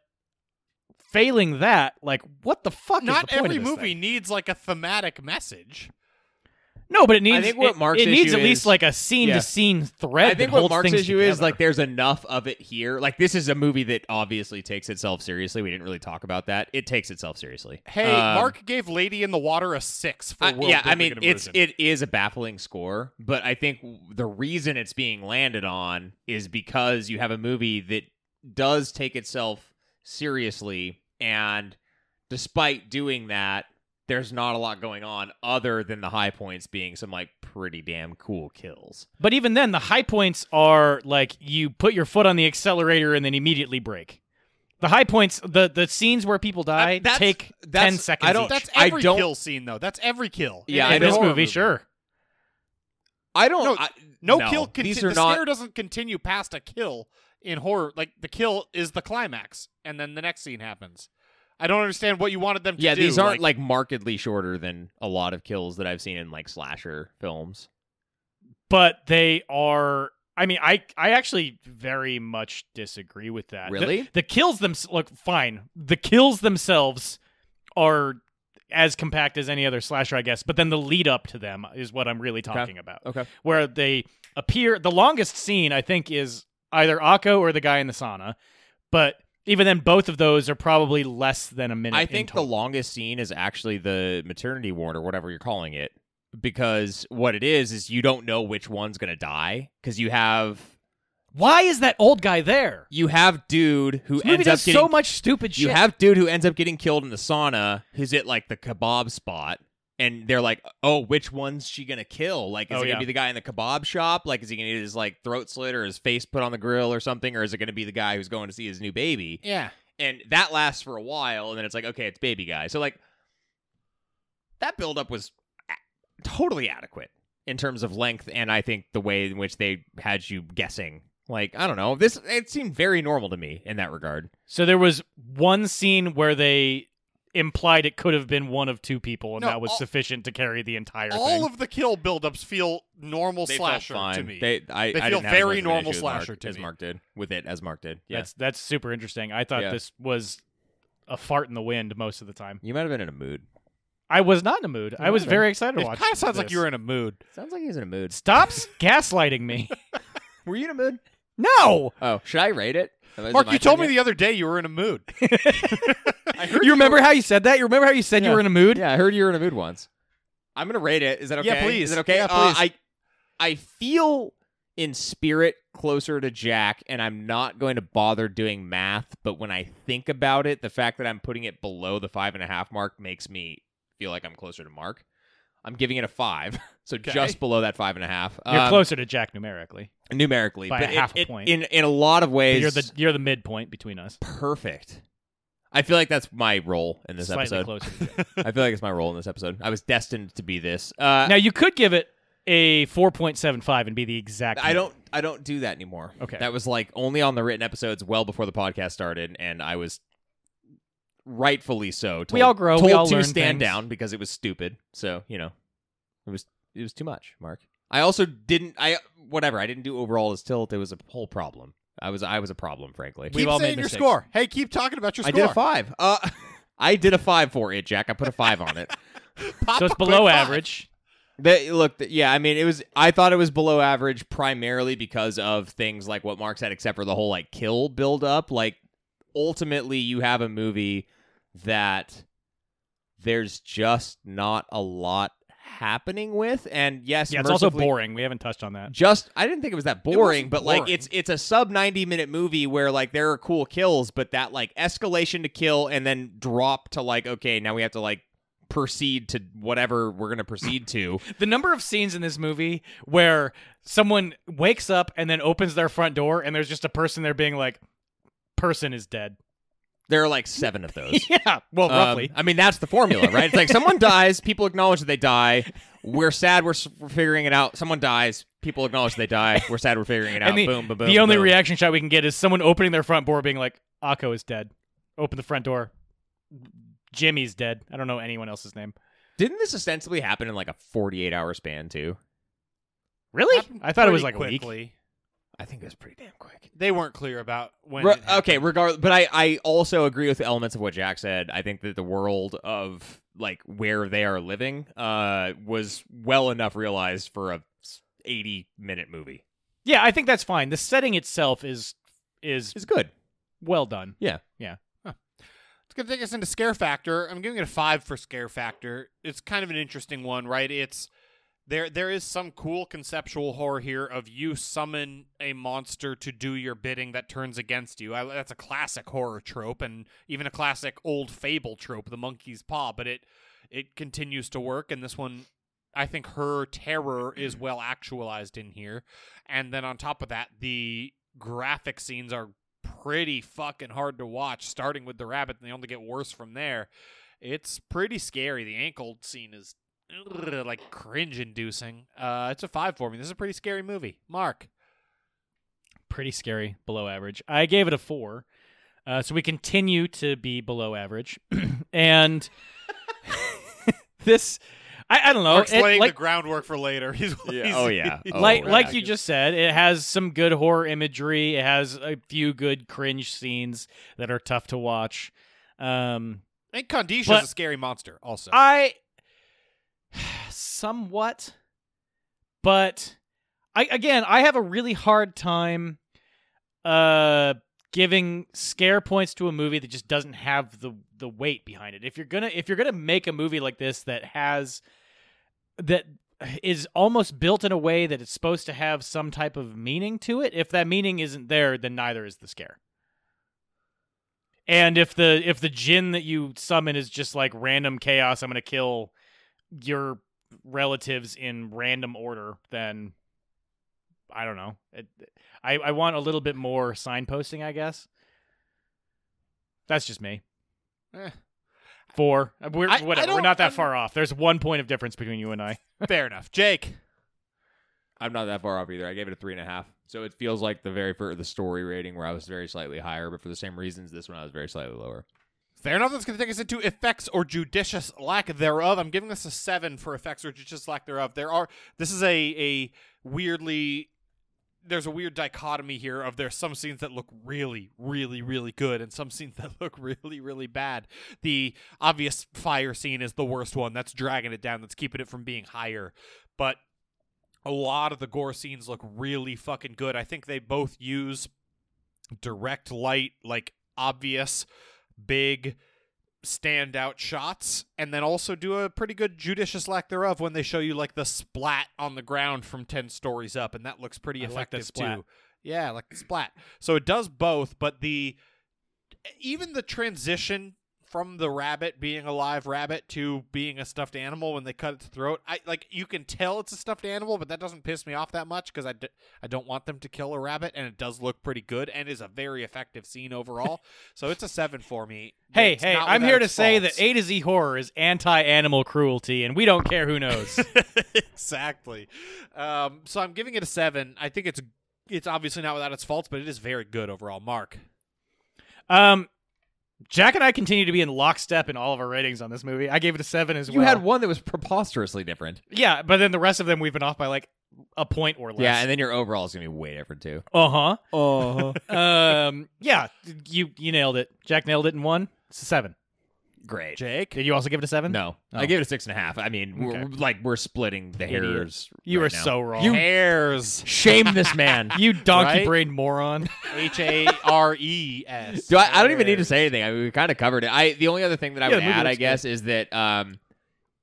Speaker 3: failing that like what the fuck is
Speaker 1: Not
Speaker 3: the point
Speaker 1: every
Speaker 3: of this
Speaker 1: movie
Speaker 3: thing?
Speaker 1: needs like a thematic message.
Speaker 3: no but it needs
Speaker 2: think what
Speaker 3: it,
Speaker 2: Mark's
Speaker 3: it needs
Speaker 2: issue
Speaker 3: at least
Speaker 2: is-
Speaker 3: like a scene to scene thread
Speaker 2: I think
Speaker 3: that
Speaker 2: what
Speaker 3: holds
Speaker 2: Mark's
Speaker 3: things
Speaker 2: issue is
Speaker 3: together.
Speaker 2: like there's enough of it here. Like this is a movie that obviously takes itself seriously. We didn't really talk about that. It takes itself seriously.
Speaker 1: Hey,
Speaker 2: Um,
Speaker 1: Mark gave Lady in the Water a six for
Speaker 2: I-
Speaker 1: world.
Speaker 2: yeah, I
Speaker 1: building
Speaker 2: mean
Speaker 1: and
Speaker 2: it's
Speaker 1: immersion.
Speaker 2: it is a baffling score, but I think w- the reason it's being landed on is because you have a movie that does take itself seriously, and despite doing that, there's not a lot going on other than the high points being some like pretty damn cool kills.
Speaker 3: but even then the high points are like you put your foot on the accelerator and then immediately brake the high points the the scenes where people die
Speaker 2: I- that's-
Speaker 3: take
Speaker 2: that's-
Speaker 3: 10 seconds
Speaker 2: I don't-
Speaker 3: each.
Speaker 1: That's
Speaker 2: I
Speaker 1: every
Speaker 2: don't-
Speaker 1: kill scene though. That's every kill.
Speaker 2: Yeah,
Speaker 1: In
Speaker 2: I
Speaker 3: in
Speaker 1: every
Speaker 3: this
Speaker 2: don't-
Speaker 1: horror
Speaker 3: movie sure
Speaker 2: I don't.
Speaker 1: No,
Speaker 2: I-
Speaker 1: No, kill. Conti-
Speaker 2: These are
Speaker 1: the
Speaker 2: not.
Speaker 1: scare doesn't continue past a kill in horror. Like the kill is the climax, and then the next scene happens. I don't understand what you wanted them to
Speaker 2: yeah,
Speaker 1: do.
Speaker 2: these aren't like, markedly shorter than a lot of kills that I've seen in like slasher films.
Speaker 3: but they are I mean, I I actually very much disagree with that. The-
Speaker 2: Really?
Speaker 3: The, kills them look fine. The kills themselves are as compact as any other slasher, I guess. But then the lead up to them is what I'm really talking about,
Speaker 2: Okay.
Speaker 3: where they appear. The longest scene I think is either Akko or the guy in the sauna, but even then, both of those are probably less than a minute.
Speaker 2: I
Speaker 3: in
Speaker 2: think the
Speaker 3: total.
Speaker 2: longest scene is actually the maternity ward or whatever you're calling it, because what it is is you don't know which one's gonna die because you have
Speaker 3: Why is that old guy there?
Speaker 2: you have dude who
Speaker 3: This movie
Speaker 2: ends up
Speaker 3: does
Speaker 2: getting
Speaker 3: so much stupid
Speaker 2: you
Speaker 3: shit.
Speaker 2: have dude who ends up getting killed in the sauna who's at like the kebab spot. And they're like, oh, which one's she gonna kill? Like, is
Speaker 3: Oh,
Speaker 2: it
Speaker 3: yeah.
Speaker 2: gonna be the guy in the kebab shop? Like, is he gonna get his like throat slit or his face put on the grill or something? Or is it gonna be the guy who's going to see his new baby?
Speaker 1: Yeah.
Speaker 2: and that lasts for a while and then it's like okay it's baby guy so like that buildup was a- totally adequate in terms of length and i think the way in which they had you guessing like i don't know this it seemed very normal to me in that regard
Speaker 3: So there was one scene where they implied it could have been one of two people, and
Speaker 1: No,
Speaker 3: that was
Speaker 1: all-
Speaker 3: sufficient to carry the entire
Speaker 1: All
Speaker 3: thing.
Speaker 1: of the kill buildups feel normal
Speaker 2: They felt
Speaker 1: slasher to
Speaker 2: fine.
Speaker 1: me.
Speaker 2: they, I,
Speaker 1: They
Speaker 2: I
Speaker 1: feel
Speaker 2: didn't have as
Speaker 1: very
Speaker 2: much of an
Speaker 1: normal
Speaker 2: issue with Mark-
Speaker 1: slasher to
Speaker 2: as
Speaker 1: me.
Speaker 2: mark did with it as mark did yeah
Speaker 3: That's that's super interesting. I thought
Speaker 2: Yeah.
Speaker 3: this was a fart in the wind most of the time.
Speaker 2: you might have been in a mood
Speaker 3: I was not in a mood. I was
Speaker 2: Okay.
Speaker 3: very excited to
Speaker 1: it
Speaker 3: watch.
Speaker 1: kind of sounds like
Speaker 3: this.
Speaker 1: you were in a mood.
Speaker 2: sounds like he was in a
Speaker 1: (laughs)
Speaker 2: mood
Speaker 3: Stop gaslighting me.
Speaker 2: were you in a mood
Speaker 3: No.
Speaker 2: oh should i rate it Am I-
Speaker 1: Mark,
Speaker 2: am I
Speaker 1: you told me
Speaker 2: forget-
Speaker 1: the other day you were in a
Speaker 2: (laughs)
Speaker 1: mood.
Speaker 3: You remember how you said that? You remember how you said you
Speaker 2: Yeah.
Speaker 3: were in
Speaker 2: (laughs)
Speaker 3: a mood?
Speaker 2: Yeah, I heard you were in a mood once. I'm gonna rate it. Is that okay?
Speaker 1: Yeah, please.
Speaker 2: Is it okay?
Speaker 1: Yeah,
Speaker 2: Uh,
Speaker 1: please.
Speaker 2: I I feel in spirit closer to Jack, and I'm not going to bother doing math. But when I think about it, the fact that I'm putting it below the five and a half mark makes me feel like I'm closer to Mark. I'm giving it a five, (laughs) so
Speaker 1: Okay.
Speaker 2: just below that five and a half.
Speaker 3: You're
Speaker 2: Um,
Speaker 3: closer to Jack numerically.
Speaker 2: numerically,
Speaker 3: by
Speaker 2: but
Speaker 3: a
Speaker 2: it-
Speaker 3: half a
Speaker 2: it-
Speaker 3: point.
Speaker 2: In in a lot of
Speaker 3: But
Speaker 2: ways,
Speaker 3: You're the you're the midpoint between us.
Speaker 2: perfect. I feel like that's my role in this
Speaker 3: Slightly
Speaker 2: episode.
Speaker 3: closer.
Speaker 2: (laughs)
Speaker 3: to Jack.
Speaker 2: I feel like it's my role in this episode. I was destined to be this. Uh,
Speaker 3: now you could give it a 4.75 and be the exact.
Speaker 2: I don't. I don't do that anymore.
Speaker 3: Okay.
Speaker 2: that was like only on the written episodes, well before the podcast started, and I was rightfully so. Told,
Speaker 3: We all grow,
Speaker 2: Told
Speaker 3: we all
Speaker 2: to
Speaker 3: learn
Speaker 2: stand
Speaker 3: things.
Speaker 2: down because it was stupid. So you know, it was it was too much. Mark. I also didn't. I whatever. I didn't do overall as tilt. It was a whole problem. I was I was a problem, frankly.
Speaker 3: We've
Speaker 1: keep
Speaker 3: all
Speaker 1: saying
Speaker 3: made
Speaker 1: your
Speaker 3: mistakes.
Speaker 1: score. Hey, keep talking about your
Speaker 2: I
Speaker 1: score.
Speaker 2: did a five. Uh, (laughs) I did a five for it, Jack. I put a five on it.
Speaker 1: Pop
Speaker 3: So
Speaker 1: a
Speaker 3: it's
Speaker 1: quick
Speaker 3: below
Speaker 1: five.
Speaker 3: average.
Speaker 2: That look, th- yeah, I mean, it was. I thought it was below average primarily because of things like what Mark said, except for the whole like kill build up. Like, ultimately, you have a movie that there's just not a lot happening with, and yes,
Speaker 3: Yeah, it's also
Speaker 2: mercifully-
Speaker 3: boring. We haven't touched on that.
Speaker 2: Just, I didn't think it was that
Speaker 1: wasn't
Speaker 2: boring, but like
Speaker 1: boring.
Speaker 2: it's it's a sub ninety minute movie where like there are cool kills, but that like escalation to kill and then drop to like okay, now we have to like proceed to whatever we're gonna proceed to.
Speaker 3: (laughs) The number of scenes in this movie where someone wakes up and then opens their front door and there's just a person there being like, "Person is dead."
Speaker 2: There are like seven of (laughs) those.
Speaker 3: (laughs) yeah, well,
Speaker 2: Um,
Speaker 3: roughly.
Speaker 2: I mean, that's the formula, right? It's like (laughs) someone dies, people acknowledge that they die. We're sad. We're, s- we're figuring it out. Someone dies, people acknowledge they die. We're sad. We're figuring (laughs) it out.
Speaker 3: And the,
Speaker 2: boom, boom, boom.
Speaker 3: the only
Speaker 2: boom.
Speaker 3: reaction shot we can get is someone opening their front door, being like, "Akko is dead." Open the front door. Jimmy's dead. I don't know anyone else's name.
Speaker 2: Didn't this ostensibly happen in like a forty-eight hour span too?
Speaker 3: Really?
Speaker 1: Happened
Speaker 3: I thought it was like
Speaker 1: pretty
Speaker 3: a week.
Speaker 1: quickly.
Speaker 2: I think it was pretty damn quick.
Speaker 1: They weren't clear about when.
Speaker 2: Re-
Speaker 1: it happened.
Speaker 2: okay, regard, but I I also agree with the elements of what Jack said. I think that the world of like where they are living uh was well enough realized for a eighty minute movie.
Speaker 3: Yeah, I think that's fine. The setting itself is is
Speaker 2: It's good.
Speaker 3: well done.
Speaker 1: It's going to take us into scare factor. I'm giving it a five for scare factor. It's kind of an interesting one, right? It's there. There is some cool conceptual horror here of you summon a monster to do your bidding that turns against you. I, that's a classic horror trope, and even a classic old fable trope, the monkey's paw. But it it continues to work, and this one. I think her terror is well actualized in here. And then on top of that, the graphic scenes are pretty fucking hard to watch, starting with the rabbit, and they only get worse from there. It's pretty scary. The ankle scene is ugh, like cringe inducing. Uh, it's a five for me. This is a pretty scary movie. Mark.
Speaker 3: Pretty scary, below average. I gave it a four. Uh, so we continue to be below average, (clears throat) and (laughs) this I, I don't know.
Speaker 1: Mark's
Speaker 3: Oh, it-
Speaker 1: laying
Speaker 3: like
Speaker 1: the groundwork for later. (laughs) He's, he's-
Speaker 2: Oh yeah. Oh,
Speaker 3: like
Speaker 2: yeah.
Speaker 3: like you just said, it has some good horror imagery. It has a few good cringe scenes that are tough to watch. Um,
Speaker 1: And Condisha's
Speaker 3: But-
Speaker 1: a scary monster, also.
Speaker 3: I (sighs) somewhat, but I again I have a really hard time uh giving scare points to a movie that just doesn't have the the weight behind it. If you're gonna if you're gonna make a movie like this that has that is almost built in a way that it's supposed to have some type of meaning to it. If that meaning isn't there, then neither is the scare. And if the if the jinn that you summon is just like random chaos, I'm gonna kill your relatives in random order, then I don't know. It, I I want a little bit more signposting, I guess. That's just me.
Speaker 1: Eh.
Speaker 3: Four. Uh, We're
Speaker 1: I- I
Speaker 3: whatever. We're
Speaker 1: don't-
Speaker 3: not that
Speaker 1: I'm-
Speaker 3: far off. There's one point of difference between you and I.
Speaker 1: Fair enough. Jake.
Speaker 2: I'm not that far off either. I gave it a three and a half. So it feels like the very for the story rating where I was very slightly higher, but for the same reasons, this one I was very slightly lower.
Speaker 1: Fair enough. That's going to take us into effects or judicious lack thereof. I'm giving this a seven for effects or judicious lack thereof. There are this is a a weirdly there's a weird dichotomy here of there's some scenes that look really really really good and some scenes (laughs) that look really really bad. The obvious fire scene is the worst one. That's dragging it down. That's keeping it from being higher. But a lot of the gore scenes look really fucking good. I think they both use direct light, like obvious, big standout shots, and then also do a pretty good judicious lack thereof when they show you like the splat on the ground from ten stories up, and that looks pretty
Speaker 3: I like that
Speaker 1: effective
Speaker 3: splat.
Speaker 1: too. Yeah, I like the splat. So it does both, but the even the transition from the rabbit being a live rabbit to being a stuffed animal when they cut its throat i like you can tell it's a stuffed animal but that doesn't piss me off that much because I, d- I don't want them to kill a rabbit and it does look pretty good and is a very effective scene
Speaker 3: (laughs)
Speaker 1: overall so it's a seven for me
Speaker 3: Hey,
Speaker 1: It's
Speaker 3: hey,
Speaker 1: not
Speaker 3: I'm
Speaker 1: without
Speaker 3: here to
Speaker 1: its
Speaker 3: say
Speaker 1: faults.
Speaker 3: that A to Z horror is anti animal cruelty, and we don't care who knows.
Speaker 1: (laughs) exactly um, so i'm giving it a seven i think it's it's obviously not without its faults but it is very good overall mark
Speaker 3: um, Jack and I continue to be in lockstep in all of our ratings on this movie. I gave it a seven as
Speaker 2: You
Speaker 3: well.
Speaker 2: had one that was preposterously different.
Speaker 3: yeah, but then the rest of them we've been off by like a point or less.
Speaker 2: Yeah, and then your overall is gonna be way different too.
Speaker 3: uh
Speaker 2: Oh,
Speaker 3: huh. um, yeah, you you nailed it. Jack nailed it in one. It's a seven.
Speaker 2: great.
Speaker 1: jake
Speaker 3: Did you also give it a seven?
Speaker 2: No,
Speaker 3: Oh.
Speaker 2: I gave it a six and a half. I mean, we're,
Speaker 3: Okay.
Speaker 2: we're- like we're splitting the
Speaker 3: Idiot.
Speaker 2: hairs.
Speaker 3: You
Speaker 2: right
Speaker 3: are
Speaker 2: now.
Speaker 3: so wrong.
Speaker 2: You-
Speaker 1: hairs
Speaker 2: shame this man.
Speaker 3: you donkey
Speaker 1: Right?
Speaker 3: brain moron.
Speaker 1: H A R E S.
Speaker 2: Do I, I don't even need to say anything. I mean, we kind of covered it. I the only other thing that I
Speaker 3: Yeah,
Speaker 2: would
Speaker 3: the movie
Speaker 2: add, I
Speaker 3: looks
Speaker 2: guess, is that um,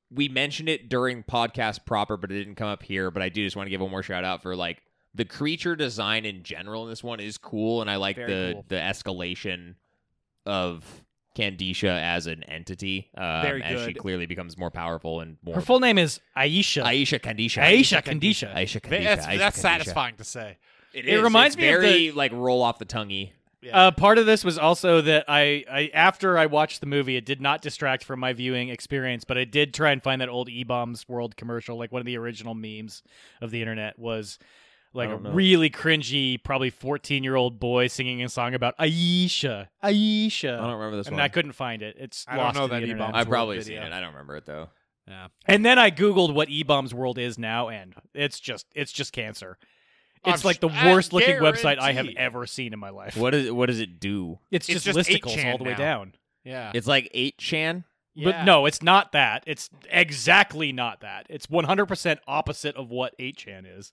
Speaker 2: we mentioned it during podcast proper, but it didn't come up here. But I do just want to give one more shout out for like the creature design in general in this one is cool, and I like
Speaker 1: Very
Speaker 2: the
Speaker 1: cool.
Speaker 2: the escalation of Candisha as an entity um,
Speaker 1: Very
Speaker 2: as she
Speaker 1: good.
Speaker 2: clearly becomes more powerful and more
Speaker 3: Her full name is Aisha.
Speaker 2: Aisha Candisha.
Speaker 3: Aisha Kandisha.
Speaker 2: Aisha Kandisha.
Speaker 1: That's,
Speaker 2: Aisha
Speaker 1: that's
Speaker 2: Kandisha.
Speaker 1: satisfying to say.
Speaker 2: It,
Speaker 3: is. reminds
Speaker 2: It's
Speaker 3: me of
Speaker 2: very like roll off the tonguey.
Speaker 1: Yeah.
Speaker 3: Uh, part of this was also that I, I after I watched the movie, it did not distract from my viewing experience, but I did try and find that old E Bombs World commercial, like one of the original memes of the internet was like
Speaker 2: I
Speaker 3: a
Speaker 2: don't know.
Speaker 3: really cringy, probably fourteen year old boy singing a song about Aisha, Aisha.
Speaker 2: I don't remember this
Speaker 3: and
Speaker 2: one.
Speaker 3: I couldn't find it. It's
Speaker 1: I don't
Speaker 3: lost
Speaker 1: know
Speaker 3: in
Speaker 1: that
Speaker 3: the internet.
Speaker 1: E-Bombs.
Speaker 2: I've
Speaker 1: World
Speaker 2: probably
Speaker 1: video.
Speaker 2: seen it. I don't remember it though.
Speaker 1: yeah.
Speaker 3: And then I googled what E Bombs World is now, and it's just it's just cancer. It's
Speaker 1: I'm
Speaker 3: like the
Speaker 1: s- I
Speaker 3: worst looking website I have
Speaker 1: guarantee.
Speaker 3: ever seen in my life.
Speaker 2: What is what does it do?
Speaker 3: It's,
Speaker 1: It's
Speaker 3: just,
Speaker 1: just
Speaker 3: listicles
Speaker 1: 8chan
Speaker 3: all the way
Speaker 1: now.
Speaker 3: down.
Speaker 1: Yeah.
Speaker 2: It's like eight chan. (laughs)
Speaker 3: But (laughs) no, it's not that. It's exactly not that. It's 100% opposite of what 8chan is.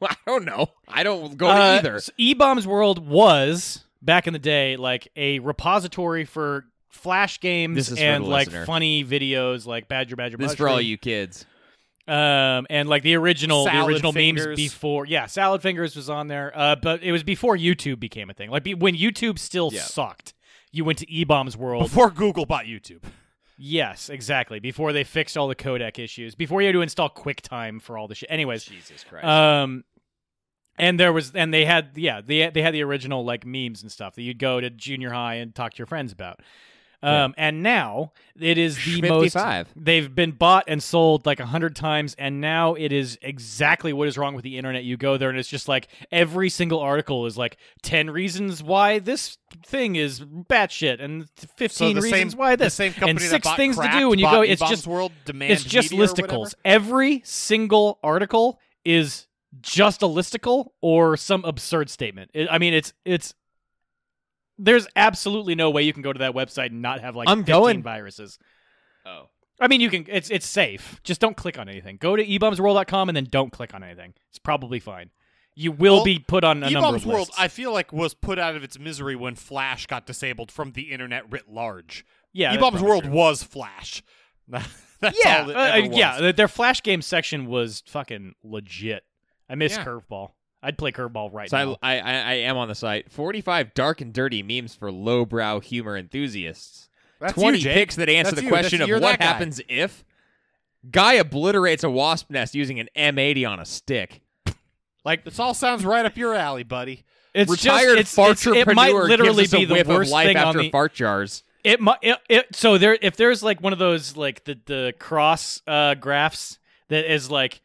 Speaker 2: I don't know. I don't go to
Speaker 3: Uh,
Speaker 2: either.
Speaker 3: so E-Bombs World was, back in the day, like a repository for Flash
Speaker 2: This
Speaker 3: games
Speaker 2: is for
Speaker 3: and
Speaker 2: the
Speaker 3: like
Speaker 2: listener.
Speaker 3: funny videos like Badger Badger
Speaker 2: This is for
Speaker 3: Mushroom.
Speaker 2: all you kids.
Speaker 3: Um, and like the original, the
Speaker 1: Salad
Speaker 3: original memes
Speaker 1: Fingers.
Speaker 3: before, yeah, Salad Fingers was on there. Uh, but it was before YouTube became a thing. Like be, when YouTube still
Speaker 2: Yeah.
Speaker 3: sucked, you went to E-Bombs World.
Speaker 1: Before Google bought YouTube.
Speaker 3: yes, exactly. Before they fixed all the codec issues. Before you had to install QuickTime for all the shit. Anyways,
Speaker 2: Jesus Christ.
Speaker 3: um, and there was, and they had, yeah, they they had the original like memes and stuff that you'd go to junior high and talk to your friends about. Um, and now it is the most.
Speaker 2: 55.
Speaker 3: They've been bought and sold like a hundred times, and now it is exactly what is wrong with the internet. You go there, and it's just like every single article is like ten reasons why this thing is batshit, and
Speaker 1: So
Speaker 3: fifteen
Speaker 1: the
Speaker 3: reasons
Speaker 1: same,
Speaker 3: why
Speaker 1: the
Speaker 3: this,
Speaker 1: same company
Speaker 3: and
Speaker 1: that
Speaker 3: six
Speaker 1: bought
Speaker 3: things
Speaker 1: Cracked
Speaker 3: to do. And you
Speaker 1: bought
Speaker 3: go, it's
Speaker 1: E-Bombs
Speaker 3: just
Speaker 1: World Demand
Speaker 3: it's just
Speaker 1: Media or
Speaker 3: listicles.
Speaker 1: whatever?
Speaker 3: Every single article is just a listicle or some absurd statement. It- I mean, it's it's there's absolutely no way you can go to that website and not have like
Speaker 2: I'm
Speaker 3: 15
Speaker 2: going.
Speaker 3: viruses.
Speaker 2: oh,
Speaker 3: I mean, you can it's it's safe. Just don't click on anything. Go to e ebombsworld.com and then don't click on anything. It's probably fine. You will
Speaker 1: Well,
Speaker 3: be put on a number
Speaker 1: E-Bombs
Speaker 3: of
Speaker 1: World,
Speaker 3: lists.
Speaker 1: I feel like, was put out of its misery when Flash got disabled from the internet writ large.
Speaker 3: yeah, that's
Speaker 1: E-Bombs
Speaker 3: probably
Speaker 1: e World
Speaker 3: true.
Speaker 1: was Flash. (laughs) that's
Speaker 3: yeah,
Speaker 1: all it
Speaker 3: uh,
Speaker 1: ever was.
Speaker 3: yeah. th- Their flash game section was fucking legit. I miss
Speaker 1: Yeah.
Speaker 3: curveball. I'd play curveball right now.
Speaker 2: so I, I I I am on the site. Forty-five dark and dirty memes for lowbrow humor enthusiasts.
Speaker 1: That's you,
Speaker 2: Twenty
Speaker 1: Jake.
Speaker 2: picks that answer
Speaker 1: That's
Speaker 2: the
Speaker 1: you.
Speaker 2: question
Speaker 1: That's-
Speaker 2: of
Speaker 1: you're
Speaker 2: what
Speaker 1: that guy.
Speaker 2: happens if guy obliterates a wasp nest using an M80 on a stick.
Speaker 1: Like, this all sounds right up your alley, buddy.
Speaker 3: It's
Speaker 2: Retired
Speaker 3: just, it's, it's,
Speaker 2: fartrepreneur
Speaker 3: it might literally
Speaker 2: gives us
Speaker 3: be
Speaker 2: a
Speaker 3: the
Speaker 2: whiff
Speaker 3: worst
Speaker 2: of life
Speaker 3: thing on
Speaker 2: after
Speaker 3: the
Speaker 2: fart jars.
Speaker 3: it might it, it so there if there's like one of those like the the cross uh graphs that is like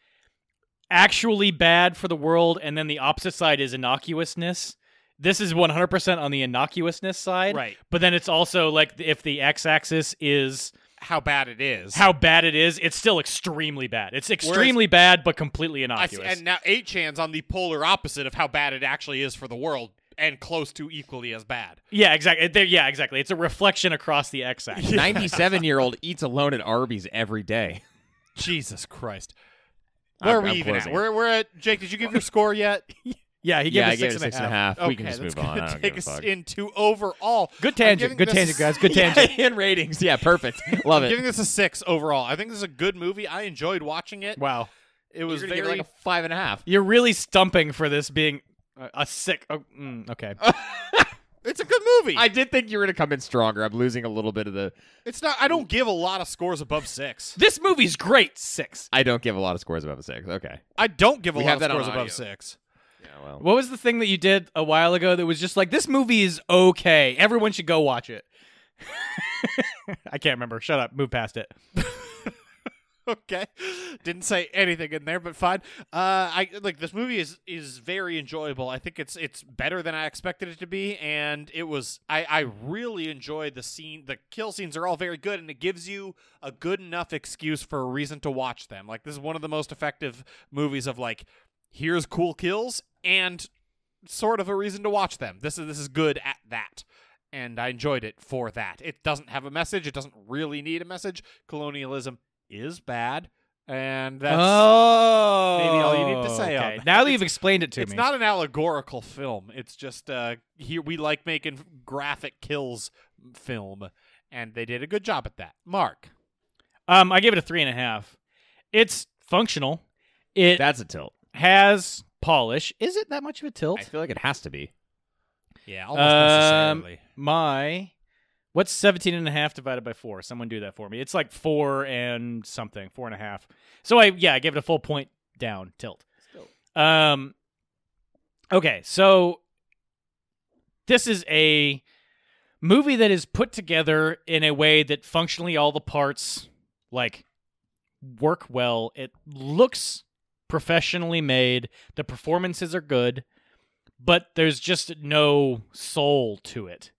Speaker 3: actually bad for the world and then the opposite side is innocuousness this is 100% on the innocuousness side
Speaker 1: Right.
Speaker 3: but then it's also like if the x-axis is
Speaker 1: How bad it is.
Speaker 3: how bad it is it's still extremely bad it's extremely bad but completely
Speaker 1: I see,
Speaker 3: innocuous
Speaker 1: and now 8chan's on the polar opposite of how bad it actually is for the world and close to equally as bad.
Speaker 3: yeah exactly there yeah exactly it's a reflection across the x-axis
Speaker 2: Ninety-seven-year-old eats alone at Arby's every day.
Speaker 1: Jesus Christ.
Speaker 2: I'm-
Speaker 1: Where are we
Speaker 2: I'm
Speaker 1: even
Speaker 2: closing.
Speaker 1: at? We're, we're at Jake. Did you give your score yet?
Speaker 3: Yeah, he gave
Speaker 2: yeah,
Speaker 3: it
Speaker 2: I gave
Speaker 3: six
Speaker 2: it
Speaker 3: and a
Speaker 2: six and a
Speaker 3: half.
Speaker 2: half.
Speaker 1: Okay,
Speaker 2: we can just
Speaker 1: that's
Speaker 2: move on.
Speaker 1: gonna
Speaker 2: (laughs) I don't
Speaker 1: take
Speaker 2: give a
Speaker 1: us
Speaker 2: fuck.
Speaker 1: into overall.
Speaker 3: Good
Speaker 1: I'm
Speaker 3: tangent.
Speaker 1: giving
Speaker 3: Good
Speaker 1: this-
Speaker 3: tangent,
Speaker 1: (laughs)
Speaker 3: guys. Good
Speaker 2: Yeah, (laughs)
Speaker 3: tangent.
Speaker 2: and ratings. Yeah, (laughs) perfect. Love
Speaker 1: I'm
Speaker 2: it.
Speaker 1: giving this a six overall. I think this is a good movie. I enjoyed watching it.
Speaker 3: Wow.
Speaker 1: It was
Speaker 2: You're
Speaker 1: very
Speaker 2: gonna give it like a five and a (laughs) half.
Speaker 3: You're really stumping for this being a, a sick. Oh, mm, okay.
Speaker 1: (laughs) It's a good movie.
Speaker 2: I did think you were gonna come in stronger. I'm losing a little bit of the.
Speaker 1: it's not. I don't give a lot of scores above six.
Speaker 3: this movie's great. Six.
Speaker 2: I don't give a lot of scores above a six. Okay.
Speaker 1: I don't give a
Speaker 2: We
Speaker 1: lot
Speaker 2: have
Speaker 1: of
Speaker 2: that on
Speaker 1: scores above
Speaker 2: audio.
Speaker 1: six.
Speaker 2: Yeah. Well.
Speaker 3: What was the thing that you did a while ago that was just like this movie is okay. Everyone should go watch it. (laughs) I can't remember. Shut up. Move past it.
Speaker 1: (laughs) okay didn't say anything in there but fine uh i like this movie is is very enjoyable i think it's it's better than i expected it to be and it was i i really enjoyed the scene the kill scenes are all very good and it gives you a good enough excuse for a reason to watch them like this is one of the most effective movies of like here's cool kills and sort of a reason to watch them this is this is good at that and I enjoyed it for that. It doesn't have a message. It doesn't really need a message. Colonialism is bad, and that's
Speaker 3: oh,
Speaker 1: maybe all you need to say on
Speaker 3: Okay.
Speaker 1: that.
Speaker 3: Now that you've explained it to
Speaker 1: it's
Speaker 3: me,
Speaker 1: not an allegorical film. It's just uh, here we like making graphic kills film, and they did a good job at that. Mark,
Speaker 3: um, I gave it a three and a half. It's functional. It
Speaker 2: That's a tilt.
Speaker 3: has polish. Is it that much of a tilt?
Speaker 2: I feel like it has to be.
Speaker 1: yeah,
Speaker 3: almost Um, necessarily. my what's 17 and a half divided by four someone do that for me it's like four and something four and a half so i yeah i gave it a full point down tilt um okay so this is a movie that is put together in a way that functionally all the parts like work well it looks professionally made the performances are good but there's just no soul to it.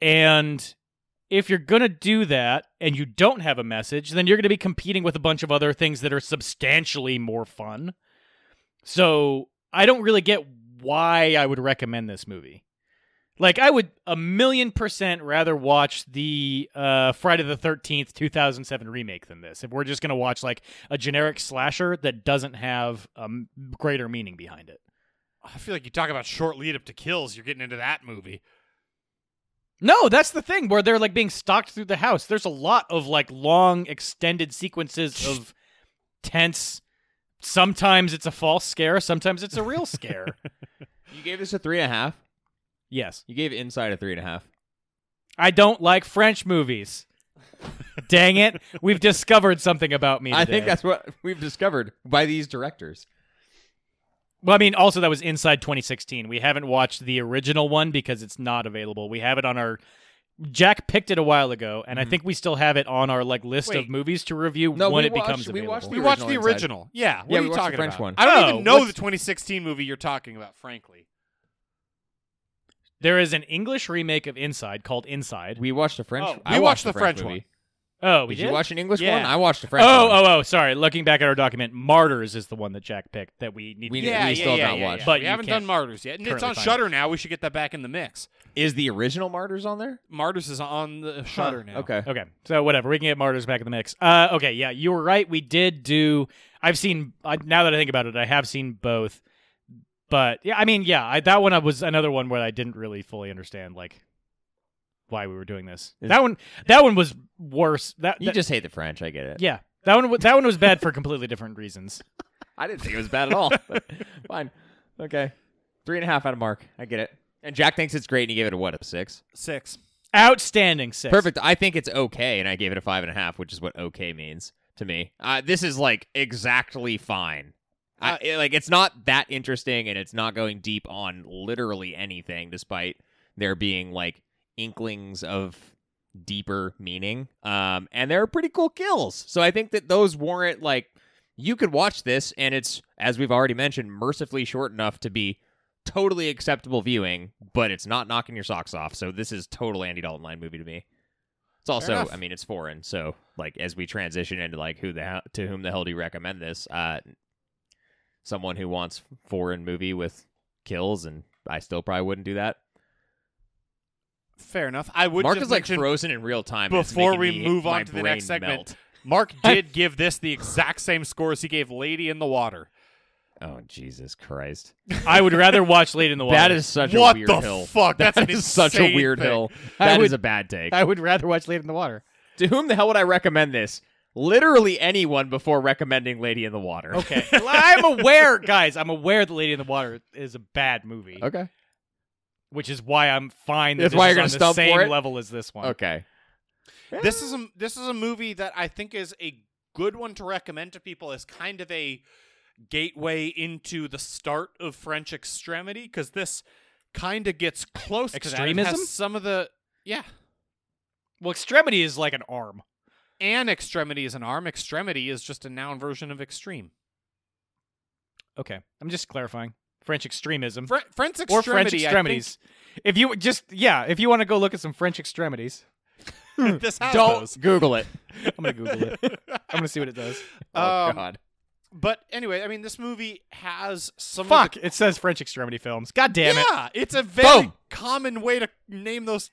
Speaker 3: And if you're going to do that and you don't have a message, then you're going to be competing with a bunch of other things that are substantially more fun. So I don't really get why I would recommend this movie. Like, I would a million percent rather watch the uh, Friday the 13th, 2007 remake than this. If we're just going to watch like a generic slasher that doesn't have a um, greater meaning behind it.
Speaker 1: I feel like you talk about short lead up to kills. You're getting into that movie.
Speaker 3: No, that's the thing where they're like being stalked through the house. There's a lot of like long extended sequences of tense. Sometimes it's a false scare, sometimes it's
Speaker 2: (laughs)
Speaker 3: a real scare.
Speaker 2: You gave this a three and a half.
Speaker 3: yes.
Speaker 2: You gave Inside a three and a half.
Speaker 3: I don't like
Speaker 2: (laughs)
Speaker 3: French movies. Dang it. We've discovered something about me.
Speaker 2: I think
Speaker 3: today.
Speaker 2: that's what we've discovered by these directors.
Speaker 3: Well, I mean, also that was Inside 2016. We haven't watched the original one because it's not available. We have it on our. Jack picked it a while ago, and I think we still have it on our like list of
Speaker 1: Wait.
Speaker 3: movies to review
Speaker 2: Mm-hmm. No,
Speaker 3: when
Speaker 2: we
Speaker 3: it
Speaker 2: watched-
Speaker 3: becomes
Speaker 2: we
Speaker 3: available.
Speaker 2: watched
Speaker 1: We
Speaker 2: The
Speaker 1: watched the
Speaker 2: original Inside.
Speaker 1: original. Yeah, what
Speaker 2: Yeah,
Speaker 1: are
Speaker 2: we
Speaker 1: you
Speaker 2: watched the
Speaker 1: talking
Speaker 2: French
Speaker 1: about?
Speaker 2: one.
Speaker 1: I don't
Speaker 3: Oh,
Speaker 1: even know
Speaker 3: what's-
Speaker 1: the 2016 movie you're talking about. Frankly,
Speaker 3: There is an English remake of Inside called Inside.
Speaker 2: We watched a French.
Speaker 1: Oh,
Speaker 2: I
Speaker 1: we watched
Speaker 2: watched
Speaker 1: the
Speaker 2: a French,
Speaker 1: French
Speaker 2: movie.
Speaker 1: one.
Speaker 3: oh, we
Speaker 2: Did you watch an English
Speaker 3: Yeah.
Speaker 2: one? I watched a French
Speaker 3: Oh,
Speaker 2: one.
Speaker 3: oh, oh, sorry. Looking back at our document, Martyrs is the one that Jack picked that we need.
Speaker 2: We-
Speaker 3: to
Speaker 1: yeah,
Speaker 2: we
Speaker 1: yeah,
Speaker 2: still have
Speaker 1: yeah,
Speaker 2: not
Speaker 1: yeah,
Speaker 2: watched.
Speaker 1: yeah.
Speaker 3: But
Speaker 1: we
Speaker 3: you
Speaker 1: haven't
Speaker 3: can't
Speaker 1: done Martyrs yet, and it's
Speaker 3: currently
Speaker 1: on
Speaker 3: find
Speaker 1: Shutter now. We should get that back in the mix.
Speaker 2: Is the original Martyrs on there?
Speaker 1: Martyrs is on the Shutter now.
Speaker 2: Okay.
Speaker 3: Okay, so whatever. We can get Martyrs back in the mix. Uh, okay, yeah, you were right. We did do. I've seen. I, now that I think about it, I have seen both. But yeah, I mean, yeah, I, that one I was another one where I didn't really fully understand like why we were doing this.
Speaker 2: Is-
Speaker 3: that one. That one was worse. That,
Speaker 2: You
Speaker 3: that-
Speaker 2: just hate the French. I get it.
Speaker 3: yeah. That one. wa- That one was bad for completely different reasons.
Speaker 2: I didn't think it was bad at all. but Fine. Okay. Three and a half out of Mark. I get it. And Jack thinks it's great, and he gave it a what a six.
Speaker 1: Six.
Speaker 3: Outstanding six.
Speaker 2: Perfect. I think it's okay, and I gave it a five and a half, which is what okay means to me. Uh, this is like exactly fine. I, it- like it's not that interesting, and it's not going deep on literally anything, despite there being like inklings of deeper meaning. Um, and there are pretty cool kills, so I think that those warrant like you could watch this, and it's as we've already mentioned, mercifully short enough to be totally acceptable viewing, but it's not knocking your socks off. So this is total Andy Dalton line movie to me. It's also,
Speaker 1: enough.
Speaker 2: I mean, it's foreign. So like as we transition into like who the hell to whom the hell do you recommend this? Uh, someone who wants foreign movie with kills, and I still probably wouldn't do that.
Speaker 1: Fair enough. I would
Speaker 2: Mark
Speaker 1: just
Speaker 2: is like
Speaker 1: mention-
Speaker 2: frozen in real time. and it's
Speaker 1: before
Speaker 2: making
Speaker 1: we
Speaker 2: me-
Speaker 1: move
Speaker 2: my
Speaker 1: on to the (laughs)
Speaker 2: brain
Speaker 1: next segment.
Speaker 2: melt.
Speaker 1: Mark did give this the exact same scores he gave Lady in the Water.
Speaker 2: Oh Jesus Christ!
Speaker 3: I would rather watch Late in the Wild.
Speaker 2: (laughs) That is such
Speaker 1: what
Speaker 2: a weird
Speaker 1: the
Speaker 2: hill.
Speaker 1: fuck? That's an
Speaker 2: That is such a
Speaker 1: insane
Speaker 2: weird
Speaker 1: thing.
Speaker 2: (laughs) hill.
Speaker 3: I
Speaker 2: That is
Speaker 3: would-
Speaker 2: a bad take.
Speaker 3: I would rather watch Late in the Water.
Speaker 2: to whom the hell would I recommend this? Literally anyone before recommending Lady in the Water.
Speaker 3: Okay, I'm aware, guys. I'm aware that Lady in the Water is a bad movie,
Speaker 2: Okay.
Speaker 3: which is why I'm fine. That
Speaker 2: That's
Speaker 3: this
Speaker 2: why
Speaker 3: is
Speaker 2: you're gonna
Speaker 3: on the
Speaker 2: stump for
Speaker 3: same
Speaker 2: it?
Speaker 3: level as this one.
Speaker 2: Okay.
Speaker 1: This is a this is a movie that I think is a good one to recommend to people as kind of a gateway into the start of French extremity because this kind of gets close to that. It
Speaker 3: Extremism?
Speaker 1: has some of the yeah,
Speaker 3: Well, extremity is like an arm.
Speaker 1: and extremity is an arm. Extremity is just a noun version of extreme.
Speaker 3: Okay, I'm just clarifying. French extremism
Speaker 1: Fre- French extremity,
Speaker 3: or French
Speaker 1: I think-
Speaker 3: extremities. If you just yeah, if you want to go look at some French extremities,
Speaker 1: (laughs) this has
Speaker 2: Don't
Speaker 1: those.
Speaker 2: (laughs) Google it.
Speaker 3: I'm gonna Google
Speaker 1: (laughs)
Speaker 3: it. I'm gonna see what it does.
Speaker 2: Oh
Speaker 1: Um,
Speaker 2: God.
Speaker 1: But anyway, I mean, this movie has some of the
Speaker 3: Fuck! It says French extremity films. God damn it!
Speaker 1: yeah, it's a very
Speaker 2: Boom.
Speaker 1: common way to name those.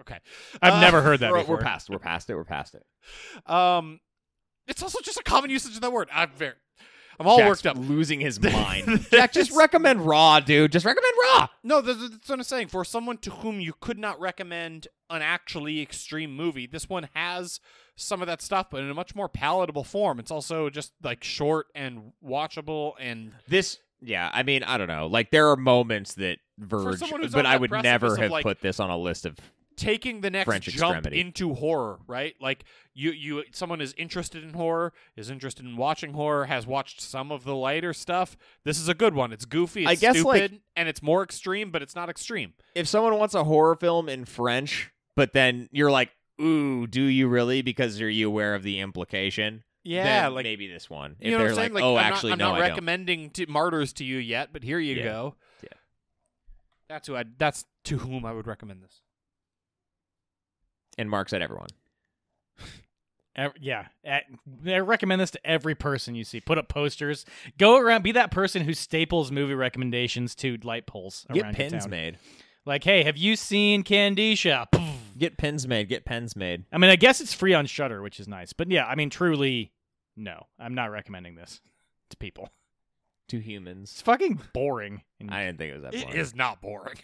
Speaker 1: Okay,
Speaker 3: I've
Speaker 1: Uh,
Speaker 3: never heard that
Speaker 2: We're,
Speaker 3: before.
Speaker 2: we're past. We're past it. We're past it.
Speaker 1: Um, it's also just a common usage of that word. I'm very, I'm all
Speaker 2: Jack's
Speaker 1: worked up.
Speaker 2: losing
Speaker 1: (laughs)
Speaker 2: his mind. Jack,
Speaker 3: (laughs)
Speaker 2: just recommend Raw, dude. Just recommend Raw.
Speaker 1: No, that's, that's what I'm saying. For someone to whom you could not recommend an actually extreme movie, this one has some of that stuff, but in a much more palatable form. It's also just like short and watchable, and
Speaker 2: This. Yeah, I mean, I don't know. Like there are moments that verge,
Speaker 1: someone who's on
Speaker 2: but I
Speaker 1: the
Speaker 2: would
Speaker 1: precipice
Speaker 2: never
Speaker 1: of,
Speaker 2: have
Speaker 1: like-
Speaker 2: put this on a list of.
Speaker 1: taking the next
Speaker 2: French
Speaker 1: jump
Speaker 2: extremity.
Speaker 1: into horror, right? Like you, you, someone is interested in horror, is interested in watching horror, has watched some of the lighter stuff. This is a good one. It's goofy, it's
Speaker 2: I guess, like-
Speaker 1: stupid, and it's more extreme, but it's not extreme.
Speaker 2: If someone wants a horror film in French, but then you're like, ooh, do you really? Because are you aware of the implication?
Speaker 1: Yeah,
Speaker 2: Then
Speaker 1: like
Speaker 2: maybe this one. If
Speaker 1: You know
Speaker 2: they're
Speaker 1: what I'm saying?
Speaker 2: like,
Speaker 1: Like,
Speaker 2: oh,
Speaker 1: I'm
Speaker 2: actually,
Speaker 1: not, I'm
Speaker 2: no,
Speaker 1: not
Speaker 2: I don't.
Speaker 1: recommending to martyrs to you yet, but here you
Speaker 2: Yeah.
Speaker 1: go.
Speaker 2: Yeah.
Speaker 1: That's who I. That's to whom I would recommend this.
Speaker 2: And Mark said everyone.
Speaker 3: Ev- yeah, At- I recommend this to every person you see. Put up posters. Go around. Be that person who staples movie recommendations to light poles around
Speaker 2: Get
Speaker 3: your
Speaker 2: pins
Speaker 3: town.
Speaker 2: made.
Speaker 3: Like, hey, have you seen Candisha? Pff.
Speaker 2: Get pins made. Get pens made.
Speaker 3: I mean, I guess it's free on Shutter, which is nice. But yeah, I mean, truly, no, I'm not recommending this to people.
Speaker 2: To
Speaker 3: It's
Speaker 2: humans.
Speaker 3: fucking boring. And-
Speaker 2: I didn't think it was that.
Speaker 1: It
Speaker 2: boring.
Speaker 1: is not boring.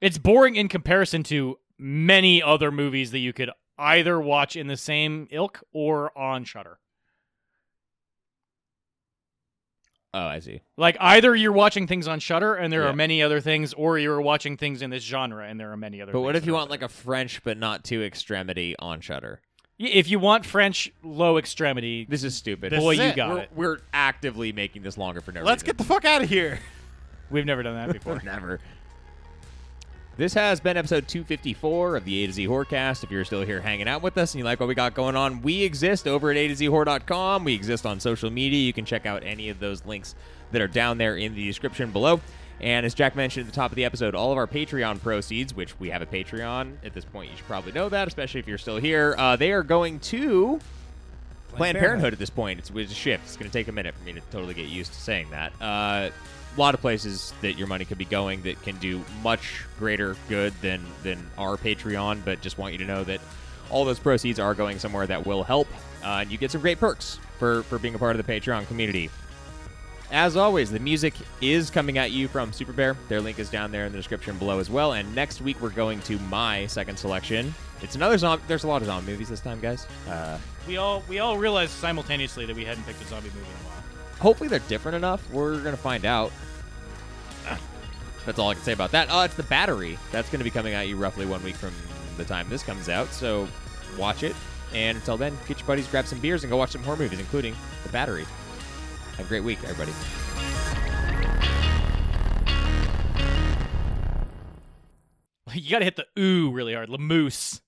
Speaker 3: it's boring in comparison to many other movies that you could either watch in the same ilk or on Shutter.
Speaker 2: Oh, I see.
Speaker 3: Like either you're watching things on Shutter and there
Speaker 2: Yeah.
Speaker 3: are many other things, or you're watching things in this genre and there are many other.
Speaker 2: But what if you want like a French but not too extremity on Shutter?
Speaker 3: If you want French low extremity,
Speaker 2: This is stupid.
Speaker 1: This
Speaker 3: Boy,
Speaker 1: is
Speaker 3: you
Speaker 1: it.
Speaker 3: got
Speaker 2: we're,
Speaker 3: it.
Speaker 2: we're actively making this longer for no
Speaker 1: Let's
Speaker 2: reason.
Speaker 1: get the fuck out of here.
Speaker 3: we've never done
Speaker 2: (laughs)
Speaker 3: that before.
Speaker 2: Never. This has been episode 254 of the A to Z Horrorcast. If you're still here hanging out with us and you like what we got going on, we exist over at A to Z Horror.com. We exist on social media. You can check out any of those links that are down there in the description below. And as Jack mentioned at the top of the episode, all of our Patreon proceeds, which we have a Patreon at this point, you should probably know that, especially if you're still here. Uh, they are going to Planned Parenthood at this point. It's, it's a shift. It's going to take a minute for me to totally get used to saying that. Uh, a lot of places that your money could be going that can do much greater good than than our Patreon, but just want you to know that all those proceeds are going somewhere that will help, uh, and you get some great perks for for being a part of the Patreon community. As always, the music is coming at you from Super Bear. Their link is down there in the description below as well. And next week we're going to my second selection. It's another zombie. There's a lot of zombie movies this time, guys. Uh,
Speaker 3: (laughs) we all we all realized simultaneously that we hadn't picked a zombie movie in a while.
Speaker 2: Hopefully they're different enough. We're gonna find out. That's all I can say about that. Oh, it's the battery. That's gonna be coming at you roughly one week from the time this comes out. So watch it. And until then, get your buddies, grab some beers, and go watch some horror movies, including the battery. Have a great week, everybody.
Speaker 3: You got to hit the ooh really hard. Lamoose.